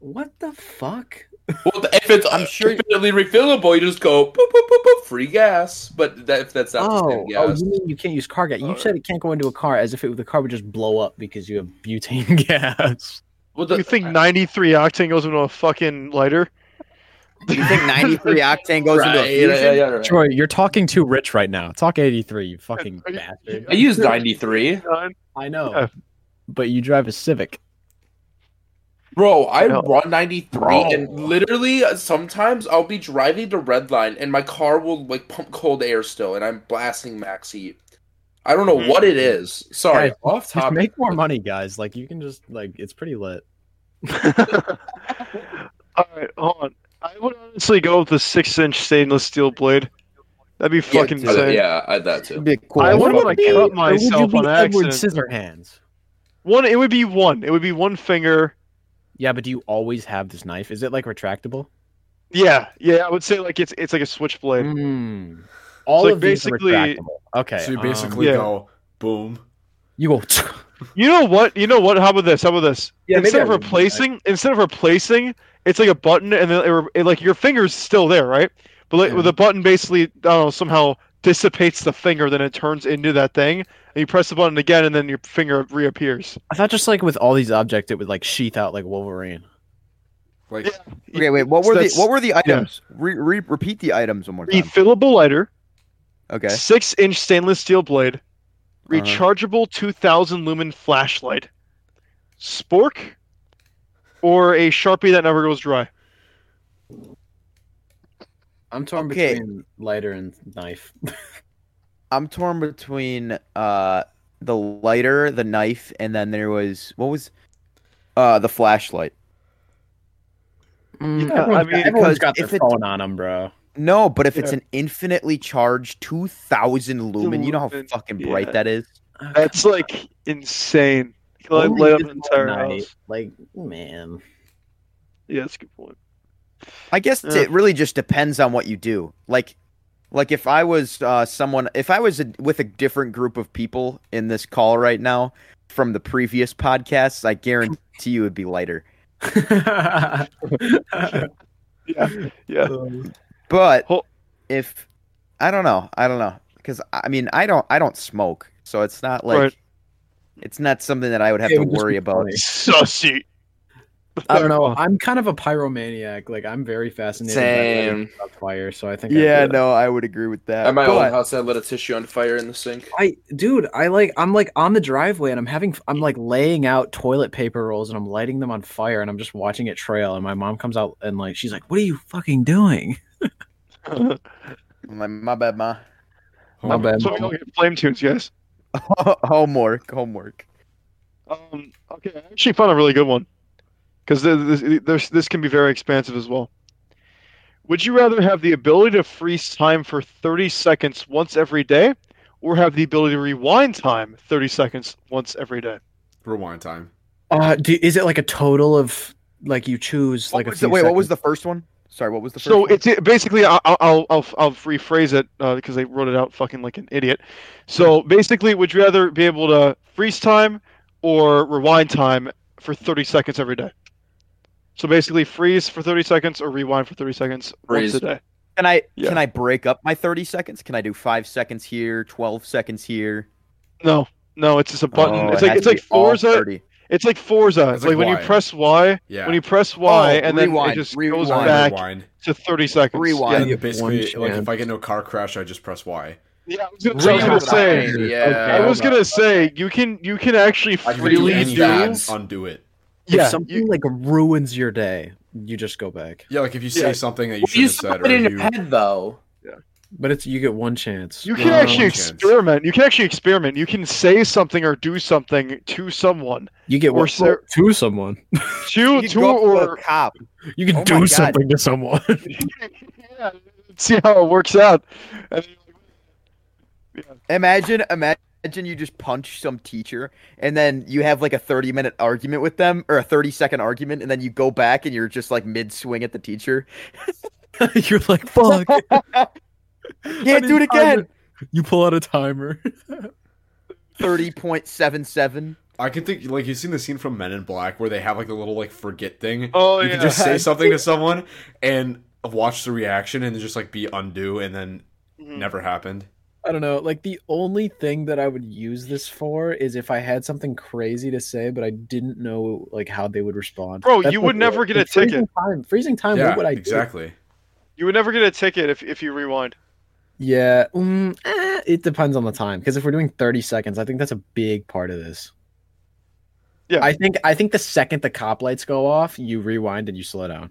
A: What the fuck?
E: Well, th- if it's
A: I'm sure-
E: infinitely refillable, you just go boop, boop, boop, boop, free gas. But that, if that's not the
A: Oh,
E: same
A: oh,
E: gas,
A: you mean you can't use car gas? You
E: Alright.
A: said it can't go into a car as if it, the car would just blow up because you have butane gas.
E: well, the-
B: you think 93 octane goes into a fucking lighter?
C: You think 93 octane goes into a
E: Right, yeah,
C: fusion?
E: yeah, yeah, right.
A: Troy, you're talking too rich right now. Talk 83, you fucking
B: Are you-
A: bastard.
E: I used ninety three,
A: I know,
B: Yeah.
A: but you drive a Civic.
E: bro. I
B: No.
E: run ninety three,
A: Bro.
E: and literally uh, sometimes I'll be driving the red line, and my car will like pump cold air still, and I'm blasting max heat. I don't know
B: Hmm.
E: what it is. Sorry,
A: Guys,
E: off
A: Just
E: topic.
A: make more money, guys. Like you can just like it's pretty lit.
B: All right, hold on. I would honestly go with the six-inch stainless steel blade. That'd be
E: Yeah,
B: fucking
E: dude,
B: insane.
E: yeah, I had that too.
C: It'd be cool.
B: I wonder if I
A: Fucking-
B: cut
A: Or would you
B: myself
A: be
B: on
A: Edward
B: accident.
A: Scissorhands.
B: One, it would be one. It would be one finger.
A: Yeah, but do you always have this knife? Is it like retractable?
B: Yeah, yeah. I would say like it's it's like a switchblade.
A: Mm. All
B: like
A: of these are
B: basically-
A: retractable. Okay.
G: So you
A: um,
G: basically
B: Yeah.
G: go boom.
A: you go.
B: You know what? You know what? How about this? How about this?
A: Yeah, maybe
B: instead
A: I
B: of
A: would do that.
B: replacing, instead of replacing, it's like a button, and then it, re- it, like your finger's still there, right? But like,
A: Yeah.
B: the button basically, I don't know, somehow dissipates the finger, then it turns into that thing, and you press the button again, and then your finger reappears.
A: I thought just like with all these objects, it would like sheath out like Wolverine.
G: Like
B: Yeah.
C: Okay, wait. What were the
B: That's-
C: what were the items? Re, re, repeat the items one more time.
B: Refillable lighter,
C: Okay.
B: six-inch stainless steel blade,
C: Uh-huh.
B: rechargeable 2,000 lumen flashlight, spork, or a sharpie that never goes dry.
A: I'm torn
C: Okay.
A: between lighter and knife.
C: I'm torn between uh the lighter, the knife, and then there was what was uh the flashlight.
B: Yeah, I mean,
A: everyone's
C: because
A: got
C: if
A: their
C: it-
A: phone on them, bro.
C: No, but if it's
B: Yeah.
C: an infinitely charged 2000 lumen, you know how
B: Lumen,
C: fucking bright
B: yeah.
C: that is.
B: That's like insane. Can I
A: Only
B: light up an
A: this
B: entire
A: one night,
B: house?
A: Like, man.
B: Yeah, that's a good point.
C: I guess
B: Yeah.
C: it really just depends on what you do. Like, like if I was uh, someone, if I was a, with a different group of people in this call right now from the previous podcasts, I guarantee you it'd be lighter.
B: Yeah, yeah.
C: But
B: Hol-
C: if I don't know, I don't know, because I mean, I don't, I don't smoke, so it's not like
B: Right.
C: it's not something that I would have
A: It
C: to
A: would just
C: worry
A: be
C: about.
A: funny.
B: Sussy.
A: I don't know. I'm kind of a pyromaniac. Like, I'm very fascinated
E: Same.
A: by lighting up fire. So I think. I'd
C: Yeah,
A: do
C: no, I would agree with that.
E: At my
C: but-
E: old house, I lit a tissue on fire in the sink.
A: I dude, I like I'm like on the driveway and I'm having I'm like laying out toilet paper rolls and I'm lighting them on fire and I'm just watching it trail and my mom comes out and like she's like, "What are you fucking doing?"
C: my, my bad, ma.
A: My bad.
B: So we all get flame tunes, guys.
C: homework, homework.
B: Um, okay, I actually found a really good one because this, this, this can be very expansive as well. Would you rather have the ability to freeze time for 30 seconds once every day, or have the ability to rewind time 30 seconds once every day?
G: rewind time.
A: Uh do, is it like a total of like you choose like a
C: What was the-
A: few
C: wait, what was the
A: seconds?
C: first one? Sorry, what was the first?
B: So
C: one?
B: it's it, basically I'll I'll I'll, I'll rephrase it uh, because I wrote it out fucking like an idiot. So basically, would you rather be able to freeze time or rewind time for thirty seconds every day? So basically, freeze for thirty seconds or rewind for thirty seconds
E: Freeze.
B: once a day.
C: Can I
B: Yeah.
C: can I break up my thirty seconds? Can I do five seconds here, twelve seconds here?
B: No, no, it's just a button.
C: Oh,
B: it's
C: it
B: like
C: has
B: it's
C: to
B: like
C: be all
B: Forza.
C: 30.
B: It's like Forza.
G: It's
B: like,
G: like
B: when you
G: Y.
B: press Y,
G: Yeah.
B: when you press Y,
C: Oh,
B: and then
C: rewind,
B: it just goes
C: rewind.
B: back
G: rewind.
B: to thirty seconds.
C: Rewind.
G: And
A: Yeah,
G: basically,
A: one
G: like if I get into a car crash, I just press Y.
B: Yeah, yeah I was gonna, I was gonna
E: Rewind.
B: say.
E: yeah.
B: I was gonna say you can you can actually
G: I can do
B: freely
G: any
B: do.
G: of that and undo it.
A: If
B: Yeah,
A: something
B: you-
A: like ruins your day, you just go back.
G: Yeah, like if you say
B: Yeah.
G: something that you
E: You
G: shouldn't have
E: still
G: said,
E: put
G: or
E: it in
G: you
E: your head though.
A: But it's you get one chance.
B: You
A: One
B: can actually
G: chance.
B: experiment. You can actually experiment. You can say something or do something to someone.
A: you get
B: or
A: one
B: ser-
A: to someone.
B: To
C: You
B: to
C: go up to a
B: or
C: cop.
A: You can
C: Oh my
A: do
C: God.
A: something to someone.
B: yeah, see how it works out. And
C: Imagine, imagine you just punch some teacher, and then you have like a thirty-minute argument with them, or a thirty-second argument, and then you go back and you're just like mid-swing at the teacher.
A: You're like fuck.
C: Can't do it again.
A: You pull out a timer.
C: Thirty point seven seven.
G: I can think like you've seen the scene from Men in Black where they have like the little like forget thing.
B: Oh,
G: you
B: yeah.
G: can just say something to someone and watch the reaction and just like be undo and then
B: Mhm.
G: never happened.
A: I don't know. Like the only thing that I would use this for is if I had something crazy to say, but I didn't know like how they would respond.
B: Bro,
A: That's
B: you would
A: like
B: never
A: it.
B: get a
A: In freezing
B: ticket.
A: Time, freezing time.
G: yeah,
A: what would I do?
G: exactly.
B: you would never get a ticket if, if you rewind.
A: Yeah, mm, eh, it depends on the time. Because if we're doing thirty seconds, I think that's a big part of this.
B: Yeah.
A: I think I think the second the cop lights go off, you rewind and you slow down.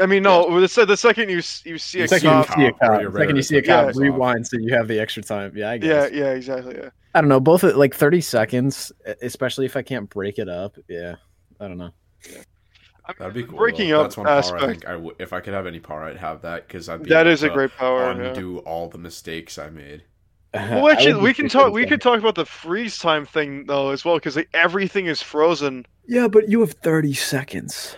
B: I mean, no. The, se- the second you s- you see a
G: The
A: second
B: cop.
A: you see a
G: cop,
A: cop,
G: right, right,
A: second you
G: right,
A: see a
B: second
A: cop,
B: cop.
A: rewind so you have the extra time. Yeah, I guess.
B: Yeah, yeah, exactly. Yeah.
A: I don't know. Both at like 30 seconds, e- especially if I can't break it up. Yeah. I don't know.
B: I mean,
G: That'd be
B: the
G: cool.
B: Breaking
G: though.
B: up
G: That's one power
B: aspect.
G: I think I w- if I could have any power, I'd have that because I'd be
B: that
G: able
B: is a
G: to
B: great power. yeah.
G: undo all the mistakes I made.
B: Well, actually, we can talk. We could talk about the freeze time thing though as well, because like, everything is frozen.
A: Yeah, but you have 30 seconds.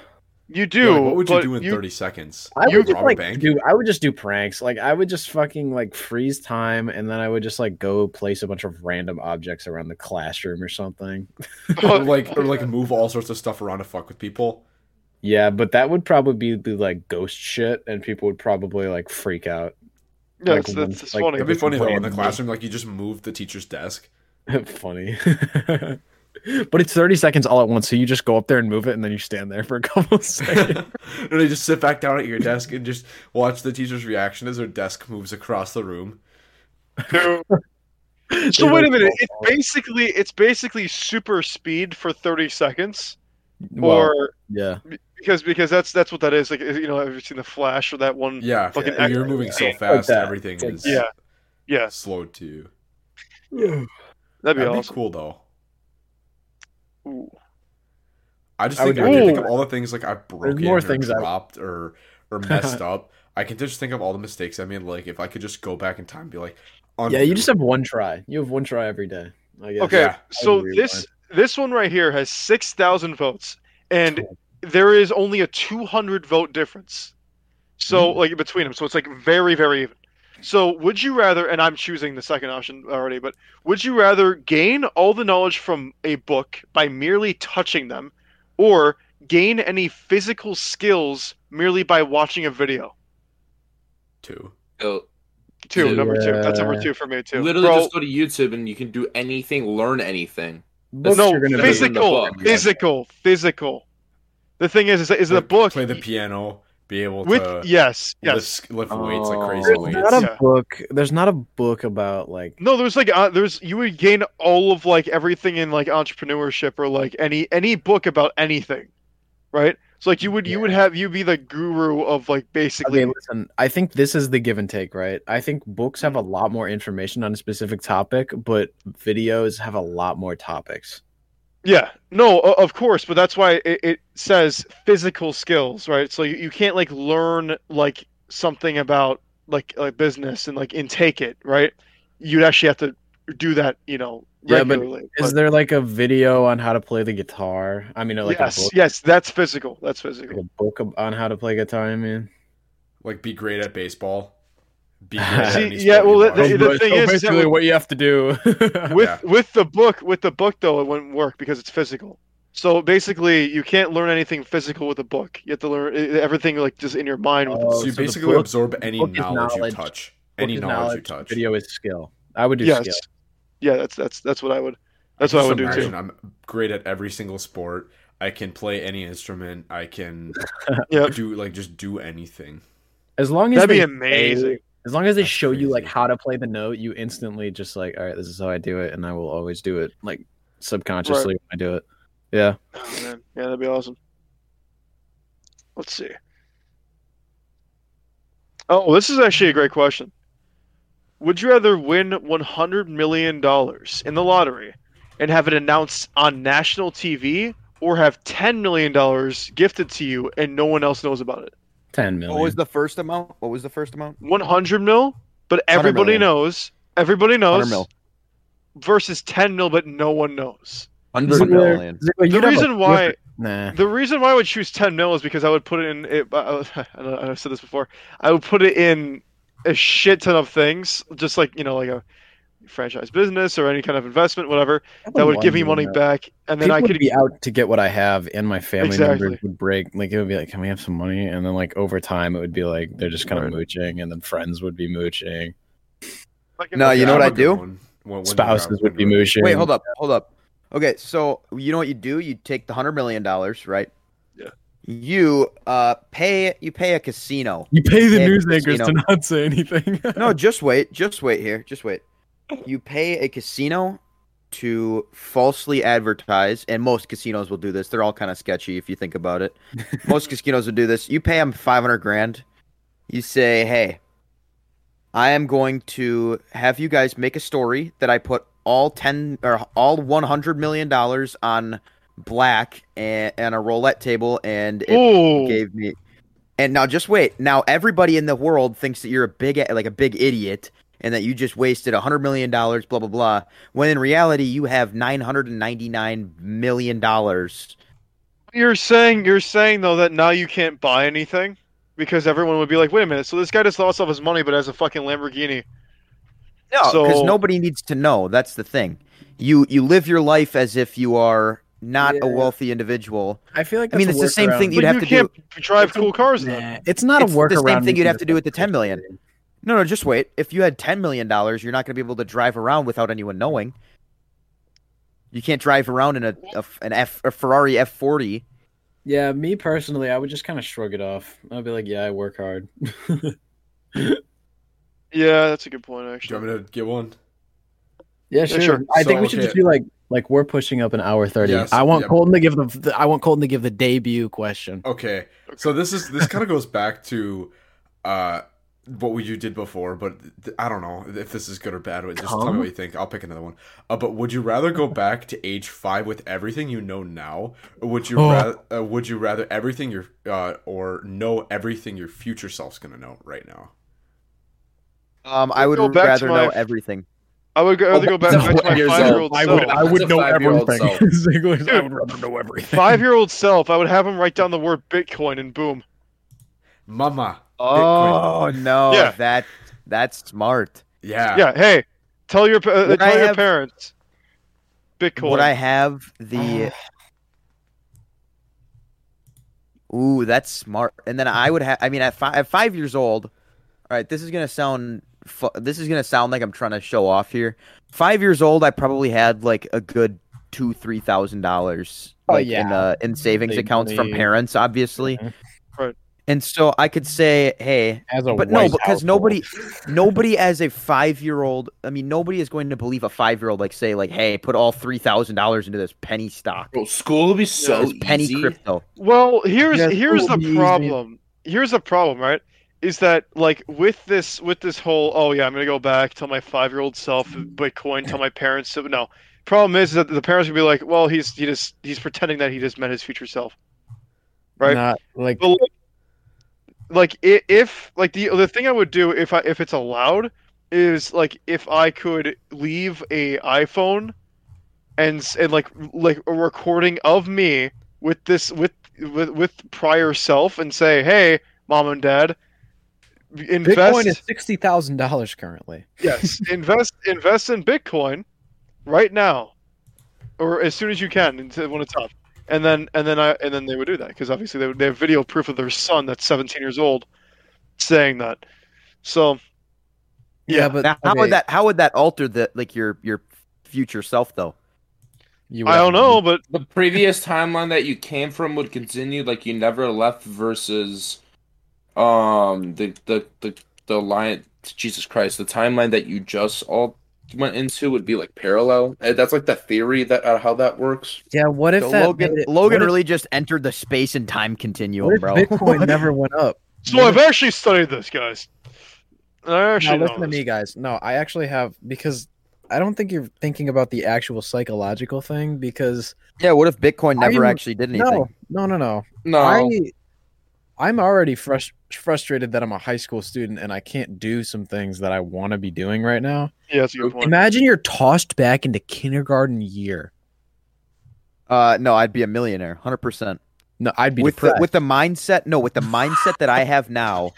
B: You
G: Yeah,
B: do.
G: like, what would you
B: but
G: do in 30 seconds?
A: I
G: You
A: would
G: rob
A: just
G: a
A: like
G: bank?
A: do. I would just do pranks. Like I would just fucking like freeze time, and then I would just like go place a bunch of random objects around the classroom or something.
G: or like or like move all sorts of stuff around to fuck with people.
A: Yeah, but that would probably be, be like ghost shit, and people would probably like freak out.
B: Yeah,
A: like
B: it's,
A: one-
B: it's, it's
A: like,
B: funny.
G: It'd be
A: It's
G: funny though in the
A: random.
G: classroom, like you just move the teacher's desk.
A: Funny. But it's 30 seconds all at once, so you just go up there and move it, and then you stand there for a couple of seconds.
G: and they just sit back down at your desk and just watch the teacher's reaction as their desk moves across the room.
B: So
A: They,
B: wait a
A: like, fall
B: minute. It's
A: off.
B: basically it's basically super speed for 30 seconds,
A: Well,
B: or
A: yeah,
B: because because that's that's what that is. Like you know, have you seen the Flash or that one?
G: Yeah,
B: Fucking
G: yeah, you're
B: act-
G: moving so
A: like
G: fast,
A: that.
G: everything
A: Like
G: is
B: Yeah, yeah.
G: slowed to you.
B: That'd be
G: That'd be
B: awesome.
G: cool though.
B: Ooh.
G: I just
A: I
G: think
A: would
G: I can
B: do
G: think
B: that.
G: of all the things like I broke
A: more
G: in
A: things
G: or
A: I-
G: dropped or or messed up. I can just think of all the mistakes I made. Like if I could just go back in time, and be like,
A: yeah.
G: undo.
A: You just have one try. You have one try every day. I guess.
B: Okay,
G: Yeah.
B: so
A: agree with
B: this this one right here has 6,000 votes, and there is only a 200 vote difference. So
A: Mm-hmm.
B: like between them, so it's like very very even. So would you rather? And I'm choosing the second option already, but would you rather gain all the knowledge from a book by merely touching them, or gain any physical skills merely by watching a video?
G: two.
E: So,
B: Two, number two. That's number
A: Yeah.
B: two for me too.
E: literally
B: Bro,
E: just go to YouTube and you can do anything, learn anything.
A: Books
B: no,
A: you're gonna
E: be in the
B: physical,
E: book.
B: physical, physical. The thing is, is, is the book
G: play the piano, be able
B: with
G: to
B: yes, yes.
G: lift, lift weights like crazy
E: There's
A: Oh. There's
G: weights.
A: not a
B: Yeah.
A: book. There's not a book about like.
B: No, there's like uh, there's you would gain all of like everything in like entrepreneurship or like any any book about anything, right? So like you would you would have you be the guru of like basically
A: Okay, listen. I think this is the give and take, right? I think books have a lot more information on a specific topic, but videos have a lot more topics.
B: yeah no o- of course but that's why it, it says physical skills right so you, you can't like learn like something about like like business and like intake it right you'd actually have to do that you know
A: Yeah, but
B: regularly
A: Is there like a video on how to play the guitar? I mean, like a
B: yes
A: book,
B: yes that's physical that's
A: like
B: physical
A: a book ab- on how to play guitar. I mean,
G: Like be great at baseball. Be great at
B: See,
G: any
B: yeah,
G: sport
B: well,
G: you
B: the-
G: want.
B: the- the- thing is that
A: basically
B: with-
A: what you have to do.
B: with
G: Yeah.
B: with the book with the book though it wouldn't work because it's physical so basically you can't learn anything physical with a book you have to learn eh, everything like just in your mind with
A: Oh,
G: so you
A: so the
G: basically
A: book-
G: absorb any
A: book is
G: knowledge, you
A: knowledge.
G: touch.
A: Book
G: Any
A: is
G: knowledge, you touch.
A: Video is skill. I would do
B: yes
A: skill.
B: yeah that's that's that's what i would that's what i
G: Just
B: would do
G: imagine
B: too
G: I'm great at every single sport. I can play any instrument. I can
B: Yep.
G: do like just do anything.
A: As long as
B: that'd be
A: they-
B: amazing
A: As long as they
G: That's
A: show you like
G: crazy.
A: how to play the note, you instantly just like, all right, this is how I do it, and I will always do it like subconsciously when I do it. Yeah.
B: oh, man. yeah that'd be awesome let's see Oh, this is actually a great question. Would you rather win $100 million in the lottery and have it announced on national TV or have $10 million gifted to you and no one else knows about it?
A: Ten million.
C: What was the first amount? What was the first amount?
B: 100 mil, but everybody
A: million.
B: knows. Everybody
C: 100
B: knows.
C: mil.
B: Versus 10 mil, but no one knows.
A: Ziggler-
C: Hundred million.
A: Ziggler,
B: The
A: you'd have a
B: reason why-
A: different- Nah.
B: The reason why I would choose 10 mil is because I would put it in. It, I, I, I've said this before. I would put it in a shit ton of things, just like you know, like a franchise business or any kind of investment, whatever. That would give me money back, and then
A: People
B: I
A: would
B: could.
A: be out to get what I have, and my family
B: Exactly.
A: members would break. Like it would be like, can we have some money? And then like over time, it would be like they're just kind of mooching, and then friends would be mooching,
B: like,
C: No, Uh, you know what I
G: I'm a good
C: do?
G: one. One- one
A: spouses
G: grab,
A: would
G: one
A: be
G: grab.
A: mooching.
C: Wait, hold up, hold up. Okay, so you know what you do? You take the hundred million dollars, right?
B: Yeah.
C: You uh pay you pay a casino.
A: You pay the
C: Yeah,
A: news
C: just, you
A: anchors to
C: know.
A: not say anything.
C: No, just wait, just wait here, just wait. You pay a casino to falsely advertise, and most casinos will do this. They're all kind of sketchy if you think about it. most casinos will do this. You pay them five hundred grand. You say, hey, I am going to have you guys make a story that I put all ten or all one hundred million dollars on black and, and a roulette table, and it
B: Ooh.
C: gave me. And now just wait. Now everybody in the world thinks that you're a big like a big idiot and that you just wasted $100 million, blah, blah, blah. When in reality, you have $999 million.
B: You're saying you're saying though that now you can't buy anything because everyone would be like, wait a minute, so this guy just lost all his money, but has a fucking Lamborghini.
C: No, because
B: So-
C: nobody needs to know. That's the thing. You you live your life as if you are not
A: Yeah.
C: a wealthy individual.
A: I feel like
C: I mean,
A: that's
C: it's
A: a
C: the same
A: workaround.
C: thing you'd
B: But
C: have
B: you
C: to do.
B: can't drive
A: It's a-
B: cool cars then.
A: Nah, it's not
C: It's
A: a
C: the
A: workaround.
C: same thing
A: because
C: you'd have to do with the
A: that's
C: 10 million. No, no, just wait. If you had $10 million, you're not going to be able to drive around without anyone knowing. You can't drive around in a, a an F a Ferrari F40.
A: Yeah, me personally, I would just kind of shrug it off. I'd be like, yeah, I work hard.
B: Yeah, that's a good point
G: Do you
B: actually.
G: want me to get one?
A: yeah, sure.
B: sure.
A: I think
G: So,
A: we should just
G: okay.
A: be like, like we're pushing up an hour thirty.
G: Yes,
A: I want
G: yeah.
A: Colton to give the, the. I want Colton to give the debut question.
G: Okay. So this is this kind of goes back to uh what we you did before, but th- I don't know if this is good or bad. Just tell me
A: Come?
G: what you think. I'll pick another one. Uh, but would you rather go back to age five with everything you know now, or would you
A: Oh.
G: rather uh, would you rather everything your uh, or know everything your future self's gonna know right now?
C: Um, I would
B: Go back to
C: rather
B: my-
C: know everything.
B: I would go- I'd
C: Oh,
B: rather go back, back to my
E: years
B: five-year-old
E: old. I
B: self.
E: would- I would That's a know five-year-old everything. self.
A: Ziggler's,
B: I would
A: rather know everything.
B: Five-year-old self. I would have him write down the word Bitcoin and boom.
G: Mama.
C: Oh no,
B: Yeah.
C: that that's smart.
G: Yeah.
B: Yeah. Hey, tell your pa- uh,
C: Would
B: tell
C: I
B: your
C: have-
B: parents. Bitcoin.
C: Would I have the? Ooh, that's smart. And then I would have. I mean, at five, at five years old. All right, this is gonna sound. Fu- this is gonna sound like I'm trying to show off here. Five years old, I probably had like a good two, three thousand dollars,
A: Oh,
C: like
A: yeah.
C: in uh, in savings
A: Big
C: accounts
A: money.
C: from parents, obviously.
A: Mm-hmm.
B: Right.
C: And so I could say, hey,
A: As a
C: but no,
A: white
C: because
A: household.
C: nobody, nobody as a five year old. I mean, nobody is going to believe a five year old like say like, hey, put all three thousand dollars into this penny stock,
E: Bro, school would be so
C: this penny
E: easy.
C: crypto.
B: Well, here's
A: Yeah,
B: here's
A: it
B: the
A: would be easy.
B: problem. Here's the problem, right? Is that like with this with this whole oh yeah I'm gonna go back tell my five year old self Bitcoin tell my parents so no problem is that the parents would be like well he's he just he's pretending that he just met his future self right
A: Not like
B: But like, like i- if like the the thing I would do if I if it's allowed is like if I could leave a iPhone and s- and like like a recording of me with this with with, with prior self and say hey mom and dad invest
A: Bitcoin is sixty thousand dollars currently.
B: yes invest invest in Bitcoin right now or as soon as you can until when it's up and then and then I and then they would do that because obviously they, they have video proof of their son that's 17 years old saying that. So
A: Yeah,
B: Yeah,
A: but
C: Now, how
A: okay,
C: would that how would that alter the like your your future self though?
A: you would
B: I
A: have
B: don't
A: to
B: know, but
E: The previous timeline that you came from would continue like you never left versus um the the the, the line Jesus Christ, the timeline that you just all went into would be like parallel. Uh, That's like the theory that uh, how that works.
A: Yeah, what if
C: So
A: that
C: Logan
A: made it-
C: Logan
A: what if-
C: really just entered the space and time
A: what
C: continuum,
A: if
C: bro.
A: Bitcoin never went up?
B: so I've actually studied this, guys. Actually,
A: now listen
B: no,
A: to me, guys. No, I actually have because I don't think you're thinking about the actual psychological thing because
C: Yeah, what if Bitcoin never
A: I'm-
C: actually did anything?
A: no, no, no, no.
E: No,
A: I I'm already frus- frustrated that I'm a high school student and I can't do some things that I want to be doing right now.
B: Yeah, that's a good point.
J: Imagine you're tossed back into kindergarten year.
C: Uh, no, I'd be a millionaire, hundred percent.
A: No, I'd be
C: With the,
A: depressed.
C: with the mindset, no, with the mindset that I have now,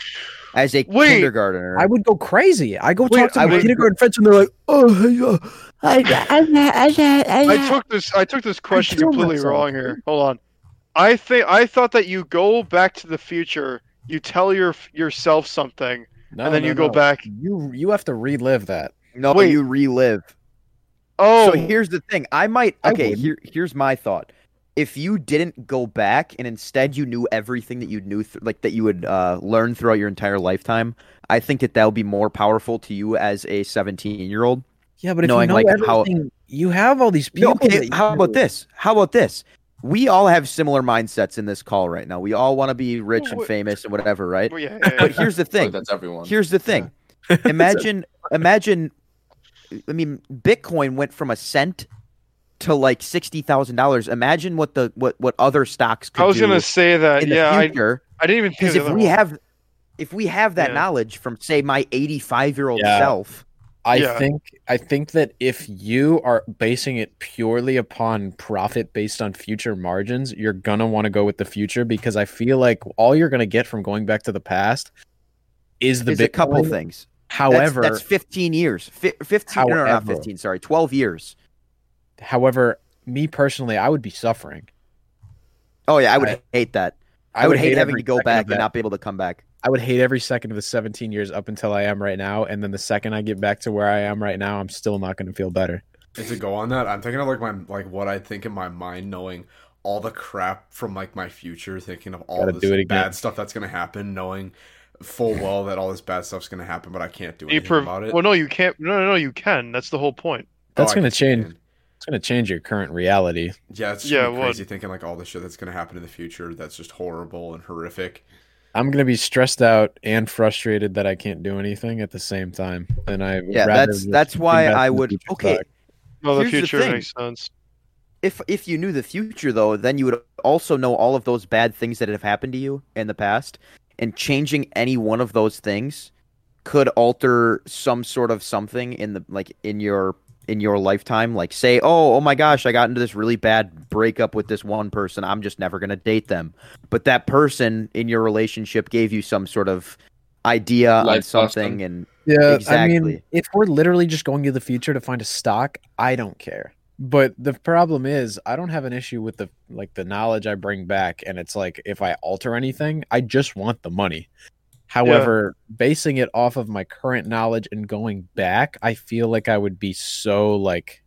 C: as a
B: Wait.
C: kindergartner,
J: I would go crazy. I go
C: Wait,
J: talk to
C: I
J: my
C: would-
J: kindergarten friends and they're like, "Oh, hey, uh, I, I, I, I, I,
B: I took this. I took this question
J: killed
B: completely
J: myself.
B: wrong here. Hold on. I think I thought that you go back to the future. You tell your yourself something,
A: No,
B: and then
A: no,
B: you go
A: no.
B: back.
A: You you have to relive that.
C: no,
B: wait.
C: you relive.
B: Oh,
C: so here's the thing. I might
A: I
C: okay.
A: wouldn't.
C: Here, here's my thought. If you didn't go back and instead you knew everything that you knew, th- like that you would uh, learn throughout your entire lifetime, I think that that would be more powerful to you as a 17 year old.
J: Yeah, but if
C: knowing,
J: you know
C: like, how-
J: everything, you have all these
C: No,
J: people.
C: okay,
J: that you
C: how about
J: know.
C: this? How about this? We all have similar mindsets in this call right now. We all want to be rich and
B: Wh-
C: famous and whatever, right?
B: well, yeah,
C: But here's the
E: I feel
C: thing.
E: like that's everyone.
C: Here's the thing. Imagine, imagine. I mean, Bitcoin went from a cent to like sixty thousand dollars. Imagine what the what what other stocks could
B: I was
C: do
B: gonna say that.
C: in the
B: Yeah, I,
C: future.
B: I didn't even think of
C: Because
B: the
C: if
B: other
C: we
B: one.
C: have, if we have that
B: Yeah.
C: knowledge from say my eighty-five year old
A: Yeah.
C: self,
A: I
B: Yeah.
A: think I think that if you are basing it purely upon profit based on future margins, you're gonna want to go with the future because I feel like all you're gonna get from going back to the past is the
C: there's a couple
A: Bitcoin.
C: things. That's-
A: However,
C: that's, fifteen years. Fi fifteen, no, no, not
A: However.
C: fifteen. Sorry, twelve years.
A: however, me personally, I would be suffering.
C: Oh yeah, I would
A: I-
C: hate that. I, would, hate, having
A: every
C: to go
A: second
C: back
A: of
C: and
A: that.
C: not be able to come back.
A: I would hate every second of the 17 years up until I am right now, and then the second I get back to where I am right now, I'm still not going to feel better.
G: And to go on that, I'm thinking of like my like what I think in my mind, knowing all the crap from like my future, thinking of all
A: Gotta
G: this
A: do it again.
G: bad stuff that's gonna happen, knowing full well that all this bad stuff's gonna happen, but I can't do
B: You
G: anything
B: prov-
G: about it. Oh,
B: well, no, you can't. No, no, no, you can. That's the whole point.
A: That's
G: I
A: gonna change.
G: can.
A: It's going to change your current reality.
G: Yeah, it's just
B: Yeah,
G: gonna be
B: it would.
G: crazy thinking like all the shit that's gonna happen in the future that's just horrible and horrific.
A: I'm going to be stressed out and frustrated that I can't do anything at the same time. And I would
C: Yeah,
A: rather
C: that's
A: just
C: that's why
A: invest
C: I
A: in the
C: would.
A: future
C: Okay,
A: stock.
B: No, the
C: Here's the
B: future
C: thing.
B: makes sense.
C: if if you knew the future though, then you would also know all of those bad things that have happened to you in the past, and changing any one of those things could alter some sort of something in the like in your in your lifetime like say oh oh my gosh i got into this really bad breakup with this one person i'm just never going to date them but that person in your relationship gave you some sort of idea on
E: Life
C: something
E: lesson.
C: and
A: Yeah, I mean,
C: Exactly.
A: if we're literally just going to the future to find a stock, I don't care. But the problem is, I don't have an issue with the like the knowledge I bring back, and it's like if I alter anything, I just want the money. However, basing it off of my current knowledge and going back, I feel like I would be so like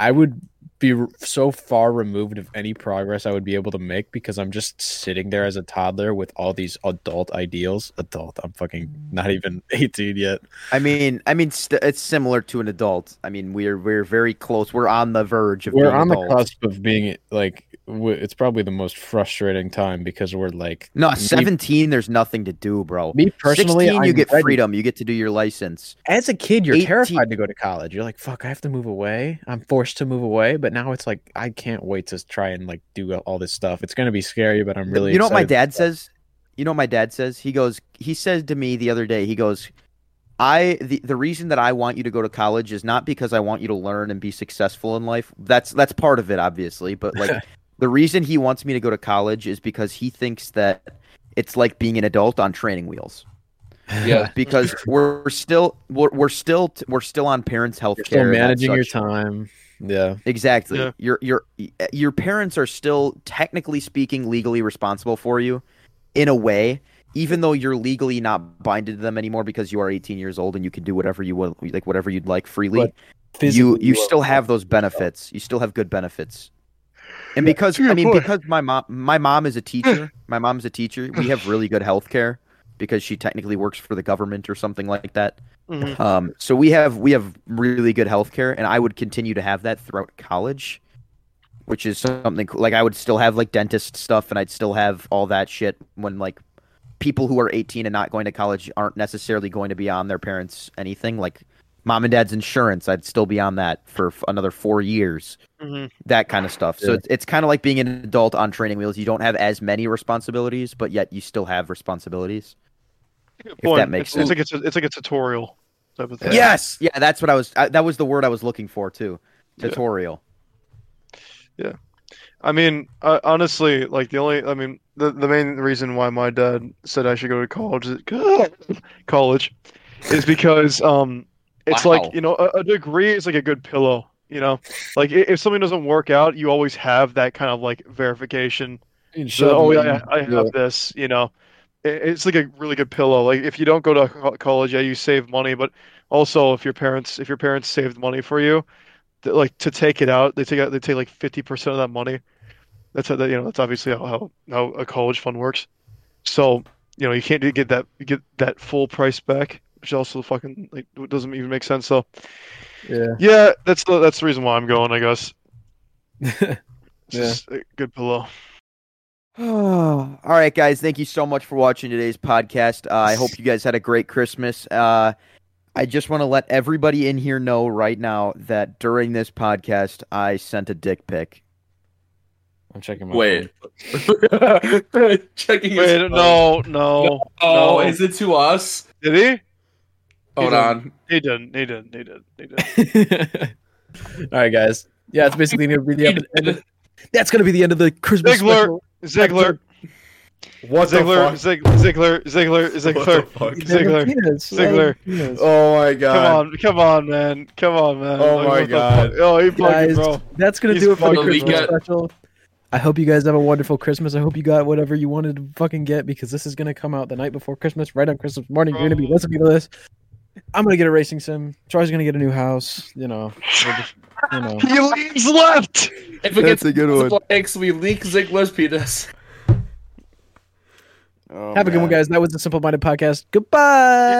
A: I would be r- so far removed of any progress I would be able to make because I'm just sitting there as a toddler with all these adult ideals. Adult, I'm fucking not even 18 yet.
C: I mean, I mean, st- it's similar to an adult. I mean, we're we're very close. We're on the verge of.
A: we're
C: being
A: on the
C: adults.
A: cusp of being like w- it's probably the most frustrating time because we're like
C: No,
A: Me-
C: seventeen. There's nothing to do, bro.
A: me personally
C: Sixteen, you
A: I'm
C: get
A: ready.
C: freedom. You get to do your license.
A: as a kid you're
C: 18
A: terrified to go to college you're like fuck i have to move away i'm forced to move away but now it's like i can't wait to try and like do all this stuff it's going to be scary but i'm really
C: you know what my
A: excited.
C: dad says? You know what my dad says? He goes. He said to me the other day. He goes, "I the, the reason that I want you to go to college is not because I want you to learn and be successful in life. That's that's part of it, obviously. But like the reason he wants me to go to college is because he thinks that it's like being an adult on training wheels.
E: yeah,
C: because we're still we're, we're still t- we're still on parents' health
A: you're
C: care.
A: still
C: and
A: managing your
C: such.
A: time yeah
C: Exactly.
B: Yeah.
C: Your your uh, your parents are still technically speaking legally responsible for you in a way, even though you're legally not binded to them anymore because you are 18 years old and you can do whatever you want like whatever you'd like freely. you
A: Physically,
C: you
A: are-
C: still have those benefits. You still have good benefits. And because
B: to your
C: I mean
B: point.
C: because my mom my mom is a teacher, my mom's a teacher, we have really good health care because she technically works for the government or something like that.
B: Mhm.
C: Um, so we have we have really good healthcare, and I would continue to have that throughout college, which is something cool. Like I would still have like dentist stuff, and I'd still have all that shit when like people who are 18 and not going to college aren't necessarily going to be on their parents' anything. Like mom and dad's insurance, I'd still be on that for f- another four years.
B: Mhm.
C: That kind of stuff. So
A: Yeah.
C: it's, it's kind of like being an adult on training wheels. You don't have as many responsibilities, but yet you still have responsibilities.
B: Good
C: that
B: point.
C: makes
B: it's, It's like it's a, it's like a tutorial type of thing.
C: Yes, yeah, that's what I was. I, that was the word I was looking for too.
B: Yeah.
C: Tutorial.
B: I mean, uh, honestly, like the only, I mean, the, the main reason why my dad said I should go to college is, college is because um, it's
C: Wow.
B: like you know a, a degree is like a good pillow. You know, like i- if something doesn't work out, you always have that kind of like verification. So, oh yeah, I, I have this. You know, It- it's like a really good pillow. Like if you don't go to co- college, yeah, you save money, but also if your parents if your parents saved money for you, th- like to take it out, they take out they take like fifty percent of that money. That's how that you know that's obviously how, how how a college fund works. So you know you can't get that get that full price back, which also fucking like doesn't even make sense. So
A: Yeah.
B: yeah, that's the that's the reason why I'm going. I guess
J: yeah.
B: it's just a good pillow.
C: All right, guys. Thank you so much for watching today's podcast. Uh, I hope you guys had a great Christmas. Uh, I just want to let everybody in here know right now that during this podcast, I sent a dick pic.
A: I'm checking my
E: Wait. Checking. his
B: Wait,
E: phone.
B: no, no,
E: Oh,
B: no.
E: is it to us?
B: did he?
E: Hold
B: Yeah.
E: on.
B: He didn't. He didn't. He didn't. He didn't.
J: All right, guys. Yeah, it's basically gonna be the end. Of, that's gonna be the end of the Christmas.
B: Ziggler. Ziggler.
G: What
B: Ziggler.
G: the fuck?
B: Zig, Ziggler. Ziggler.
G: What the
B: Ziggler.
G: fuck?
B: Ziggler. Ziggler.
G: Oh my god.
B: Come on, come on, man. Come on, man.
G: Oh
B: Like,
G: my
B: what the
G: God.
B: fuck? Oh, he fucking
J: Guys,
B: bro.
J: that's gonna
B: He's
J: do it for the
E: fucking
J: Christmas
E: weak.
J: special. I hope you guys have a wonderful Christmas. I hope you got whatever you wanted to fucking get because this is gonna come out the night before Christmas, right on Christmas morning. You're gonna be
B: Bro.
J: listening to this. I'm gonna get a racing sim. Troy's gonna get a new house. You know, we're just- you know.
B: He leaves left.
E: If it gets
G: a good
E: flags, we leak Ziggler's penis.
B: Oh,
J: have a good one, guys. That was the Simple Minded Podcast. Goodbye.